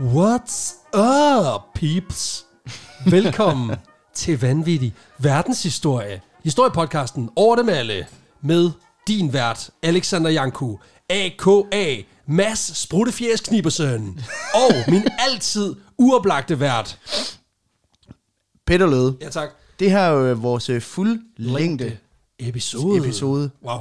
What's up, peeps? Velkommen til Vanvittig Verdenshistorie. Historiepodcasten over dem alle med din vært, Alexander Janku, a.k.a. Mads Spruttefjæs Knibersen og min altid uoplagte vært. Peter Løde, Ja, tak. det her er jo vores øh, fuldlængde Episode. episode. Wow.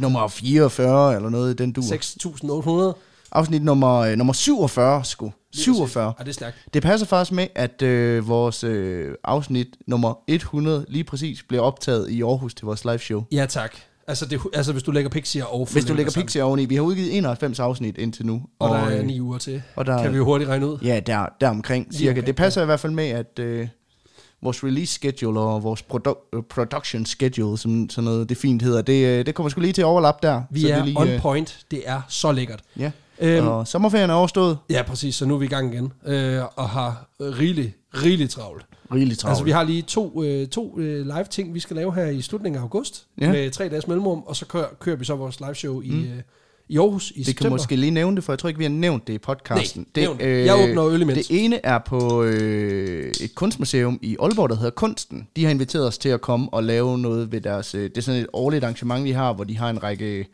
nummer 44 eller noget i den dur. 6.800. Afsnit nummer, øh, nummer 47, sgu. 47. Ja, det er stærkt. Det passer faktisk med, at øh, vores øh, afsnit nummer 100 lige præcis bliver optaget i Aarhus til vores live show. Ja, tak. Altså, det, altså hvis du lægger pixier og Hvis du forlænger lægger sammen. pixie oveni, vi har udgivet 91 afsnit indtil nu. Og, og der er øh, ni uger til. og der- kan vi jo hurtigt regne ud. Ja, der, der omkring cirka. omkring, det passer i hvert fald med, at øh, vores release schedule og vores produ- øh, production schedule, som sådan noget det fint hedder, det, øh, det kommer sgu lige til at overlappe der. Vi Så det er lige, on øh, point. Det er så lækkert. Ja. Øhm. Øhm. Og sommerferien er overstået. Ja, præcis. Så nu er vi i gang igen. Øh, og har rigeligt, rigeligt travlt. travlt. Rigeligt travlt. Altså, vi har lige to, øh, to øh, live ting, vi skal lave her i slutningen af august. Ja. Ja. Med tre dages mellemrum. Og så kører, kører vi så vores live show i, mm. øh, i Aarhus i vi kan september. måske lige nævne det, for jeg tror ikke, vi har nævnt det i podcasten. Nej, nævn det. Jeg åbner øl imens. Det ene er på øh, et kunstmuseum i Aalborg, der hedder Kunsten. De har inviteret os til at komme og lave noget ved deres... Øh, det er sådan et årligt arrangement, de har, hvor de har en række... Øh,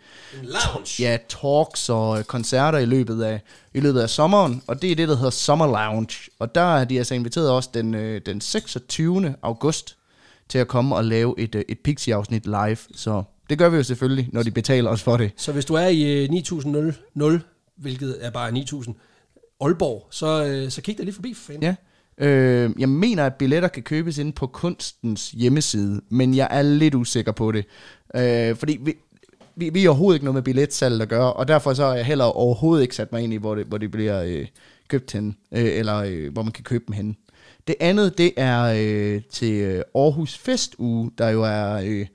Lounge. ja, talks og øh, koncerter i løbet af i løbet af sommeren, og det er det, der hedder Summer Lounge. Og der er de altså inviteret os den, øh, den 26. august til at komme og lave et, øh, et Pixie-afsnit live, så det gør vi jo selvfølgelig, når de betaler os for det. Så hvis du er i øh, 9000, hvilket er bare 9000, Aalborg, så, øh, så kig dig lige forbi for fanden. Ja. Øh, jeg mener, at billetter kan købes inde på kunstens hjemmeside, men jeg er lidt usikker på det. Øh, fordi vi, vi, vi har overhovedet ikke noget med billetsalg at gøre, og derfor så har jeg heller overhovedet ikke sat mig ind i, hvor det, hvor det bliver øh, købt hen, øh, eller øh, hvor man kan købe dem hen. Det andet, det er øh, til øh, Aarhus Festuge, der jo er... Øh,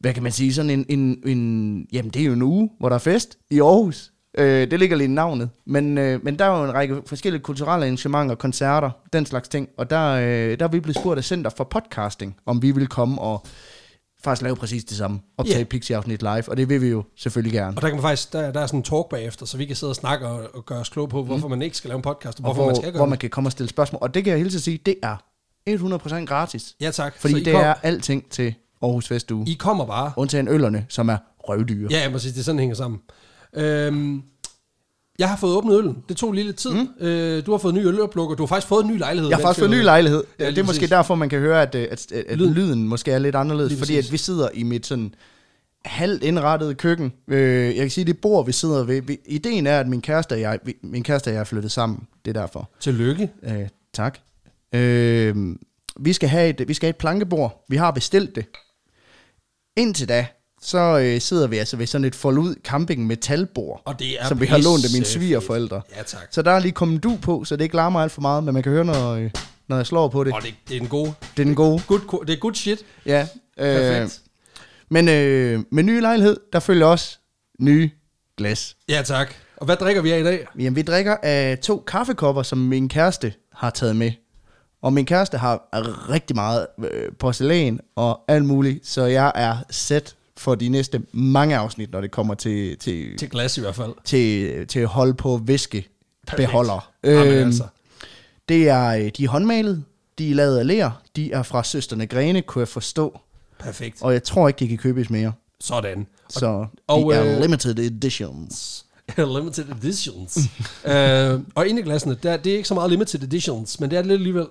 hvad kan man sige, sådan en, en, en, jamen det er jo en uge, hvor der er fest i Aarhus. Øh, det ligger lige i navnet. Men, øh, men der er jo en række forskellige kulturelle arrangementer, koncerter, den slags ting. Og der, øh, der er vi blevet spurgt af Center for Podcasting, om vi vil komme og faktisk lave præcis det samme. Optage Ja. yeah. Pixie-afsnit live, og det vil vi jo selvfølgelig gerne. Og der kan man faktisk, der, der er sådan en talk bagefter, så vi kan sidde og snakke og, og gøre os kloge på, hvorfor mm. man ikke skal lave en podcast, og Og hvorfor hvor, man skal gøre hvor det. man kan komme og stille spørgsmål. Og det kan jeg hilse at sige, det er 100% gratis. Ja tak. Fordi så I det kom, er alting til Aarhus Festuge. I kommer bare. Undtagen øllerne, som er røvdyre. Ja, ja, præcis. Det er sådan, det hænger sammen. Øhm, jeg har fået åbnet øllen. Det tog lige lidt tid. Mm. Øh, du har fået ny øloplukker. Du har faktisk fået en ny lejlighed. Jeg har mens vi faktisk fået en ny var lejlighed. Ja, Ja, lige det er måske præcis. derfor, man kan høre, at, øh, at, at, at Lyden. lyden. lyden måske er lidt anderledes, Lige fordi præcis. at vi sidder i mit sådan halvt indrettet køkken. Øh, jeg kan sige, det bord, vi sidder ved, vi, ideen er, at min kæreste og jeg, vi, min kæreste og jeg er flyttet sammen. Det er derfor. ude. Tillykke. Øh, tak. Øh, vi, skal have et, vi skal have et plankebord. Vi har bestilt det. Indtil da, så øh, sidder vi altså ved sådan et forlud camping metalbord, Og det er som vi har lånt af mine pissefedt. svigerforældre. Ja tak. Så der er lige kommet du på, så det ikke larmer alt for meget, men man kan høre, når, øh, når jeg slår på det. Og det, det er en god... Det er den gode. Good, ko- det er good shit. Ja. Øh, Perfekt. men øh, med ny lejlighed, der følger også nye glas. Ja tak. Og hvad drikker vi af i dag? Jamen, vi drikker af to kaffekopper, som min kæreste har taget med. Og min kæreste har rigtig meget øh, porcelæn og alt muligt, så jeg er sæt for de næste mange afsnit, når det kommer til, til, til, Til glas i hvert fald. til, til hold på væskebeholder. Jamen, Øhm, altså. Det er, øh, de er håndmalet, de er lavet af ler, de er fra Søsterne Grene, kunne jeg forstå. Perfekt. Og jeg tror ikke, de kan købes mere. Sådan. Så og, og, de er øh, limited editions. limited editions. øh, og inde i glassene, der, det er ikke så meget limited editions, men det er det lidt alligevel.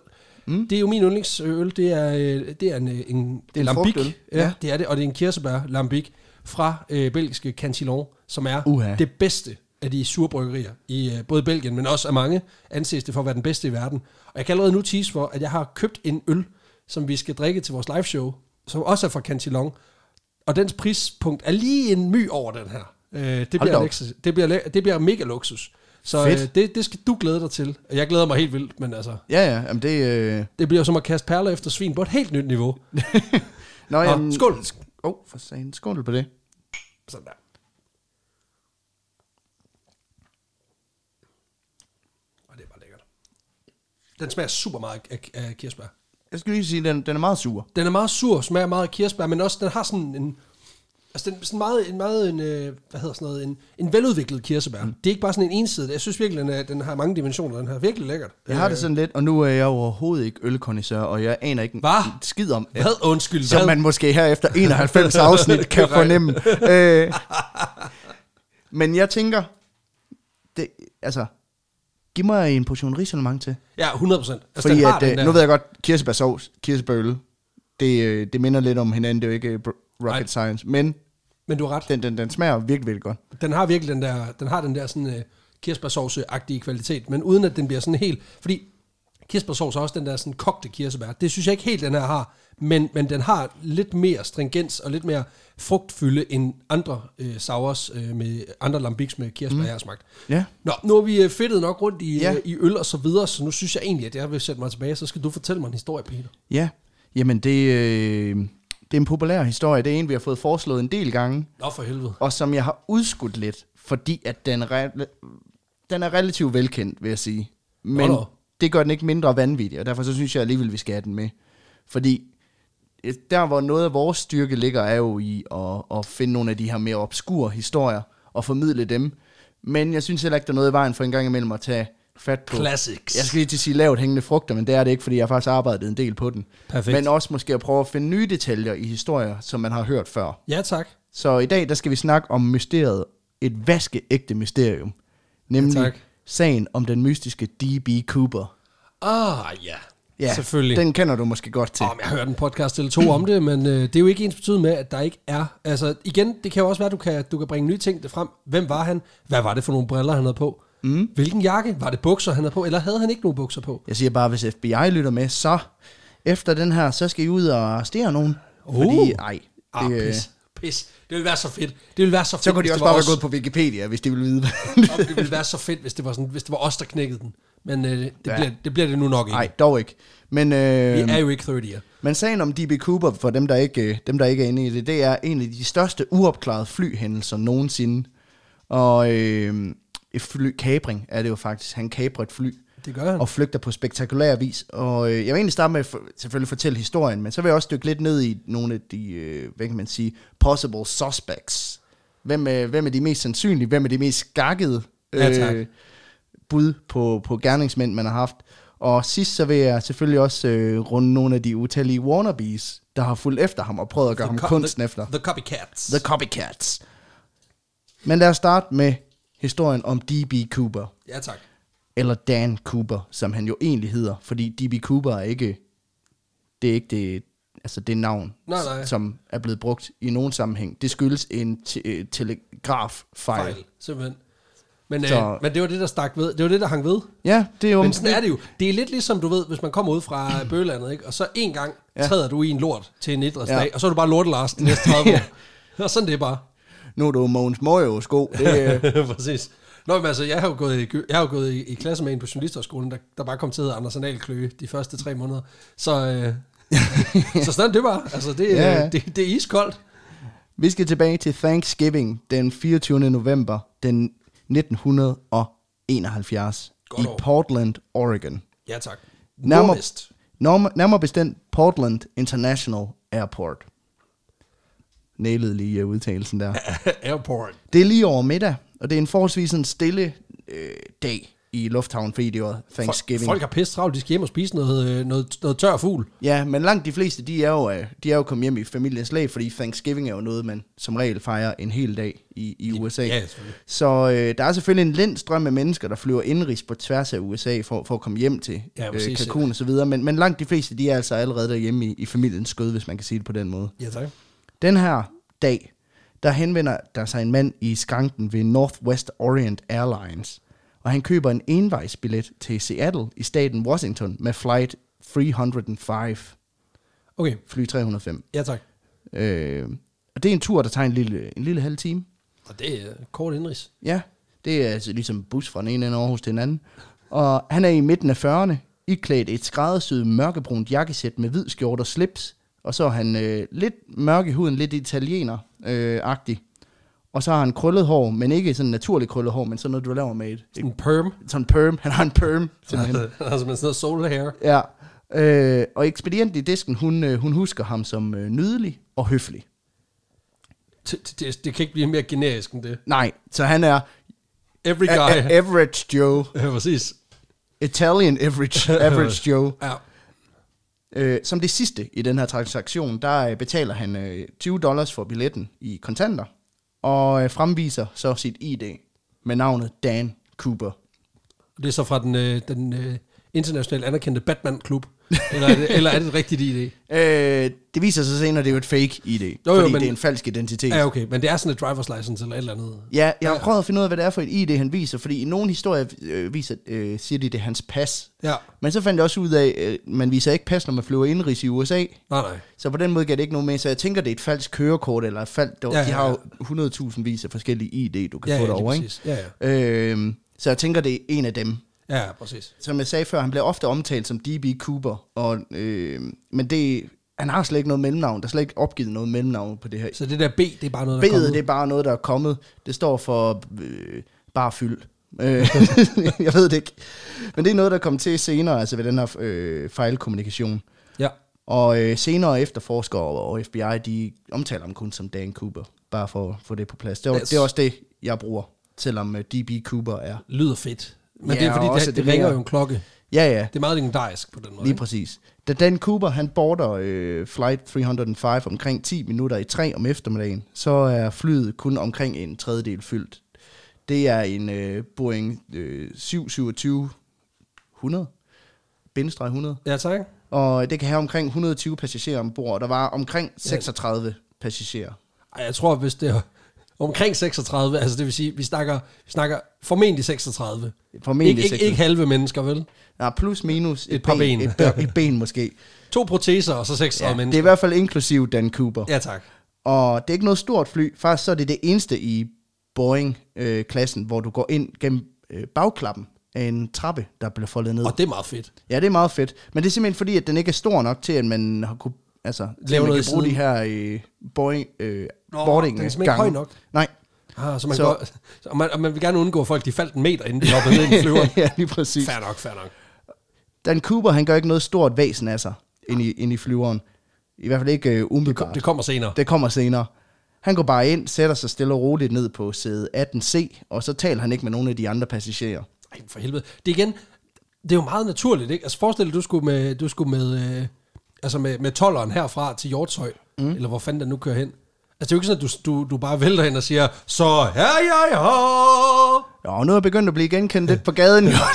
Mm. Det er jo min yndlingsøl, det er, øh, det er en, øh, en, det en lambic. frugtøl. Ja, ja, Ja. det er det, og det er en kirsebær lambic fra øh, belgiske Cantillon, som er Uha. det bedste af de surbryggerier i øh, både Belgien, men også af mange, anses det for at være den bedste i verden. Og jeg kan allerede nu tease for, at jeg har købt en øl, som vi skal drikke til vores liveshow, som også er fra Cantillon, og dens prispunkt er lige en my over den her. Øh, det, da bliver op. luksus, det, bliver, la- det bliver mega luksus. Så Fedt. øh, det, det skal du glæde dig til. Og Jeg glæder mig helt vildt, men altså, Ja, ja, jamen det... Øh... det bliver jo som at kaste perler efter svin på et helt nyt niveau. Nå, Og, jamen... skål! Åh, oh, for sagen. Skål på det. Sådan der. Og det er bare lækkert. Den smager super meget af, af kirsebær. Jeg skal lige sige, den, den er meget sur. Den er meget sur, smager meget af kirsebær, men også den har sådan en... Altså, den, sådan meget, en meget en, øh, hvad hedder sådan noget, en, en veludviklet kirsebær. Mm. Det er ikke bare sådan en ensidig. Jeg synes virkelig, den, er, den har mange dimensioner. Den har virkelig lækkert. Jeg har det sådan lidt, og nu er jeg overhovedet ikke ølkondisør, og jeg aner ikke en Hva? skid om, Hvad? Undskyld. som hvad? man måske her efter 91 afsnit kan fornemme. Øh, men jeg tænker, det, altså, giv mig en portion risalemang til. Ja, 100 procent. Altså, Fordi den har at, den øh, der. nu ved jeg godt, kirsebærsovs, kirsebærøl, det, øh, det minder lidt om hinanden, det er jo ikke øh, br- rocket Nej. science, men Men du har ret. den, den, den smager virkelig, virkelig godt. Den har virkelig den der, den har den der sådan øh, kirsebærsovse-agtige kvalitet, men uden at den bliver sådan helt, fordi kirsebærsovs er også den der sådan kogte kirsebær. Det synes jeg ikke helt, den her har, men, men den har lidt mere stringens og lidt mere frugtfylde end andre øh, sours øh, med andre lambiks med kirsebær, mm. jeg har smagt. Ja. Nå, nu har vi øh, fedtet nok rundt i, Ja. ja. i øl og så videre, så nu synes jeg egentlig, at jeg vil sætte mig tilbage, så skal du fortælle mig en historie, Peter. Ja, jamen det, øh, det er en populær historie, det er en, vi har fået foreslået en del gange, Nå for helvede. og som jeg har udskudt lidt, fordi at den, re- den er relativt velkendt, vil jeg sige. Men Hold da op. det gør den ikke mindre vanvittig, og derfor så synes jeg alligevel, vi skal have den med. Fordi øh, der, hvor noget af vores styrke ligger, er jo i at, at finde nogle af de her mere obskure historier og formidle dem. Men jeg synes heller ikke, der er noget i vejen for en gang imellem at tage fat på Classics. jeg skal lige til at sige lavt hængende frugter, men det er det ikke, fordi jeg har faktisk arbejdet en del på den. Perfekt. Men også måske at prøve at finde nye detaljer i historier, som man har hørt før. Ja tak. Så i dag, der skal vi snakke om mysteriet. Et vaskeægte mysterium. Nemlig Ja, ja, tak. sagen om den mystiske D.B. Cooper. Ah ja, Ja, selvfølgelig. den kender du måske godt til. Om jeg hørte en podcast eller to om det, men øh, det er jo ikke ens betydende med, at der ikke er. Altså igen, det kan jo også være, at du kan, du kan bringe nye ting frem. Hvem var han? Hvad var det for nogle briller, han havde på? Mm. Hvilken jakke? Var det bukser, han havde på? Eller havde han ikke nogen bukser på? Jeg siger bare, hvis FBI lytter med, så efter den her, så skal I ud og arrestere nogen. Uh. Fordi, ej, Ah, det, øh, pis. Pis. Det ville være så fedt. Det ville være så fedt, så kunne hvis de også det var bare være os. gået på Wikipedia, hvis de ville vide. Om det ville være så fedt, hvis det var, sådan, hvis det var os, der knækkede den. Men øh, det, ja. bliver, det bliver det nu nok ikke. Nej, dog ikke. Men, øh, Vi er jo ikke 30'er. Men sagen om DB Cooper, for dem der, ikke, øh, dem, der ikke er inde i det, det er en af de største uopklarede flyhændelser nogensinde. Og øh, et fly, kabring er det jo faktisk. Han kabrer et fly Det gør han. og flygter på spektakulær vis. Og øh, jeg vil egentlig starte med at for, selvfølgelig fortælle historien, men så vil jeg også dykke lidt ned i nogle af de, øh, hvad kan man sige, possible suspects. Hvem, øh, hvem er de mest sandsynlige? Hvem er de mest skakkede Ja, tak. bud på, på gerningsmænd, man har haft? Og sidst så vil jeg selvfølgelig også øh, runde nogle af de utallige wannabes, der har fulgt efter ham og prøvet at gøre ham co- kunsten efter. The Copycats. The Copycats. Men lad os starte med historien om D.B. Cooper Ja tak. eller Dan Cooper, som han jo egentlig hedder, fordi D.B. Cooper er ikke, det er ikke det, altså det navn, Nej, nej. som er blevet brugt i nogen sammenhæng. Det skyldes en te- øh, telegraffejl. Fejl, simpelthen. Men, Så- øh, men det var det, der stak ved. Det var det, der hang ved. Ja, det er jo... Men sådan er det jo. Det er lidt ligesom, du ved, hvis man kommer ud fra Bøgelandet, ikke? og så en gang Ja. ja. træder du i en lort til en idrætsdag, Ja. ja. og så er du bare lort Lars de næste 30 år. Og sådan det er bare. Nu er du Mogens Møjeås god. Det, øh, Præcis. Nå, men altså, jeg har jo gået i, gy- jeg har jo gået i, i klasse med en på journalisterskolen, der, der bare kom til at hedde Anders Anal Kløe de første tre måneder. Så, øh, så sådan er det bare. Altså, det, Ja, ja. ja. øh, det, det er iskoldt. vi skal tilbage til Thanksgiving den 24. november den 1971 Godt i år. Portland, Oregon. Ja, tak. Nærmere- Nordvest. Nærmere, nærmere bestemt Portland International Airport. Nælede lige øh, udtalelsen der. Airport. Det er lige over middag, og det er en forholdsvis en stille øh, dag i lufthavnen, fordi det var Thanksgiving. Folk har pisse travlt, de skal hjem og spise noget, øh, noget, noget tør fugl. Ja, men langt de fleste, de er jo, øh, de er jo kommet hjem i familiens lag, fordi Thanksgiving er jo noget, man som regel fejrer en hel dag i, i USA. ja, selvfølgelig. Så øh, der er selvfølgelig en lind strøm af mennesker, der flyver indrigs på tværs af USA for, for at komme hjem til Ja, øh, præcis, ja. Cancun og så videre. Men, men langt de fleste, de er altså allerede derhjemme i, i familiens skød, hvis man kan sige det på den måde. Ja, tak. Den her dag, der henvender der sig en mand i skranken ved Northwest Orient Airlines, og han køber en envejsbillet til Seattle i staten Washington med flight 305, Okay, fly 305. ja tak. Øh, og det er en tur, der tager en lille, en lille halv time. Og det er kort indrigs. Ja, det er altså ligesom en bus fra den ene ende af Aarhus til den anden. Og han er i midten af 40'erne, iklædt et skræddersyet mørkebrunt jakkesæt med hvid skjort og slips. Og så er han øh, lidt mørk i huden, lidt italiener-agtig. og så har han krøllet hår, men ikke sådan naturligt krøllet hår, men sådan noget, du laver med et, En perm. sådan perm. Han har en perm, simpelthen. Altså, altså med sådan noget solar hair. Ja. Øh, og ekspedienten i disken, hun, øh, hun husker ham som øh, nydelig og høflig. det, det, det kan ikke blive mere generisk end det. Nej, så han er Every a- guy. a- average Joe. Ja, præcis. Italian average, average Joe. Ja. Øh, som det sidste i den her transaktion, der øh, betaler han øh, 20 dollars for billetten i kontanter, og øh, fremviser så sit ID med navnet Dan Cooper. Det er så fra den, øh, den øh, internationalt anerkendte Batman-klub. Eller, er det- eller er det et rigtigt ID? Øh, det viser sig senere, at det er jo et fake ID, Jo, jo, jo, jo, fordi men- det er en falsk identitet. Ja, okay. Men det er sådan et driver's license eller et eller andet. Ja, jeg har prøvet at finde ud af, hvad det er for et ID, han viser, fordi i nogle historier øh, viser, øh, siger de, det er hans pas. Ja. Men så fandt jeg også ud af, at øh, man viser ikke pas, når man flyver indrigs i USA. Nej, nej. Så på den måde gav det ikke nogen mening, så jeg tænker, det er et falsk kørekort, eller et fald, der, Ja, ja, ja, ja. de har jo 100.000 vis af forskellige ID, du kan Ja, ja, få ja, lige derovre, ikke? præcis. Ja, Øhm, så jeg tænker, det er en af dem. Ja, ja, præcis. Som jeg sagde før, han bliver ofte omtalt som DB Cooper, og, øh, men det, han har slet ikke noget mellemnavn. Der er slet ikke opgivet noget mellemnavn på det her. Så det der B, det er bare noget, der B'et, kommer. det er bare noget, der er kommet. Det står for øh, bare fyld. Øh, jeg ved det ikke. Men det er noget, der kom til senere, altså ved den her øh, fejlkommunikation. Ja. Og øh, senere efterforskere og FBI, de omtaler ham kun som Dan Cooper, bare for at få det på plads. Det er, Yes. yes. det er også det, jeg bruger, selvom øh, DB Cooper er. Lyder fedt. Men Ja, det er fordi, og også det, det det ringer mere- jo en klokke. Ja, ja, Det er meget legendarisk på den måde. lige ikke? præcis. Da Dan Cooper, han border øh, Flight 305 omkring 10 minutter i 3 om eftermiddagen, så er flyet kun omkring en tredjedel fyldt. Det er en øh, Boeing øh, 727 100 bindestreg 100 Ja, tak. Og det kan have omkring 120 passagerer ombord, og der var omkring 36 passagerer. Ej, jeg tror, hvis det er omkring 36, altså det vil sige, vi snakker, vi snakker formentlig 36. Formentlig ikke, ikke, 36. ikke halve mennesker, vel? Ja, plus minus et, Et par ben. Et, ben, et ben måske. To proteser og så 36 ja, det er i mennesker. hvert fald inklusiv Dan Cooper. Ja, tak. Og det er ikke noget stort fly. Faktisk så er det det eneste i Boeing-klassen, øh, klassen, hvor du går ind gennem øh, bagklappen af en trappe, der bliver foldet ned. Og det er meget fedt. Ja, det er meget fedt. Men det er simpelthen fordi, at den ikke er stor nok til, at man har kunne, altså, til, Lave at man noget kan i bruge de siden. her øh, Boeing øh, Nå, boarding den er simpelthen ikke høj nok. Nej. Ah, så man, så... Så- Går, så- og man, og man vil gerne undgå, at folk de faldt en meter, inden de hoppede ned i en flyver. ja, lige præcis. Fair nok, fair nok. Dan Cooper, han gør ikke noget stort væsen af sig ind i, ind i flyveren. I hvert fald ikke øh, umiddelbart. Det kommer senere. Det kommer senere. Han går bare ind, sætter sig stille og roligt ned på sæde 18C, og så taler han ikke med nogen af de andre passagerer. Ej, for helvede. Det er igen, det er jo meget naturligt, ikke? Altså forestil dig, du skulle med, du skulle med, øh, altså med, med tolleren herfra til Hjortshøj, mm. eller hvor fanden den nu kører hen. Altså det er jo ikke sådan, at du, du, du bare vælter ind og siger, så her jeg her. Ja, og nu er jeg begyndt at blive genkendt lidt på gaden. Jo.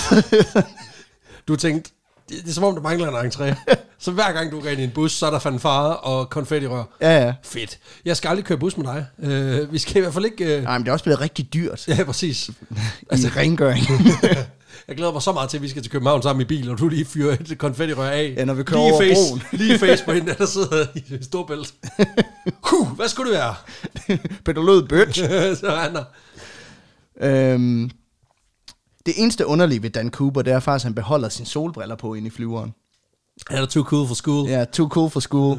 Du tænkte, det, det er som om, der mangler en entré. så hver gang du går ind i en bus, så er der fanfare og konfettirør. ja, ja. Fedt. Jeg skal aldrig køre bus med dig. Øh, vi skal i hvert fald ikke... Øh, Nej, men det er også blevet rigtig dyrt ja, præcis. altså, i rengøring. Jeg glæder mig så meget til, at vi skal til København sammen i bil, og du lige fyrer et konfettirør af. Ja, når vi kører lige i over face, broen. Lige i face på hende, der sidder i en stor bælt. Huh, hvad skulle det være? Peter Lød bitch. så er han der. øhm, det eneste underlige ved Dan Cooper, det er faktisk, at han beholder sine solbriller på inde i flyveren. Han er too cool for school. Yeah. Ja, too cool for school.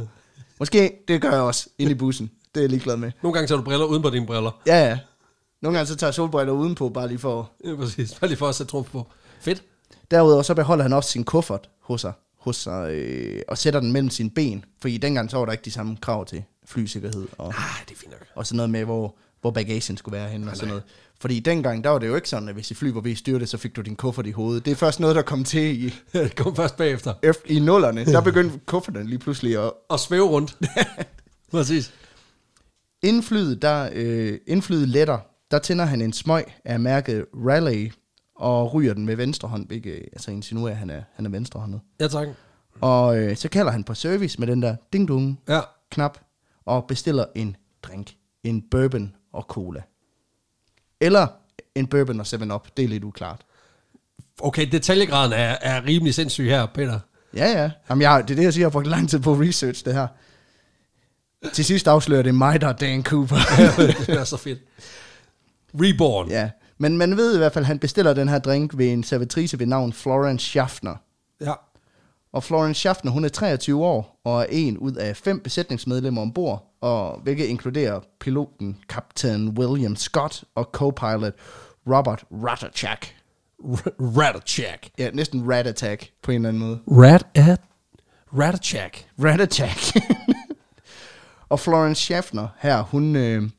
Måske, det gør jeg også inde i bussen. Det er jeg ligeglad med. Nogle gange tager du briller uden på dine briller. Ja, ja. Nogle gange så tager jeg solbriller udenpå, bare lige for... Ja, præcis. Bare lige for at sætte trumf på. Fedt. Derudover så beholder han også sin kuffert hos sig, hos sig øh, og sætter den mellem sine ben, fordi dengang så var der ikke de samme krav til flysikkerhed og, Ah, det er fint nok. og sådan noget med, hvor, hvor bagagen skulle være henne og sådan noget. Fordi dengang, der var det jo ikke sådan, at hvis et fly var ved at styrte, så fik du din kuffert i hovedet. Det er først noget, der kom til i, det kom først bagefter. efter- i nullerne. Der begyndte kufferten lige pludselig at... Og svæve rundt. præcis. Indflyet, der, øh, indflyet letter, der tænder han en smøg af mærket Raleigh og ryger den med venstre hånd, hvilket øh, altså insinuerer, at han er, han er venstrehåndet. Ja, tak. Og øh, så kalder han på service med den der ding-dong Ja. knap og bestiller en drink. En bourbon og cola. Eller en bourbon og 7-Up. Det er lidt uklart. Okay, detaljegraden er, er rimelig sindssyg her, Peter. Ja, ja. Jamen, jeg, det er det, jeg siger. Jeg har brugt lang tid på research, det her. Til sidst afslører det mig, der er Dan Cooper. det er så fedt. Reborn. ja. Men man ved i hvert fald, at han bestiller den her drink ved en servitrice ved navn Florence Schaffner. Ja. Og Florence Schaffner, hun er 23 år og er en ud af fem besætningsmedlemmer ombord, og hvilket inkluderer piloten kaptajn William Scott og co-pilot Robert Ratterchak. Rat-a-check. Ja, næsten Rat Attack på en eller anden måde. Rat-a... Rat-a-check. Rat Attack. og Florence Schaffner her, hun, øh, Hun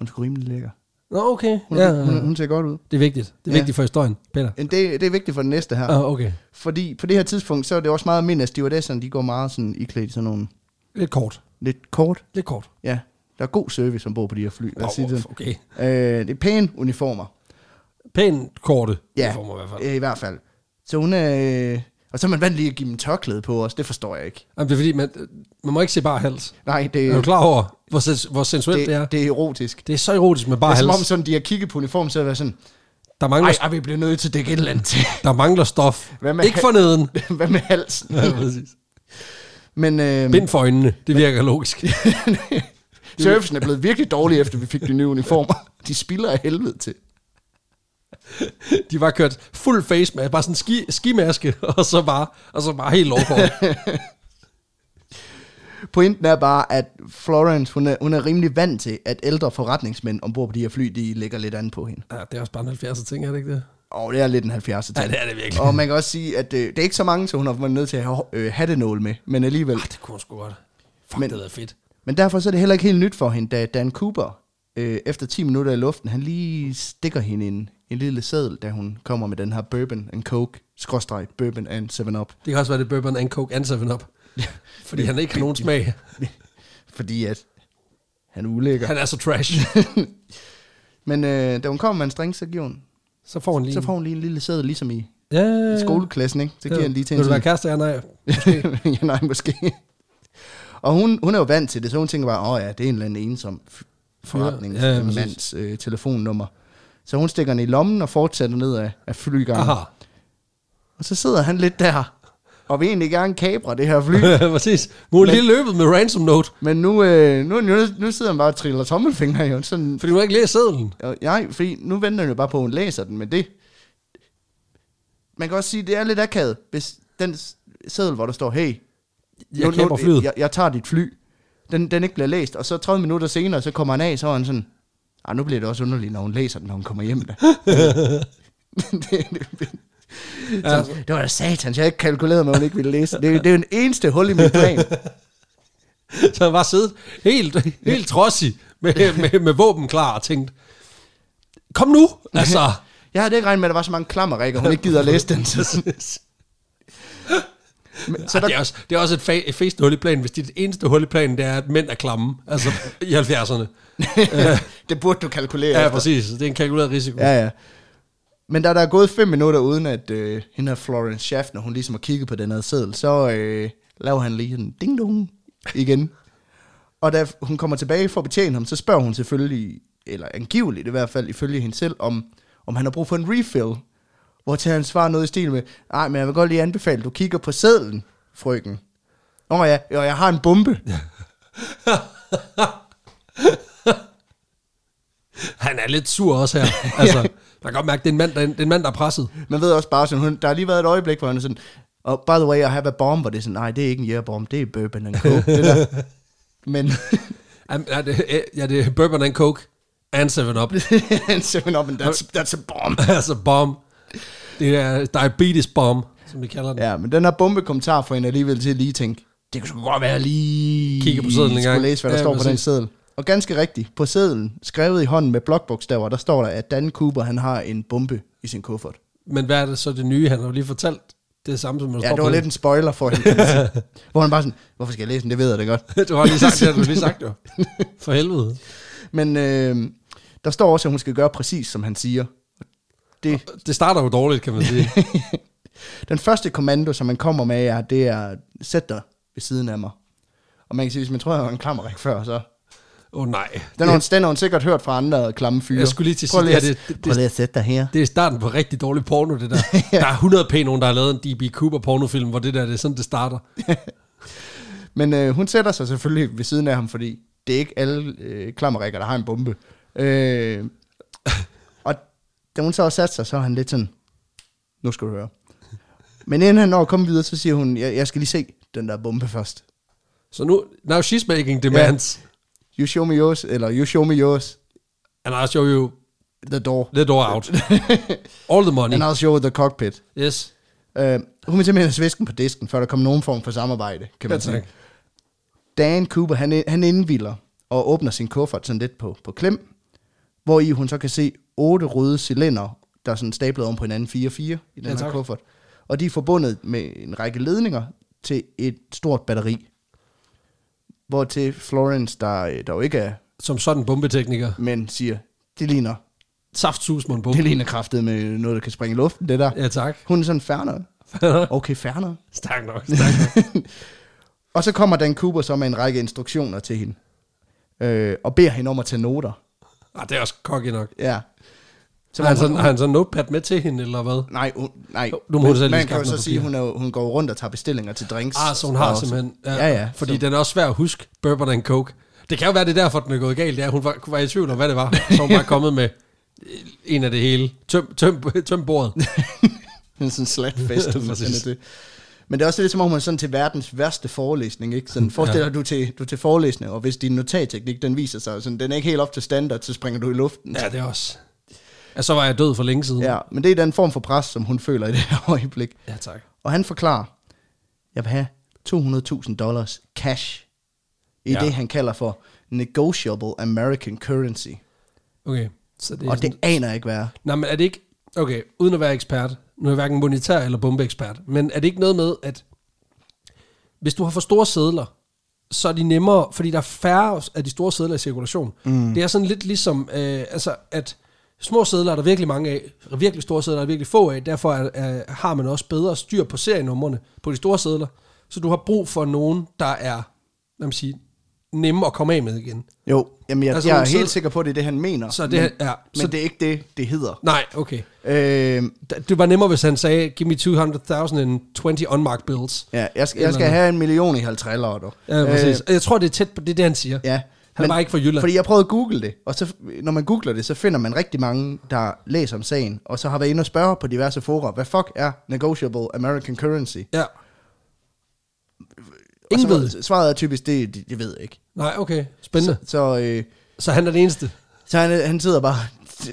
er sgu rimelig lækker. Nå, okay. Hun, Ja, ja. hun, hun ser godt ud. det er vigtigt. Det er Mm-hmm. Ja. vigtigt for historien, Peter. Men Det, det er vigtigt for den næste her. Ja. Ah, okay. Fordi på det her tidspunkt, så er det også meget almindeligt, at stewardesserne, de går meget sådan iklædt i sådan nogle Lidt kort. lidt kort. Lidt kort. Ja, der er god service ombord på de her fly. Lad os sige det. sådan. okay. Øh, det er pæne uniformer. Pænt korte Ja, uniformer i hvert fald. øh, i hvert fald. Så hun er... Øh, og så er man vant lige at give dem tørklæde på os. Det forstår jeg ikke. Jamen, det er fordi, man, man må ikke se bare hals. Nej, det, Er du klar over, hvor, sens- hvor sensuelt det, det er? det, det er erotisk. Det er så erotisk med Det bare er som hals. om, sådan, de har kigget på uniformen, så har været sådan, Der mangler, ej, ej, vi bliver nødt til at dække et eller andet til. der mangler stof. Hvad med Ikke for neden. Hvad med halsen? Ja, præcis. Men øh, Bind for øjnene. Det virker logisk. servicen er blevet virkelig dårlig, efter vi fik de nye uniformer. De spiller af helvede til. De var kørt fuld face med bare sådan en ski, skimaske, og så bare, og så bare helt lovkort. Pointen er bare, at Florence, hun er, hun er rimelig vant til, at ældre forretningsmænd ombord på de her fly, de lægger lidt an på hende. ja, det er også bare en 70'er ting, er det ikke det? Og det er lidt en 70'er ting. Ja, det er det virkelig. Og man kan også sige, at øh, det er ikke så mange, så hun har været nødt til at have øh, hattenål med, men alligevel. Ah, det kunne hun sgu godt. Fuck, Men- Men... det er fedt. Men derfor så er det heller ikke helt nyt for hende, da Dan Cooper, øh, efter 10 minutter i luften, han lige stikker hende en, en lille seddel, da hun kommer med den her bourbon and coke, skråstreg bourbon and 7-up. Det kan også være, det er bourbon and coke and 7 up. Fordi han ikke har nogen smag. Fordi at han er ulækker. Han er så trash. Men øh, da hun kommer med en streng, så, giver hun, Så får han lige... så får hun lige en lille seddel, ligesom i, Ja, i ja, ja. skoleklassen, ikke? Så giver han lige til en Vil du sådan- være kæreste? Ja, nej. ja, nej, måske. Og hun, hun er jo vant til det, så hun tænker bare, åh ja, det er en eller anden ensom Ja, f- ja, præcis. forretningsmands øh, telefonnummer. Så hun stikker den i lommen og fortsætter ned af, af flygangen. Aha. Og så sidder han lidt der, og vil egentlig gerne kabre det her fly. Præcis. Nu er lige løbet med ransom note, Men nu, øh, nu, nu, nu sidder han bare og triller tommelfinger jo. Sådan, fordi du har ikke læst sedlen. og, nej, fordi nu venter han jo bare på, at hun læser den, men det... Man kan også sige, det er lidt akavet, hvis den s- seddel, hvor der står, hey, Jeg kæmper flyet. Jeg, jeg tager dit fly. Den, den ikke bliver læst. Og så 30 minutter senere, så kommer han af, så er han sådan, ah, nu bliver det også underligt, når hun læser den, når hun kommer hjem. Da. det, det, det, Ja. så, det var da satans, jeg havde ikke kalkuleret med, at hun ikke ville læse den. det. er- Det er jo den eneste hul i min plan. Så han var siddet helt, helt trodsig med, med, med våben klar og tænkt, kom nu, altså. Jeg havde ikke regnet med, at der var så mange klammerrækker, hun ikke gider at læse den. Så, men, så Så der, det, er også, det er også et, fa- et fæst hul i planen, hvis dit eneste hul i planen, det er, at mænd er klamme, altså i 70'erne. det burde du kalkulere Ja, efter. præcis. Det er en kalkuleret risiko. Ja. Ja, ja. Men da der er gået fem minutter, uden at øh, hende her Florence Schaffner, hun ligesom har kigget på den her seddel, så øh, laver han lige en ding-dong igen. Og da hun kommer tilbage for at betjene ham, så spørger hun selvfølgelig, eller angiveligt i hvert fald, ifølge hende selv, om, om han har brug for en refill. Hvor til han svarer noget i stil med, nej, men jeg vil godt lige anbefale, at du kigger på sedlen, frøken. Nå ja, og jeg har en bombe. Han er lidt sur også her. Altså, man kan godt mærke, det er en mand, der, det er en mand, der er presset. Man ved også bare sådan, hun, der har lige været et øjeblik, hvor han er sådan, oh, by the way, I have a bomb, og det er sådan, nej, det er ikke en jægerbomb, det er bourbon and coke, det der. Men Am- Ja, det, ja, det er bourbon and coke and 7-Up. han siger, men that's, that's a bomb. altså bomb. Det er diabetes bomb, som vi kalder den. Ja, men den her bombekommentar får hende alligevel til at lige tænke, det kunne sgu godt være lige... Kigge på sedlen en skulle gang. læse, hvad der Ja, ja, står på den præcis. seddel. Og ganske rigtigt, på sedlen, skrevet i hånden med blokbogstaver, der står der, at Dan Cooper, han har en bombe i sin kuffert. Men hvad er det så det nye? Han har jo lige fortalt det samme, som man Ja, det var lidt en spoiler for hende, kan man sige. Hvor han bare sådan, hvorfor skal jeg læse den, det ved jeg da godt. du har lige sagt det, har du lige sagt jo. For helvede. Men øh, der står også, at hun skal gøre præcis, som han siger. Det, Det starter jo dårligt, kan man sige. den første kommando, som man kommer med, er, det er, sæt dig ved siden af mig. Og man kan sige, hvis man tror, jeg var en klammerik før, så... Åh oh, nej. Den har, hun, den har hun sikkert hørt fra andre klamme fyre. Jeg skulle lige til at prøv sige, lige at, det her, det, det- det- prøv lige at sætte dig her. Det er starten på rigtig dårlig porno, det der. Der er 100 p nogen, der har lavet en D.B. Cooper pornofilm, hvor det der, det er sådan, det starter. Men øh, hun sætter sig selvfølgelig ved siden af ham, fordi det er ikke alle øh, klammerikker, der har en bombe. Øh, og da hun så har sat sig, så er han lidt sådan, nu skal du høre. Men inden han når at komme videre, så siger hun, jeg, jeg skal lige se den der bombe først. Så nu, now she's making demands. Yeah. You show me yours, eller you show me yours, And I'll show you the door. the door out. All the money. And I'll show the cockpit. Yes. Uh, hun vil simpelthen have svisken på disken, før der kommer nogen form for samarbejde, kan man Ja, tak. sige. Dan Cooper, han, han indviler og åbner sin kuffert sådan lidt på, på klem. hvor i hun så kan se otte røde cylinder, der er sådan stablet oven på hinanden 4-4 i den Ja, her tak. kuffert. Og de er forbundet med en række ledninger til et stort batteri. Hvor til Florence, der, øh, der jo ikke er, Som sådan bombetekniker. men siger, det ligner, Saftsus med en bombe. det ligner kraftet med noget, der kan springe i luften, det der. Ja, tak. Hun er sådan færner. Okay, færner. Stærk nok, stærk nok. Og så kommer Dan Cooper så med en række instruktioner til hende. Øh, og beder hende om at tage noter. Ah, det er også cocky nok. Ja. Så har, han sådan, har han sådan en notepad med til hende, eller hvad? Nej, hun, nej. altså- Jo, nu må hun selv lige man kan skaffe jo så noget sige, papir. hun, er, jo- hun går rundt og tager bestillinger til drinks. Ah, så hun har Og- simpelthen... Ja, ja. Fordi så, den er også svær at huske, bourbon and coke. Det kan jo være, det er derfor, den er gået galt. Ja, hun var, var i tvivl om, hvad det var. Så hun var kommet med øh, en af det hele. Tøm, tøm, tøm bordet. det er sådan en slatfest. Ja, præcis. det. Men det er også lidt som om, hun er sådan til verdens værste forelæsning. Ikke? Sådan, forestil dig, du er til, du er til forelæsning, og hvis din notatteknik den viser sig, sådan, den er ikke helt op til standard, så springer du i luften. Ja, det er også... Ja, så var jeg død for længe siden. ja men det er den form for pres, som hun føler i det her øjeblik. ja tak. Og han forklarer, jeg vil have 200.000 dollars cash i Ja. ja. det, han kalder for negotiable American currency. Okay. Så det er Og det aner jeg ikke, hvad er. Nej, men er det ikke... Okay, uden at være ekspert. Nu er jeg hverken monetær eller bombeekspert. Men er det ikke noget med, at hvis du har for store sædler, så er de nemmere, fordi der er færre af de store sædler i cirkulation. Mm. Det er sådan lidt ligesom, øh, altså at små sædler er der virkelig mange af, og virkelig store sædler er der virkelig få af, derfor er, er, har man også bedre styr på serienummerne på de store sædler. Så du har brug for nogen, der er, lad mig sige, nemme at komme af med igen. Jo, jamen jeg, Altså, altså, jeg er hun sidder- helt sikker på, at det er det, han mener. Så det men, her- ja, men så- det er ikke det, det hedder. Nej, okay. Øh, Det var nemmere, hvis han sagde, give me 200.000 and 20 unmarked bills. ja, jeg, skal, jeg skal Eller- have en million i 50 år. Ja, præcis. Øh, jeg tror, det er tæt på det, er det han siger. ja, Han er bare ikke fra Jylland. Fordi jeg prøvede at google det, og så, når man googler det, så finder man rigtig mange, der læser om sagen, og så har været inde og spørge på diverse fora, hvad fuck er negotiable American currency? Ja. Og Ingen så- ved det. Svaret er typisk, det, det, det ved jeg ikke. Nej, okay. Spændende. Så, Så, øh, så han er den eneste. så han, han sidder bare,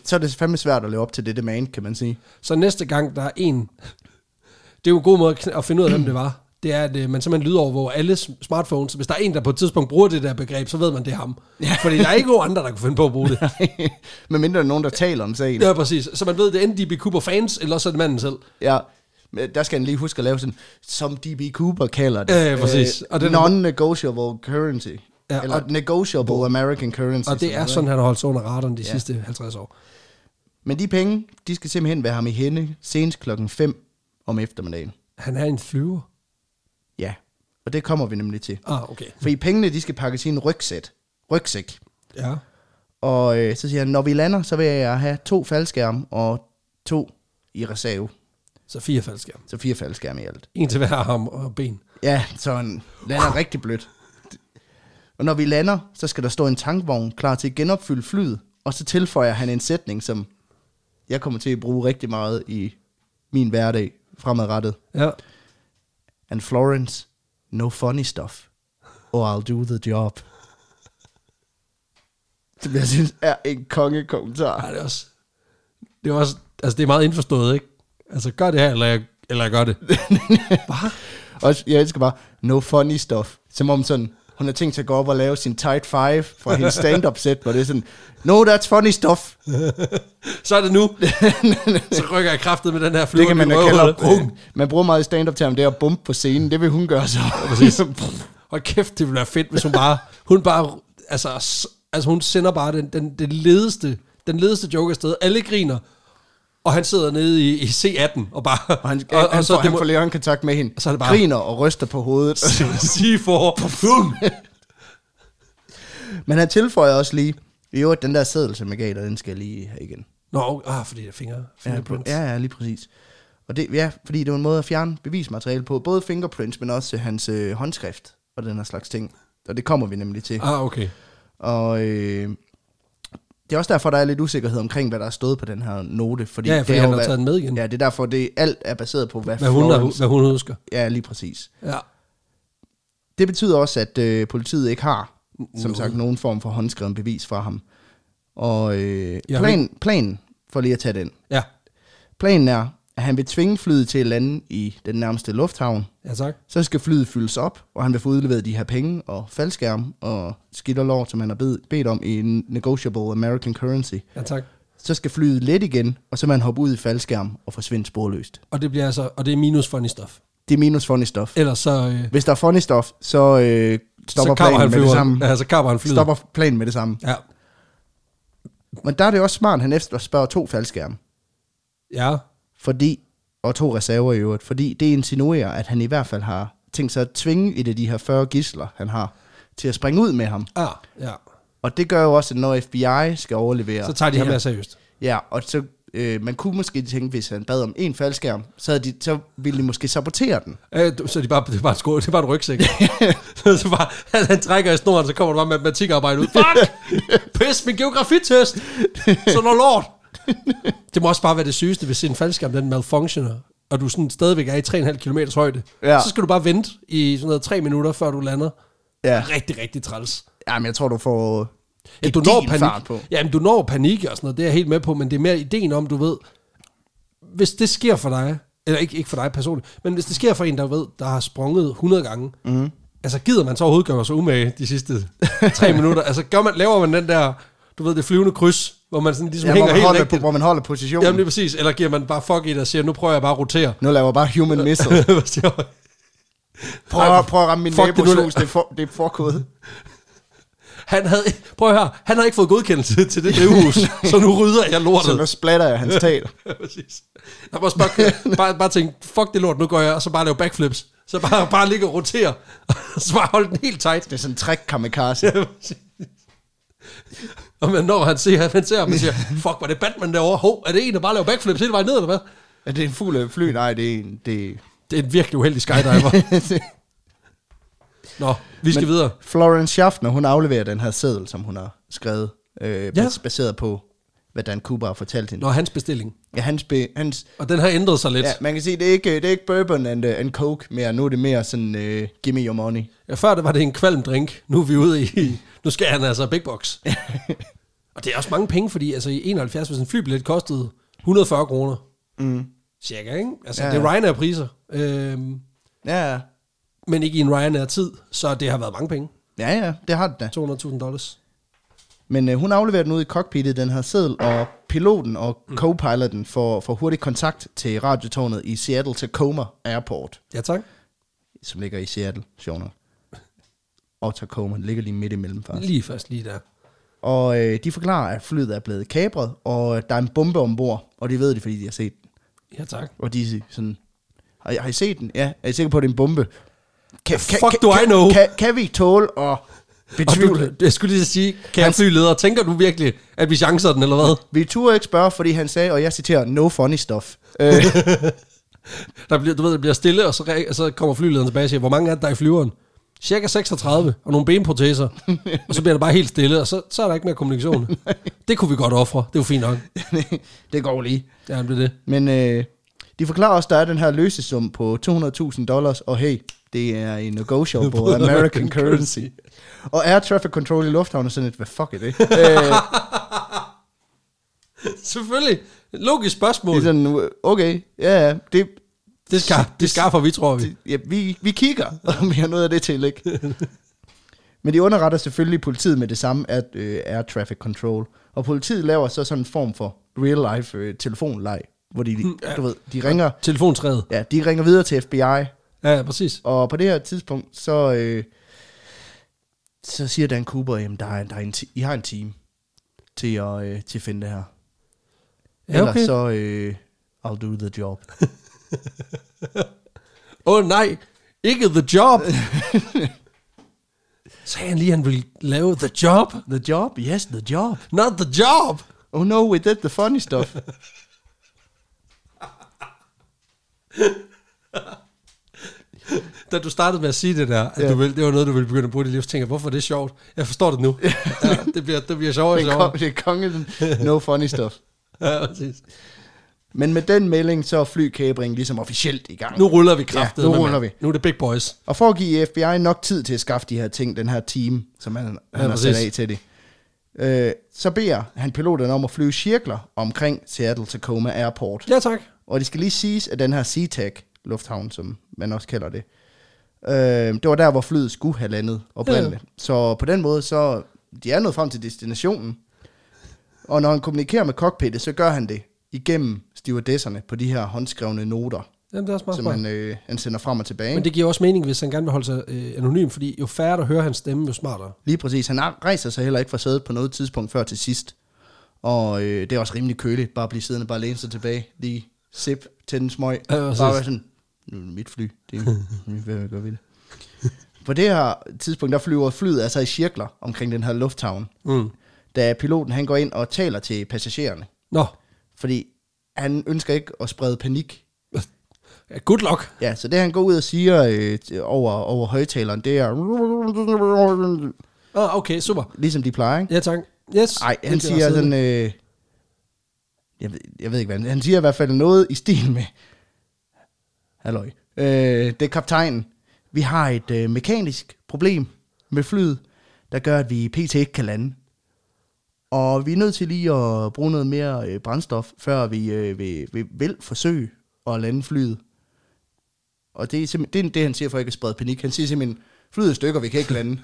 så er det fandme svært at leve op til det demand, kan man sige. Så næste gang, der er en... Det er jo en god måde at kn- at finde ud af, hvem det var. Det er, at øh, man simpelthen lyder over, hvor alle s- smartphones... Hvis der er en, der på et tidspunkt bruger det der begreb, så ved man, det er ham. Ja. Fordi der er ikke nogen andre, der kunne finde på at bruge det. Men mindre der er nogen, der taler om sagen. Ja, præcis. Så man ved, det er enten DB Cooper fans, eller så er det manden selv. Ja, men der skal han lige huske at lave sådan, som DB Cooper kalder det. Ja, ja, præcis. Øh, Og den- non-negotiable currency. Ja, Ja, eller og- negotiable American currency. Og det er hedder. sådan, han har holdt sig under radaren de ja. Ja. sidste 50 år. Men de penge, de skal simpelthen være ham i hende senest klokken 5 om eftermiddagen. Han er en flyver. Ja, og det kommer vi nemlig til. Ah, okay. For i pengene, de skal pakkes i en rygsæt. rygsæk. Ja. Og øh, så siger han, når vi lander, så vil jeg have to faldskærme og to i reserve. Så fire faldskærm. Så fire faldskærme i alt. En til hver arm og ben. Ja, så han lander rigtig blødt. Og når vi lander, så skal der stå en tankvogn klar til at genopfylde flyet, og så tilføjer han en sætning, som jeg kommer til at bruge rigtig meget i min hverdag fremadrettet. Ja. And Florence, no funny stuff, or I'll do the job. Det vil jeg synes er en kongekommentar. Ej, det er også... Det er også... Altså, det er meget indforstået, ikke? Altså, gør det her, eller jeg, eller jeg gør det. Og jeg elsker bare, no funny stuff. Som om sådan, hun har tænkt sig at gå op og lave sin tight five fra hendes stand-up set, hvor det er sådan, no, that's funny stuff. Så er det nu. så rykker jeg kraftet med den her flyver. Det kan man i da kalde røvhullet. op. Man bruger meget stand-up term, det er at bumpe på scenen. Det vil hun gøre så. præcis. Hold kæft, det ville være fedt, hvis hun bare... Hun bare... Altså, s- altså hun sender bare den, den, den ledeste... Den ledeste joke afsted. Alle griner. Og han sidder nede i, i C18 og bare... og han, og, han, han, så får, han demo- får lærer en kontakt med hende. så er det bare- Griner og ryster på hovedet. sige for... Bum! Men han tilføjer også lige, i øvrigt, den der seddel, som jeg gav dig, den skal jeg lige have igen. Nå, ah, fordi der er fingre. Fingerprints. Ja, ja, lige præcis. Og det, ja, fordi det var en måde at fjerne bevismateriale på, både fingerprints, men også hans øh, håndskrift og den her slags ting. Og det kommer vi nemlig til. Ah, okay. Og øh, det er også derfor, der er lidt usikkerhed omkring, hvad der er stået på den her note. Fordi Ja, ja, fordi det er han jo, har hvad- taget den med igen. Ja, det er derfor, det alt er baseret på, hvad, Hvad hun, har, Florence- hvad hun husker. Ja, lige præcis. Ja. Det betyder også, at øh, politiet ikke har, som Noget. sagt, nogen form for håndskrevet bevis fra ham. Og øh, Jeg plan, planen, for lige at tage den, Ja. planen er, at han vil tvinge flyet til at lande i den nærmeste lufthavn. Ja, tak. Så skal flyet fyldes op, og han vil få udleveret de her penge og faldskærm og skidt og lort, som han har bed- bedt om i en negotiable American currency. Ja, tak. Så skal flyet let igen, og så man hoppe ud i faldskærm og forsvinde sporløst. Og det bliver altså, og det er minus funny stuff. Det er minus funny stuff. Ellers så, øh, Hvis der er funny stuff, så øh, stopper så kapper planen han med det flyveren. samme. Ja, så kapper han flyet. Stopper planen med det samme. Ja. Men der er det også smart, at han efterspørger to faldskærme. Ja. fordi, og to reserver i øvrigt, fordi det insinuerer, at han i hvert fald har tænkt sig at tvinge et af de her 40 gisler, han har, til at springe ud med ham. Ah, ja. Og det gør jo også, at når FBI skal overlevere... Så tager de ham Jamen, mere seriøst. Ja, og så, øh, man kunne måske tænke, hvis han bad om en faldskærm, så, havde de, så ville de måske sabotere den. Øh, du- så det er bare, det er bare, en sko, det er bare en rygsæk. så, så bare, han, han trækker i snoren, så kommer der bare matematikarbejde ud. Fuck! Pis, min geografitest! Så når lort! Det må også bare være det sygeste, hvis en faldskærm den malfunctioner, og du sådan stadigvæk er i 3,5 km højde. Ja. Så skal du bare vente i sådan noget 3 minutter, før du lander. Ja, Rigtig, rigtig træls. Jamen, jeg tror, du får Ja, et du når din fart panik. på. På. Jamen, du når panik og sådan noget, det er jeg helt med på, men det er mere ideen om, du ved, hvis det sker for dig, eller ikke, ikke for dig personligt, men hvis det sker for en, der ved, der har sprunget 100 gange, Mhm. mm. altså gider man så overhovedet gøre sig umage de sidste tre minutter? Altså gør man, laver man den der, du ved, det flyvende kryds, hvor man sådan ligesom Ja, ja, hvor, hænger man helt holder, rigtigt? hvor man holder positionen. Jamen lige præcis, eller giver man bare fuck i det og siger, nu prøver jeg bare at rotere. Nu laver jeg bare human Øh, missile. Hvad siger jeg? Prøv, at- prøv at ramme min Fuck, det nu- nabos hus, det er, for, det er forkode. han havde, prøv at høre, han havde ikke fået godkendelse til det drivhus, så nu rydder jeg lortet. Så nu splatter jeg hans tag. Ja, præcis. Der må også bare, køre- bare, bare tænke, fuck det lort, nu går jeg, og så bare lave backflips. Så bare, bare ligge og rotere, og så bare holde den helt tight. Det er sådan en træk kamikaze. Ja, præcis. og man, når han ser, han ser ham og siger, fuck, var det Batman derovre? Hov, er det en, der bare laver backflips hele vejen ned, eller hvad? Er det en fugl eller et fly? Nej, det er en... Det... Det er en virkelig uheldig skydiver. Nå, vi skal videre. Florence Schaffner, hun afleverer den her seddel, som hun har skrevet, øh, ja. Ja. baseret på, hvad Dan Cooper har fortalt hende. Nå, hans bestilling. Ja, hans, be, hans, Og den har ændret sig lidt. ja, man kan sige, det er ikke, det er ikke bourbon and, uh, and coke mere. Nu er det mere sådan, uh, give me your money. Ja, før det var det en kvalmdrink, nu er vi ude i, nu skal han altså big box. og det er også mange penge, fordi altså i 71, hvis en flybillet kostede 140 kroner, Mm. cirka, ikke? Altså Ja, ja, det er ja. Ryanair-priser, øhm, Ja, men ikke i en Ryanair-tid, så det har været mange penge, ja, ja, det har det da. 200.000 dollars. Men øh, hun afleverer den ud i cockpittet, den her seddel, og piloten og Mm. co-piloten får, får hurtig kontakt til radiotårnet i Seattle Tacoma Airport, Ja tak. som ligger i Seattle, sjovt nok. Og Tacoma den ligger lige midt imellem, faktisk. Lige først lige der. Og øh, de forklarer, at flyet er blevet kabret, og øh, der er en bombe ombord. Og det ved de, fordi de har set den. Ja tak. Og de er sådan, har, I- har I set den? Ja, er I sikre på, at det er en bombe? Kan, Fuck do I know? Kan, kan vi tåle at Og betvivle? du, jeg skulle lige sige, kære Hans- flyleder, tænker du virkelig, at vi chancer den, eller hvad? Vi turde ikke spørge, fordi han sagde, og jeg citerer, no funny stuff. Øh, Der bliver, du ved, det bliver stille, og så, re- og så kommer flylederen tilbage og siger, hvor mange er det, der er i flyveren? Cirka 36, og nogle benproteser. og så bliver det bare helt stille, og så, så er der ikke mere kommunikation. det kunne vi godt ofre. Det var fint nok. det går lige. Ja, det blev det. Men øh, de forklarer også, at der er den her løsesum på 200.000 dollars, og hey, det er en negotiable American currency. Og air traffic control i lufthavnen er sådan et, hvad fuck er det? øh, Selvfølgelig. Logisk spørgsmål. Det er sådan, okay, ja, ja, det, Det, skar, det skaffer vi, tror vi. det, ja vi, vi kigger, om vi har noget af det til, ikke? Men de underretter selvfølgelig politiet med det samme, at øh, Air Traffic Control. Og politiet laver så sådan en form for real-life øh, telefonleg, hvor de, du ved, de ringer, Telefontræet. ja, de ringer videre til FBI, Ja, præcis. og på det her tidspunkt, så, øh, så siger Dan Cooper, jamen, der er, der er en ti- I har en time til at, øh, til at finde det her. Ja, okay. Ellers så, øh, I'll do the job. Åh oh, nej, ikke The Job. Sagde han lige, han ville lave The Job? The job? Yes, the job. Not The Job! Oh no, we did the funny stuff. da du startede med at sige det der, at Ja. ja. du ville, det var noget, du ville begynde at bruge i dit liv, så tænker jeg, hvorfor er det sjovt? Jeg forstår det nu. ja, det, bliver, det bliver sjovere og det, er sjovere. kong, det er kongen. No funny stuff. Ja, præcis. Men med den melding, så er flykabringen ligesom officielt i gang. nu ruller vi kraftet. Ja, nu ruller vi. Nu er det big boys. Og for at give FBI nok tid til at skaffe de her ting, den her team, som han, han Ja, har sat præcis. af til det, øh, så beder han piloterne om at flyve cirkler omkring Seattle Tacoma Airport. Ja, tak. Og det skal lige siges, at den her SeaTac-lufthavn, som man også kalder det, øh, det var der, hvor flyet skulle have landet oprindeligt. Ja. Så på den måde, så de er nået frem til destinationen. Og når han kommunikerer med cockpittet, så gør han det igennem stewardesserne på de her håndskrevne noter, Jamen, det er også meget som smart. han, øh, han sender frem og tilbage. Men det giver også mening, hvis han gerne vil holde sig øh, anonym, fordi jo færre, der hører hans stemme, jo smartere. Lige præcis. Han ar- rejser sig heller ikke fra sædet på noget tidspunkt før til sidst. Og øh, det er også rimelig køligt, bare at blive siddende, bare læne sig tilbage, lige sip, tænde en smøg, Ja, ja, præcis. bare være sådan, nu er det mit fly, det er mit, hvad vil jeg gøre ved det? På det her tidspunkt, der flyver flyet altså i cirkler omkring den her lufthavn, Mm. da piloten han går ind og taler til passagererne, Nå, fordi han ønsker ikke at sprede panik. Ja, good luck. Ja, så det han går ud og siger øh, t- over, over højtaleren, det er Ah, okay, super. ligesom de plejer, ikke? Ja, tak. Yes. Nej, han Det bliver siger siddende. sådan... Øh, jeg, ved, jeg ved ikke, hvad han, han siger i hvert fald noget i stil med... Halløj. Øh, det er kaptajnen. Vi har et øh, mekanisk problem med flyet, der gør, at vi pt. ikke kan lande. Og vi er nødt til lige at bruge noget mere øh, brændstof, før vi, øh, vil, vil, vil forsøge at lande flyet. Og det er simpelthen det, er det, han siger for ikke at sprede panik. Han siger simpelthen, flyet er i stykker, vi kan ikke lande.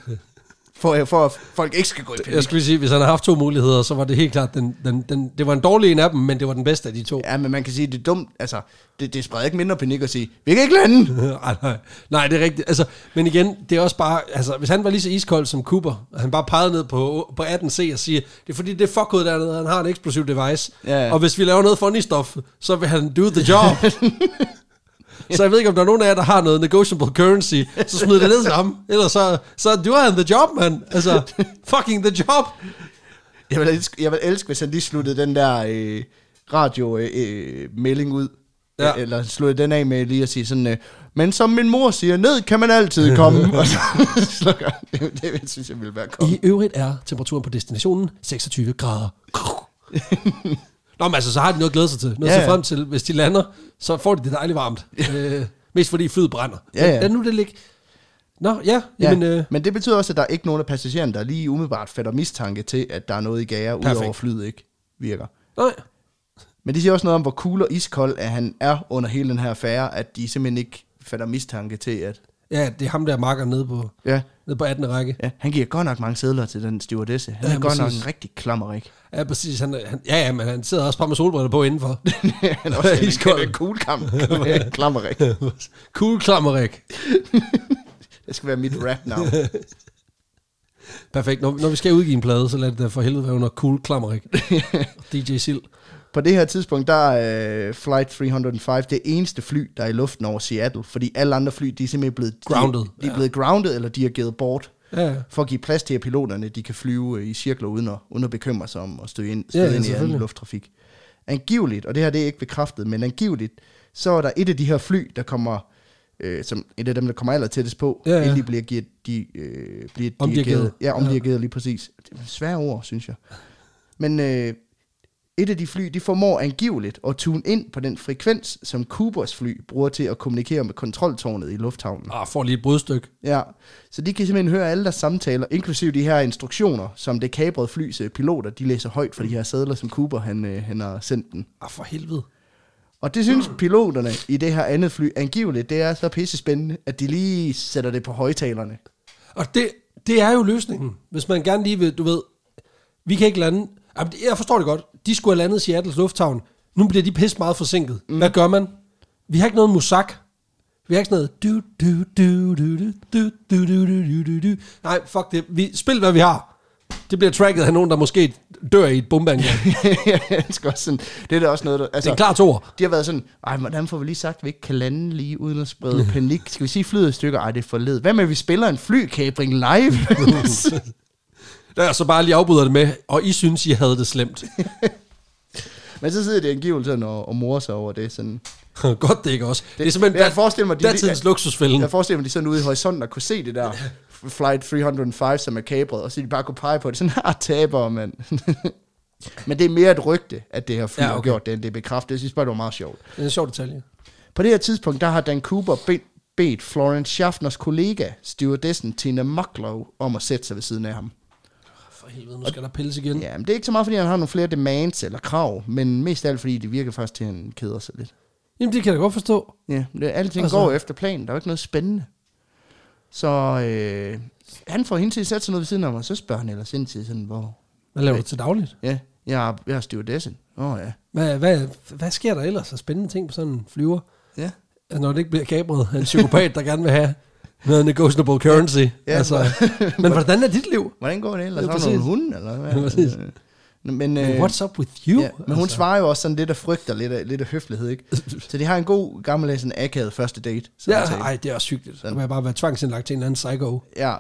For, for at folk ikke skal gå i panik. Jeg skulle lige sige, hvis han har haft to muligheder, så var det helt klart, den, den, den, det var en dårlig en af dem, men det var den bedste af de to. Ja, men man kan sige, det er dumt. Altså, det, det spreder ikke mindre panik at sige, vi kan ikke lande. Ej, nej. nej, det er rigtigt. Altså, men igen, det er også bare, altså, hvis han var lige så iskold som Cooper, og han bare pegede ned på, på 18C og siger, det er fordi, det er fuckhovedet dernede, han har et eksplosivt device, Ja. og hvis vi laver noget funny stuff, så vil han do the job. så jeg ved ikke, om der er nogen af jer, der har noget negotiable currency, så smid det ned til ham, ellers så, så do han the job, man. Altså, fucking the job. Jeg vil, elske, jeg vil elske, hvis han lige sluttede den der øh, radiomelding øh, melding ud. Ja. Ja. Eller sluttede den af med lige at sige sådan, øh, men som min mor siger, ned kan man altid komme. Og så slukker han. det, det synes jeg ville være godt. I øvrigt er temperaturen på destinationen 26 grader. Nå, men altså, så har de noget at glæde sig til. Noget ja, Ja, at se ja. frem til. Hvis de lander, så får de det dejligt varmt. øh, mest fordi flyet brænder. Ja, ja. Lad nu det ligge. Nå, ja. Ja, Jamen, øh, men det betyder også, at der er ikke nogen af passagererne, der lige umiddelbart fatter mistanke til, at der er noget i gære, Perfekt. udover flyet ikke virker. nej. Men det siger også noget om, hvor cool og iskold at han er under hele den her affære, at de simpelthen ikke fatter mistanke til, at Ja, det er ham der marker nede på, ja, nede på 18. række. Ja, han giver godt nok mange sædler til den stewardesse. Han Ja, ja, er godt nok præcis. en rigtig klammerik. Ja, præcis. Han, han, ja, ja, men han sidder også bare med solbriller på indenfor. han også en- en cool klammerik. cool klammerik. Det skal være mit rap navn. Perfekt. Når, når vi skal udgive en plade, så lad det da for helvede være under cool klammerik. DJ Sil. På det her tidspunkt, der er øh, Flight 305 det eneste fly, der er i luften over Seattle. Fordi alle andre fly, de er simpelthen blevet... Grounded, De, de ja. er blevet grounded, eller de er givet bort. Ja, ja. For at give plads til, at piloterne de kan flyve øh, i cirkler uden at, uden at bekymre sig om at støde ind, støde ja, ja, ind i selvfølgelig. anden lufttrafik. Angiveligt, og det her det er ikke bekræftet, men angiveligt, så er der et af de her fly, der kommer, øh, som et af dem, der kommer aller tættest på, Ja, ja, ja. ja. inden de bliver, givet, de, øh, bliver Omdirigeret. dirigeret. Ja, omdirigeret ja. lige præcis. Det er svære ord, synes jeg. Men øh, et af de fly, de formår angiveligt at tune ind på den frekvens, som Kubers fly bruger til at kommunikere med kontroltårnet i lufthavnen. Ah, får lige et brudstykke. Ja, så de kan simpelthen høre alle deres samtaler, inklusive de her instruktioner, som det kabrede flys øh, piloter, de læser højt fra de her sædler, som Cooper han, øh, han har sendt den. Ah, for helvede. Og det Mm. synes piloterne i det her andet fly angiveligt, det er så pisse spændende, at de lige sætter det på højtalerne. Og det, det er jo løsningen, hvis man gerne lige vil, du ved, vi kan ikke lande. Jamen, det- Jeg forstår det godt. De skulle have landet i Seattle's lufthavn. Nu bliver de pisse meget forsinket. Mm. Hvad gør man? Vi har ikke noget musak. Vi har ikke sådan noget... Du, du, du, du, du, du, du, du, du, du, du. Nej, fuck det. Vi, spil, hvad vi har. Det bliver tracket af nogen, der måske dør i et bombeangreb. Jeg elsker også sådan, det er da også noget, der, Det er altså, en klar toer. de har været sådan, ej, hvordan får vi lige sagt, at vi ikke kan lande lige uden at sprede panik? Skal vi sige flyet i stykker? Ej, det er for led. Hvad med, at vi spiller en flykabring live? Der er så bare lige afbryder det med, og I synes, I havde det slemt. Men så sidder det angiveligt sådan og, og morer sig over det. Sådan. Godt det ikke også. Det, det er simpelthen men jeg forestiller mig, de- datidens luksusfælden. Jeg forestiller mig, de sådan ude i horisonten og kunne se det der Flight 305, som er kabret, og så de bare kunne pege på det. Sådan, ah, tabere, mand. Men det er mere et rygte, at det her fly Ja, ja, okay. okay. har gjort det, end det er bekræftet. Jeg synes bare, det var meget sjovt. Det er en sjov detalje. På det her tidspunkt, der har Dan Cooper bedt, bedt Florence Schaffners kollega, stewardessen Tina Mucklow, om at sætte sig ved siden af ham. For helvede, nu skal der pilles Mm. igen. Ja, men det er ikke så meget, fordi han har nogle flere demands eller krav, men mest af alt, fordi det virker faktisk til, at han keder sig lidt. Jamen, det kan jeg da godt forstå. Ja, det, alting Altså- altså. går jo efter planen. Der er jo ikke noget spændende. Så øh, han får hende til at sætte sig ned ved siden af mig, og så spørger han ellers ind til sådan, hvor... Hvad laver du til dagligt? Ja, jeg er, jeg er stewardessen. Åh oh, ja. Hvad, hvad, hvad sker der ellers af spændende ting på sådan en flyver? Ja. Altså, når det ikke bliver kapret af en psykopat, der gerne vil have noget negotiable currency. Ja, Ja, altså, men hvordan er dit liv? Hvordan går det ellers? Ja, Har du præcis. nogle hunde, eller hvad? Ja, præcis. Øh, Men, øh, Men what's up with you? Altså. ja, men hun svarer jo også sådan lidt af frygt og lidt af, lidt af høflighed, ikke? Så de har en god, gammeldags, sådan akavet første date. sådan Ja, set. ej, det er også sygt. Så Sådan. må jeg bare være tvangsindlagt til en eller anden psycho. Ja,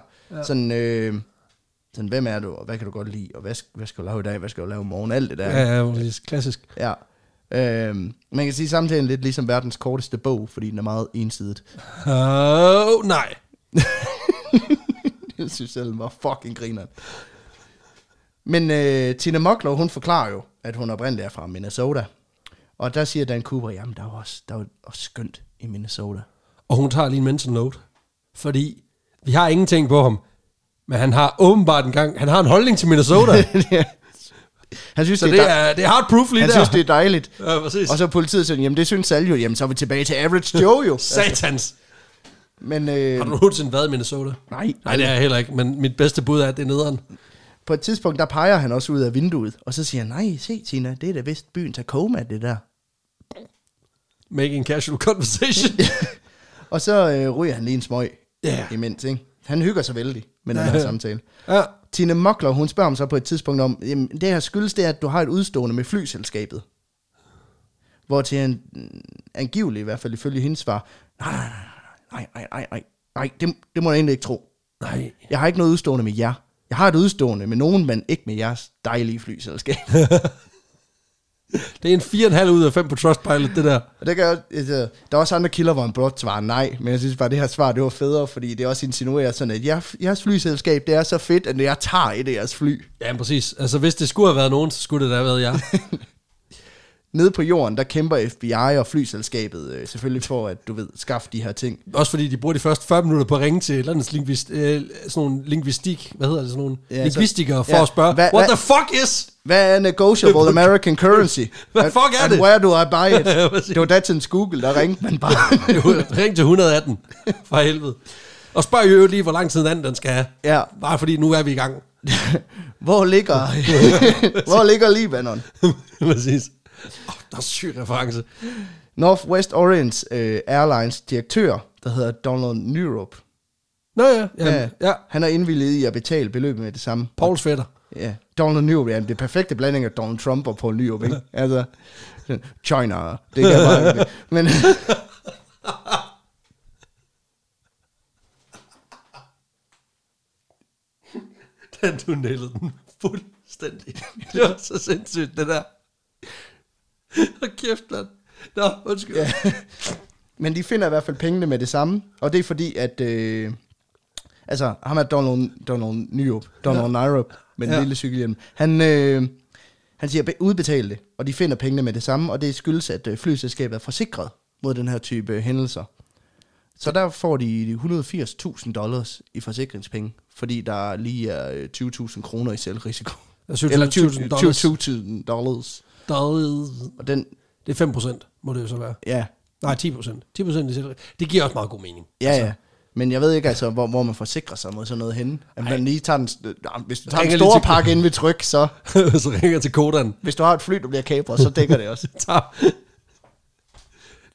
sådan, øh, sådan, hvem er du, og hvad kan du godt lide, og hvad, sk- hvad skal du lave i dag, hvad skal du lave i morgen, alt det der. Ja, ja, præcis. Klassisk. Ja. Øhm, man kan sige samtidig lidt ligesom verdens korteste bog, fordi den er meget ensidigt. Åh, oh, nej. Jeg synes selv, den var fucking grineren. Men øh, Tina Moklov, hun forklarer jo, at hun oprindeligt er fra Minnesota. Og der siger Dan Cooper, jamen der var også, der var også skønt i Minnesota. Og hun tager lige en mental note. Fordi vi har ingenting på ham. Men han har åbenbart en gang, han har en holdning til Minnesota. han synes, så det, er, det dej- er, det er hard proof lige han der. synes, det er dejligt. Ja, præcis. Og så politiet siger, jamen det synes alle jo, jamen så er vi tilbage til Average Joe jo. Altså- Altså, Satans. Men øh, Har du nogensinde været i Minnesota? nej, Nej, det er jeg heller ikke, men mit bedste bud er, at det er nederen. på et tidspunkt, der peger han også ud af vinduet, og så siger han, nej, se Tina, det er da vist byen Tacoma, det der. Making casual conversation. Og så øh, ryger han lige en smøg Ja. imens, ikke? Han hygger sig vældig med den Ja. her samtale. ja. Tine Mokler, hun spørger ham så på et tidspunkt om, jamen, det her skyldes det, at du har et udstående med flyselskabet. Hvor til han, angiveligt i hvert fald ifølge hendes svar, nej, nej, nej, nej, nej, nej, nej, det, det må jeg egentlig ikke tro. Nej. Jeg har ikke noget udstående med jer. Jeg har et udstående med nogen, men ikke med jeres dejlige flyselskab. Det er en 4,5 ud af 5 på Trustpilot, det der. Og det kan jeg, også- altså, der er også andre kilder, hvor han blot svarer nej, men jeg synes bare, det her svar, det var federe, fordi det også insinuerer sådan, at jer, jeres flyselskab, det er så fedt, at jeg tager et af jeres fly. Ja, præcis. Altså, hvis det skulle have været nogen, så skulle det da have været jeg. Nede på jorden, der kæmper FBI og flyselskabet øh, selvfølgelig for, at du ved, skaffe de her ting. Også fordi de bruger de første 40 minutter på at ringe til et eller andet lingvist, øh, sådan nogle lingvistik, hvad hedder det, sådan nogle Ja, ja, så- lingvistikere for ja, ja. at spørge, Hvad- what the hvad- fuck is? Hvad er negotiable American currency? Hvad fuck er and, det? And where do I buy it? Ja, præcis. det var datidens Google, der ringte man bare. Ring til 118, for helvede. Og spørg jo lige, hvor lang tid den anden den skal have. ja. Bare fordi, nu er vi i gang. Hvor ligger, hvor ligger Libanon? præcis. Oh, der er syg reference. Northwest Orient øh, Airlines direktør, der hedder Donald Nyrup, Nå ja, jamen, ja. ja. Han er indvilliget i at betale beløbet med det samme. Pauls fætter. Ja. Donald Nyrup, ja, det er perfekte blanding af Donald Trump og Paul Nyrup, ikke? Altså, sådan, China, det kan jeg bare Men Den du nailede den fuldstændig. Det var så sindssygt, det der. Og kæft, mand. Nå, undskyld. Ja. Men de finder i hvert fald pengene med det samme, og det er fordi, at... Øh, altså, ham er Donald, Donald Nyrup, Donald ja. Nyrup, med den Ja. ja. lille cykelhjelm. Han, øh, han siger, "Be- udbetal det, og de finder pengene med det samme, og det skyldes, at øh, flyselskabet er forsikret mod den her type øh, hændelser. Så der får de 180.000 dollars i forsikringspenge, fordi der lige er øh, 20.000 kroner i selvrisiko. Der er Eller 20.000 Altså dollars. 20.000 dollars. Der- Og den, Det er 5 procent, må det jo så være. ja, Nej, 10 procent. 10 procent i selvrisiko. Det giver også meget god mening. Ja, altså. ja. Men jeg ved ikke altså, hvor, hvor man forsikrer sig mod sådan noget henne. At man lige tager den, s- øh, ah, hvis du tager Ringer den lige store til- pakke ind ved tryk, så så ringer jeg til Kodan. hvis du har et fly, der bliver kapret, så dækker det også. Tag.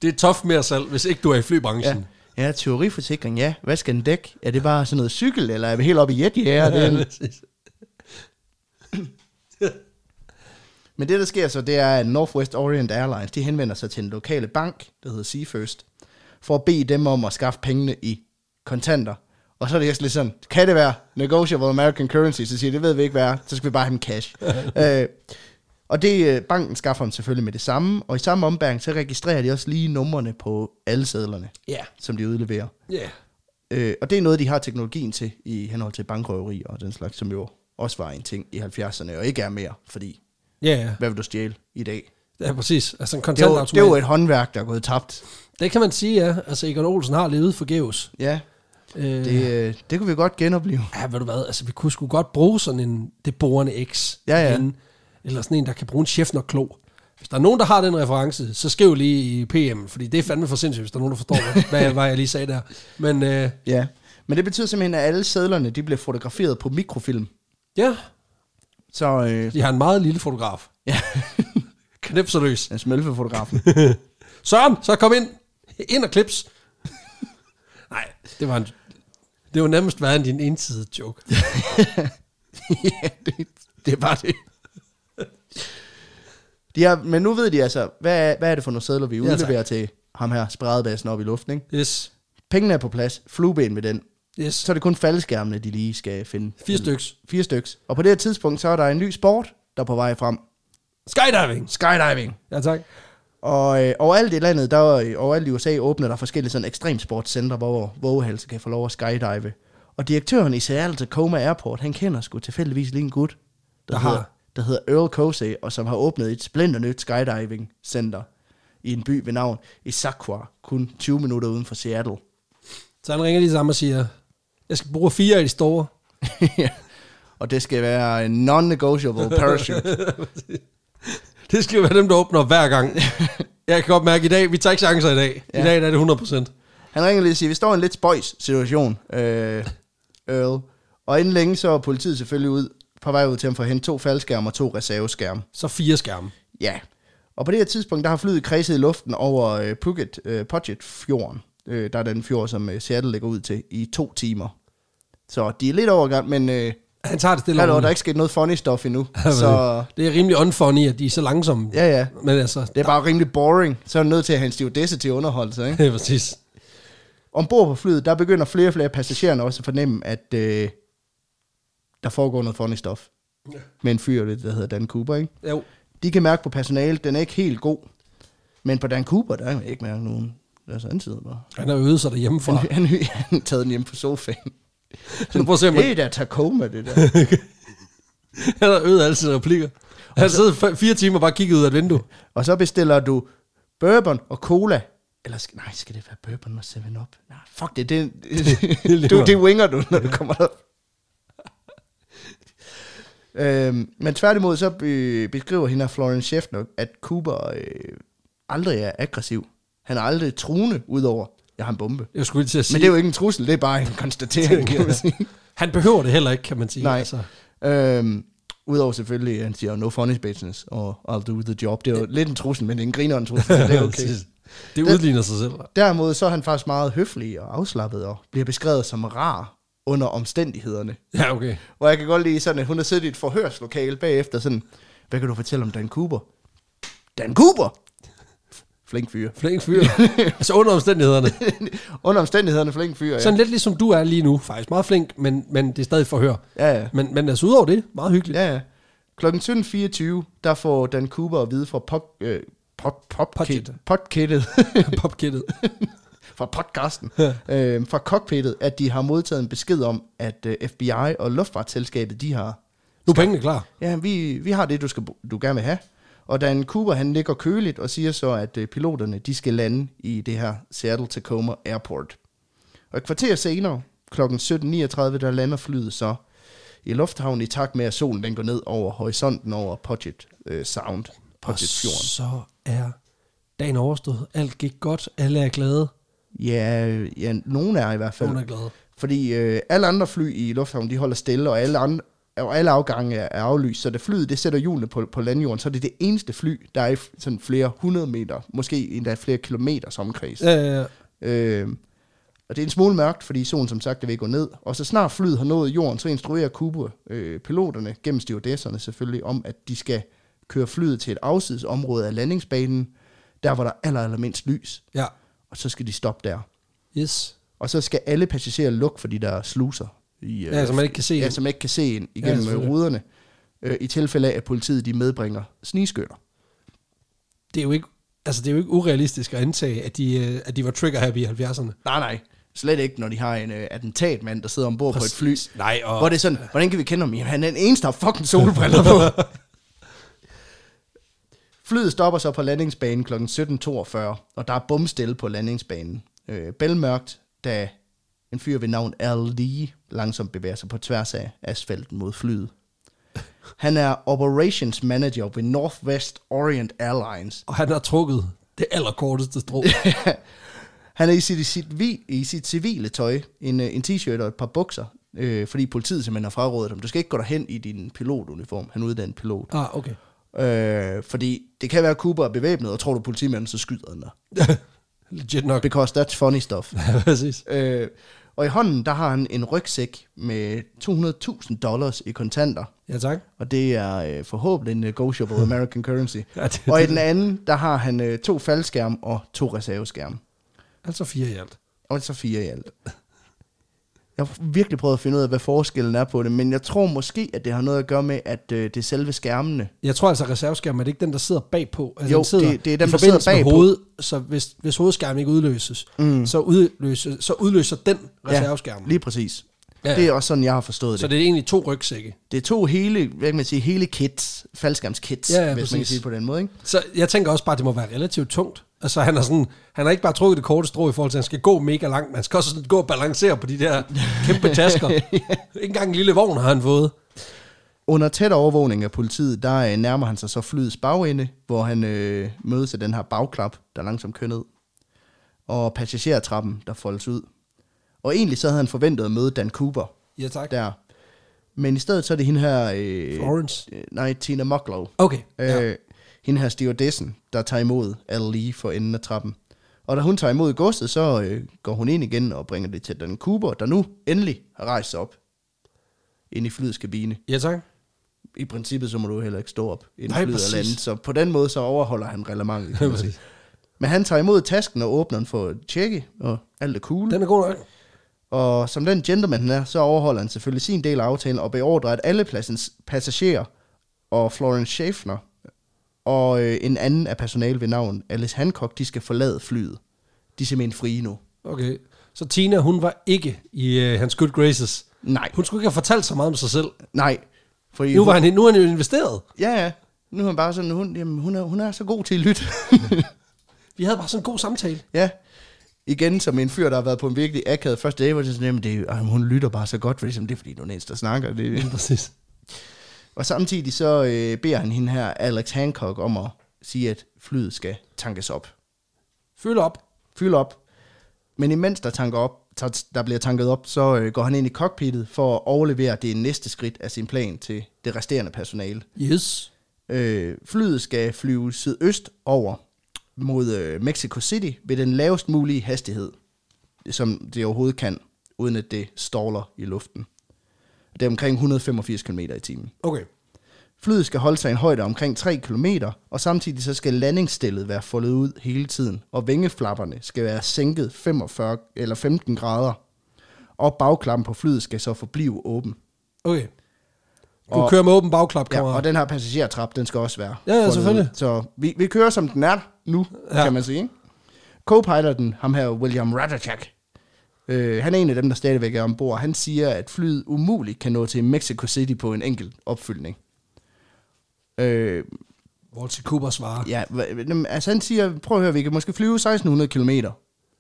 Det er tof mere salg, hvis ikke du er i flybranchen. Ja. Ja. ja, teoriforsikring, ja. Hvad skal den dække? Er det bare sådan noget cykel, eller er vi helt oppe i jetjæger? Ja, det er en- præcis. Men det, der sker så, det er, at Northwest Orient Airlines, de henvender sig til en lokale bank, der hedder Seafirst, for at bede dem om at skaffe pengene i kontanter. Og så er det også lidt sådan, kan det være negotiable American currency? Så siger de, det ved vi ikke, hvad er. Så skal vi bare have dem cash. øh, og det, øh, banken skaffer dem selvfølgelig med det samme, og i samme ombæring, så registrerer de også lige numrene på alle sædlerne, Ja. som de udleverer. Ja. Øh, og det er noget, de har teknologien til i henhold til bankrøveri og den slags, som jo også var en ting i 70'erne, og ikke er mere, fordi Ja, ja. hvad vil du stjæle i dag? Ja, præcis. Altså en Det var, kontantautomat. det var et håndværk, der er gået tabt. Det kan man sige, ja. Altså, Egon Olsen har levet forgæves. Ja, Øh, det, øh, det kunne vi godt genopleve. Ja, ved du hvad, altså, vi kunne sgu godt bruge sådan en, det borende X. Ja, ja. Igen. Eller sådan en, der kan bruge en chef nok klo. Hvis der er nogen, der har den reference, så skriv lige i PM, fordi det er fandme for sindssygt, hvis der er nogen, der forstår, hvad- hvad, jeg- hvad jeg lige sagde der. Men øh, Ja. Men det betyder simpelthen, at alle sædlerne, de bliver fotograferet på mikrofilm. ja, Så, øh, de har en meget lille fotograf. ja, Knip så løs. den smølfefotografen. Søren, så kom ind. Ind og klips. Nej, det var en... Det var nærmest værre end din ensidige joke. ja, det, det var det. De har, men nu ved de altså, hvad, er- hvad er det for nogle sædler, vi tak. udleverer til ham her, spredebassen op i luften, ikke? Yes. Pengene er på plads, flueben med den. Yes. Så er det kun faldskærmene, de lige skal finde. Fire styks. Fire styks. Og på det her tidspunkt, så er der en ny sport, der er på vej frem. Skydiving. Skydiving. Ja, tak. Og øh, overalt i landet, der, øh, overalt i USA, åbner der forskellige sådan ekstremsportscentre, hvor vågehalse kan få lov at skydive. Og direktøren i Seattle Tacoma Airport, han kender sgu tilfældigvis lige en gut, der, Der har- hedder, der hedder Earl Cosey, og som har åbnet et splinternyt skydiving center i en by ved navn Issaquah, kun 20 minutter uden for Seattle. Så han ringer lige sammen og siger, jeg skal bruge fire af de store. Ja. og det skal være en non-negotiable parachute. Det skal jo være dem, der åbner hver gang. Jeg kan godt mærke, i dag, vi tager ikke chancer i dag. I Ja. dag der er det 100%. Han ringer lige og siger, vi står i en lidt spøjs situation, øh, Earl. Og inden længe så er politiet selvfølgelig ud, på vej ud til ham for at hente to faldskærme og to reserveskærme. Så fire skærme. Ja. Og på det her tidspunkt, der har flyet kredset i luften over øh, Puget, øh, Puget-fjorden. Øh, der er den fjord, som øh, Seattle ligger ud til i to timer. Så de er lidt overgang, men øh, Han tager det stille hallo, og der er roligt. ikke sket noget funny stuff endnu. Så... så Det er rimelig unfunny, at de er så langsomme. ja, ja. Men altså, Det er bare rimelig boring. Så er du nødt til at have en stewardesse til underholdelse, ikke? det er præcis. Ombord på flyet, der begynder flere og flere passagererne også at fornemme, at øh, der foregår noget funny stuff. Ja. Med en fyr, der hedder Dan Cooper, ikke? Jo. De kan mærke på personalet, den er ikke helt god. Men på Dan Cooper, der kan man ikke mærke nogen. Altså, han sidder bare. Han har øvet sig derhjemmefra. Han, han, han har taget den hjem på sofaen. Så prøv at se, om Det er da Tacoma, det der. Han har øvet alle sine replikker. Han Altså- sidder f- fire timer og bare kigget ud af et vindue. og så bestiller du bourbon og cola. Eller skal, nej, skal det være bourbon og 7-Up? Nej, fuck det, det, det, du, det winger du, når du kommer op. øhm, men tværtimod så be, beskriver hende af Florence Schäffner, at Cooper øh, aldrig er aggressiv. Han er aldrig truende, udover, jeg har en bombe. Jeg skulle lige til at sige. Men det er jo ikke en trussel, det er bare en konstatering, kan man sige. Han behøver det heller ikke, kan man sige. Nej. Altså, Øhm, Udover selvfølgelig, at han siger, no funny business, og I'll do the job. Det er jo lidt en trussel, men det er en griner en trussel, så det er okay. præcis. det udligner sig selv. Derimod så er han faktisk meget høflig og afslappet, og bliver beskrevet som rar under omstændighederne. Ja, okay. Hvor jeg kan godt lide sådan, at hun har siddet i et forhørslokale bagefter sådan, hvad kan du fortælle om Dan Cooper? Dan Cooper! Flink fyr. Flink fyr. altså under omstændighederne. under omstændighederne flink fyr, ja. Sådan lidt ligesom du er lige nu, faktisk. Meget flink, men, men det er stadig forhør. ja, ja. Men, men altså udover det, meget hyggeligt. Ja, ja. Klokken 17.24, der får Dan Cooper at vide fra pop, øh, pop, pop, Podkit. podkittet, Popkittet. fra podcasten, øh, fra cockpittet, at de har modtaget en besked om, at øh, FBI og luftfartsselskabet, de har, Nu er pengene klar. ja, vi, vi har det, du, skal, du gerne vil have. Og Dan Cooper, han ligger køligt og siger så, at øh, piloterne, de skal lande i det her Seattle Tacoma Airport. Og et kvarter senere, kl. 17.39, der lander flyet så i lufthavnen i takt med, at solen den går ned over horisonten over Puget øh, Sound, Og Puget Fjorden. så er dagen overstået. Alt gik godt. Alle er glade. Ja, øh, ja, nogen er i hvert fald. Nogen er glade. Fordi øh, alle andre fly i lufthavnen, de holder stille, og alle, andre, og alle afgange er, er aflyst. Så da flyet, det sætter hjulene på, på landjorden, så er det det eneste fly, der er i f- sådan flere hundrede meter, måske endda flere kilometer omkreds. Ja. Øh, Øh, og det er en smule mørkt, fordi solen som sagt er ved at gå ned. Og så snart flyet har nået jorden, så instruerer Cooper øh, piloterne, gennem stewardesserne selvfølgelig, om at de skal køre flyet til et afsidesområde af landingsbanen, der hvor der er aller, allermindst lys. ja. Og så skal de stoppe der. Yes. Og så skal alle passagerer lukke for de der sluser. I, øh, Ja, så man ikke kan se ja, ind. som ikke kan se ind igennem ja, selvfølgelig. ruderne. Øh, I tilfælde af, at politiet de medbringer snigskytter. Det er jo ikke, altså, det er jo ikke urealistisk at antage, at de, øh, at de var trigger happy i 70'erne. Nej, nej. Slet ikke, når de har en øh, attentatmand, der sidder ombord på et fly. Nej, og... Hvor det er sådan, hvordan kan vi kende ham? Jamen, han er den eneste, der har fucking solbriller på. Flyet stopper så på landingsbanen kl. 17.42, og der er bumstille på landingsbanen. Øh, bælmørkt, da en fyr ved navn Al Lee langsomt bevæger sig på tværs af asfalten mod flyet. Han er operations manager ved Northwest Orient Airlines. Og han har trukket det allerkorteste strå. Han er i sit, i sit, vi, i sit civile tøj, en, øh, en t-shirt og et par bukser, øh, fordi politiet simpelthen har frarådet ham. Du skal ikke gå derhen i din pilotuniform. Han er uddannet pilot. ah, okay. Øh, fordi det kan være, at Cooper er bevæbnet, og tror du politimanden, så skyder han dig. Legit nok. Because that's funny stuff. Ja, præcis. Øh, og i hånden, der har han en rygsæk med 200.000 dollars i kontanter. Ja, tak. Og det er øh, forhåbentlig negotiable American currency. Ja, det- og i det- den anden, der har han øh, to faldskærme og to reserveskærme. Altså fire i alt. Og så fire i alt. Jeg har virkelig prøvet at finde ud af, hvad forskellen er på det, men jeg tror måske, at det har noget at gøre med, at øh, det er selve skærmene. Jeg tror altså, at reserveskærmen er det ikke den, der sidder bagpå. Altså, Jo, den sidder det- det er dem, i der forbindelse sidder med bagpå. Hovedet, så hvis, hvis hovedskærmen ikke udløses, mm. så, udløse, så udløser den reserveskærmen. lige præcis. Ja, ja. Det er også sådan, jeg har forstået Så det. det er egentlig to rygsække. Det er to hele, hvad kan man sige, hele kits, faldskærmskits, Ja, ja, hvis man kan præcis. sige det på den måde. Ikke? Så jeg tænker også bare, at det må være relativt tungt. Altså han har, sådan, han har ikke bare trukket det korte strå i forhold til, at han skal gå mega langt. Man skal også sådan gå og balancere på de der kæmpe tasker. Ikke engang en lille vogn har han fået. Under tæt overvågning af politiet, der øh, nærmer han sig så flyets bagende, hvor han øh, mødes af den her bagklap, der langsomt kører ned, og passagertrappen, der foldes ud. Og egentlig så havde han forventet at møde Dan Cooper Ja, tak. der. Men i stedet så er det hende her... Øh, Florence. øh, Nej, Tina Mucklow. Okay. Ja. Øh, hende her stewardessen, der tager imod Al Lee for enden af trappen. Og da hun tager imod godset, så øh, går hun ind igen og bringer det til Dan Cooper, der nu endelig har rejst sig op ind i flyets kabine ja, tak. i princippet så må du heller ikke stå op inden Nej, flyet er præcis. landet. Så på den måde så overholder han reglementet. kan man sige. præcis. Men han tager imod tasken og åbner den for at tjekke, og alt er cool. Den. Den er god nok. Og som den gentleman han er, så overholder han selvfølgelig sin del af aftalen og beordrer, at alle pladsens passagerer og Florence Schaffner og øh, en anden af personalet ved navn Alice Hancock, de skal forlade flyet. De er simpelthen frie nu. Okay. Så Tina, hun var ikke i øh, hans good graces. Nej, Hun skulle ikke have fortalt så meget om sig selv. nej. Fordi Nu, hun- var han, nu er han jo investeret. Ja, ja. Nu er han bare sådan, hun, jamen, hun, er, hun er så god til at lytte. Vi havde bare sådan en god samtale. Ja. Igen som en fyr, der har været på en virkelig akavet første date, hvor det er sådan, jamen, det, er- ej, hun lytter bare så godt, for det er, sådan, det er fordi, du er den eneste, der snakker. Det. Præcis. Og samtidig så øh, beder han hende her, Alex Hancock, om at sige, at flyet skal tankes op. Føl op. Fyld op. Men imens der, tanker op, tager- der bliver tanket op, så øh, går han ind i cockpittet for at overlevere det næste skridt af sin plan til det resterende personale. Yes. Øh, flyet skal flyve sydøst over mod øh, Mexico City ved den lavest mulige hastighed, som det overhovedet kan, uden at det ståler i luften. Det er omkring 185 km i timen. Okay. Flyet skal holde sig i en højde omkring 3 km, og samtidig så skal landingsstillet være foldet ud hele tiden, og vingeflapperne skal være sænket 45 eller 15 grader, og bagklappen på flyet skal så forblive åben. Okay. Du Og- kører med åben bagklap, Ja, kommer og den her passagertrap, den skal også være. Ja, ja, foldet ud. selvfølgelig. Så vi, vi kører som den er nu, ja. Ja. kan man sige. Ikke? Co-piloten, ham her William Ratajczak, øh, han er en af dem, der stadigvæk er ombord. Han siger, at flyet umuligt kan nå til Mexico City på en enkelt opfyldning. Øh, Walter Cooper svarer. ja, hva- jamen, altså han siger, prøv at høre, vi kan måske flyve 1600 km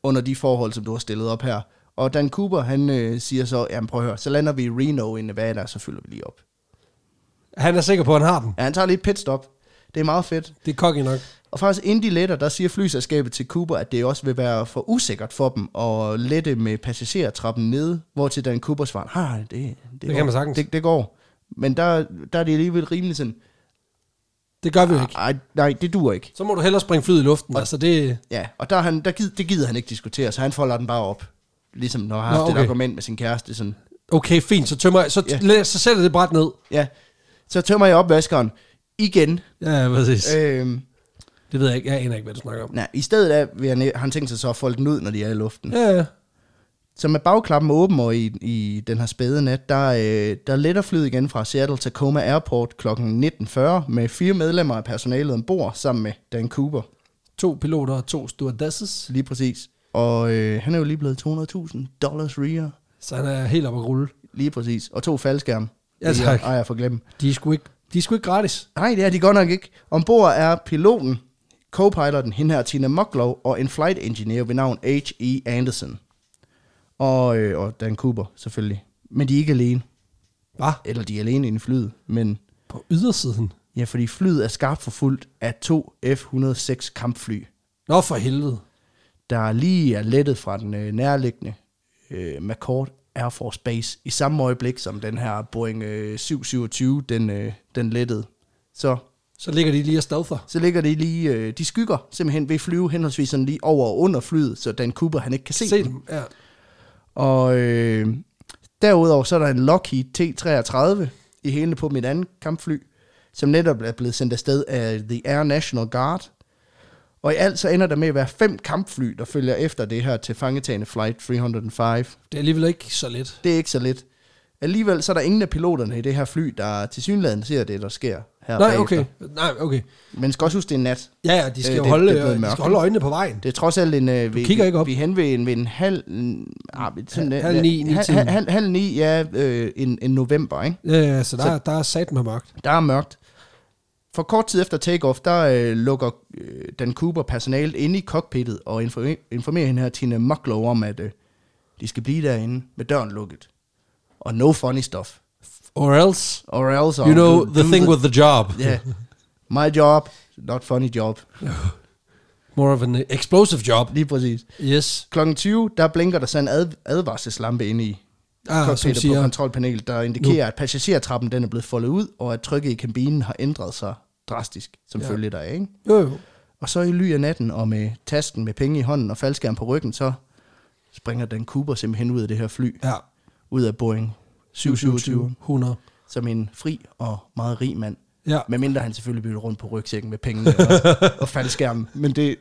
under de forhold, som du har stillet op her. Og Dan Cooper, han øh, siger så, jamen prøv at høre, så lander vi i Reno i Nevada, og så fylder vi lige op. Han er sikker på, at han har den. Ja, han tager lige et pitstop. Det er meget fedt. Det er cocky nok. Og faktisk inden de letter, der siger flyselskabet til Cooper, at det også vil være for usikkert for dem at lette med passagertrappen nede, hvor til Dan Cooper svarer, nej, det, det, Det går. kan man sagtens. Det, det går. Men der, der er det alligevel rimelig sådan, Det gør vi jo ikke. "Ej, nej, det dur ikke. Så må du hellere springe flyet i luften. Altså, det, Ja, og der, er han, der gid, det gider han ikke diskutere, så han folder den bare op. Ligesom når han har Nå, haft okay. okay. et argument med sin kæreste. Sådan, okay, fint, så tømmer jeg, så, Ja. yeah. så sætter det bræt ned. ja, så tømmer jeg opvaskeren igen. Ja, præcis. Øh. Øhm, Det ved jeg ikke. Jeg aner ikke, hvad du snakker om. nej, I stedet af vil han, har han tænkt sig så at folde den ud, når de er i luften. Ja, ja. Så med bagklappen åben og i, i den her spæde nat, der, øh, der letter flyet igen fra Seattle Tacoma Airport kl. 19.40 med fire medlemmer af personalet ombord sammen med Dan Cooper. To piloter og to stewardesses. Lige præcis. Og øh, han er jo lige blevet 200.000 dollars rigere. Så han er helt oppe at rulle. Lige præcis. Og to faldskærme. Ja, tak. Ej, jeg får glemt. De er sgu ikke, de er sgu ikke gratis. Nej, det er de godt nok ikke. Ombord er piloten, co-piloten, hende her Tina Mucklow, og en flight engineer ved navn H.E. Anderson. Og, øh, og Dan Cooper, selvfølgelig. Men de er ikke alene. Hva? Eller de er alene inde i flyet, men På På ydersiden. Ja, fordi flyet er skarpt forfulgt af to F-106 kampfly, Nå for helvede. der lige er lettet fra den øh, nærliggende øh, McCord Air Force Base i samme øjeblik, som den her Boeing øh, 727, den, øh, den lettede. Så, Så ligger de lige og stealther. så ligger det lige, øh, de skygger simpelthen ved at flyve henholdsvis sådan lige over og under flyet, så Dan Cooper han ikke kan se, Se dem. Ja. Og øh, derudover så er der en Lockheed T-33 i hælene på mit andet kampfly, som netop er blevet sendt afsted af The Air National Guard. Og i alt så ender der med at være fem kampfly, der følger efter det her til fangetagende Flight 305. Det er alligevel ikke så let. Det er ikke så lidt. Alligevel så er der ingen af piloterne i det her fly, der til synligheden ser det, der sker her Nej, bagefter. okay. Nej, okay. Men skal også huske, det er nat. Ja, ja, de skal Øh, jo det- holde, det er blevet øh, de mørkt, skal holde øjnene på vejen. Det er trods alt en... Øh, vi, kigger ikke op. Vi er hen ved en, ved en halv... en- Ah, sådan, en- Halv ni, ni hal- tiden. hal- halv, halv ni, ja, øh, en, en november, ikke? Ja, Øh, så der, der er sat med mørkt. Der er mørkt. For kort tid efter takeoff, der øh, lukker øh, Dan Cooper personalet inde i cockpittet og informer, informerer hende her Tina Mucklow om, at øh, de skal blive derinde med døren lukket. Og no funny stuff. Or else, Or else... you know, do- the do thing with the job. Yeah. My job, not funny job. More of an explosive job. Lige præcis. Yes. Klokken 20, der blinker der så en ad, advarselslampe inde i Ah, som cockpittet på siger, kontrolpanelet, der indikerer, at passagertrappen den er blevet foldet ud, og at trykket i kabinen har ændret sig drastisk, som Ja. ja. følge deraf, ikke? jo, jo. Og så i ly af natten og med tasken med penge i hånden og faldskærm på ryggen, så springer Dan Cooper simpelthen ud af det her fly, Ja. ud af Boeing 727, 100. som en fri og meget rig mand. Ja. Medmindre han selvfølgelig bytter rundt på rygsækken med pengene og, og faldskærmen. Men det...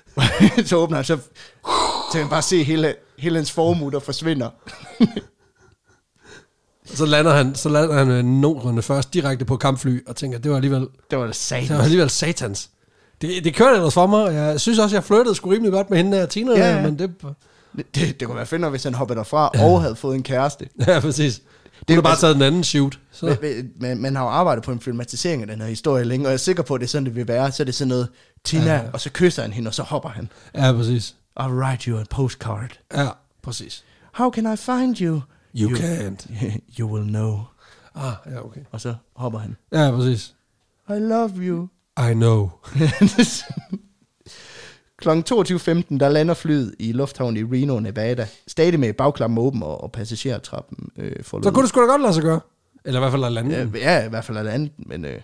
så åbner han, så, så kan man bare se hele, hele hans formue, der forsvinder. Så lander han, så lander han øh, nogenlunde først direkte på kampfly og tænker, det var alligevel, Det var da det var satans. alligevel satans. Det, det kørte ellers for mig, og jeg synes også, jeg flirtede sgu rimelig godt med hende der, Tina, Ja, ja, ja. men det... Det, det, det kunne være fedt, nok, hvis han hoppede derfra og havde fået en kæreste. Ja, præcis. Det Det er er bare altså- taget den anden shoot. Så. Men- men- Man, man har jo arbejdet på en filmatisering af den her historie længe, og jeg er sikker på, at det er sådan, det vil være. Så er det sådan noget, Tina, ja. og så kysser han hende, og så hopper han. Ja, præcis. I'll write you a postcard. Ja, præcis. How can I find you? You can't. You will know. Ah, ja, okay. Og så hopper han. Ja, præcis. I love you. I know. Klokken 22.15, der lander flyet i lufthavnen i Reno, Nevada. Stadig med bagklappen åben og, og passagertrappen øh, forlod. Så kunne det sgu da godt lade sig gøre. Eller i hvert fald at lande. Ja. Ja, ja, i hvert fald er det andet, men øh,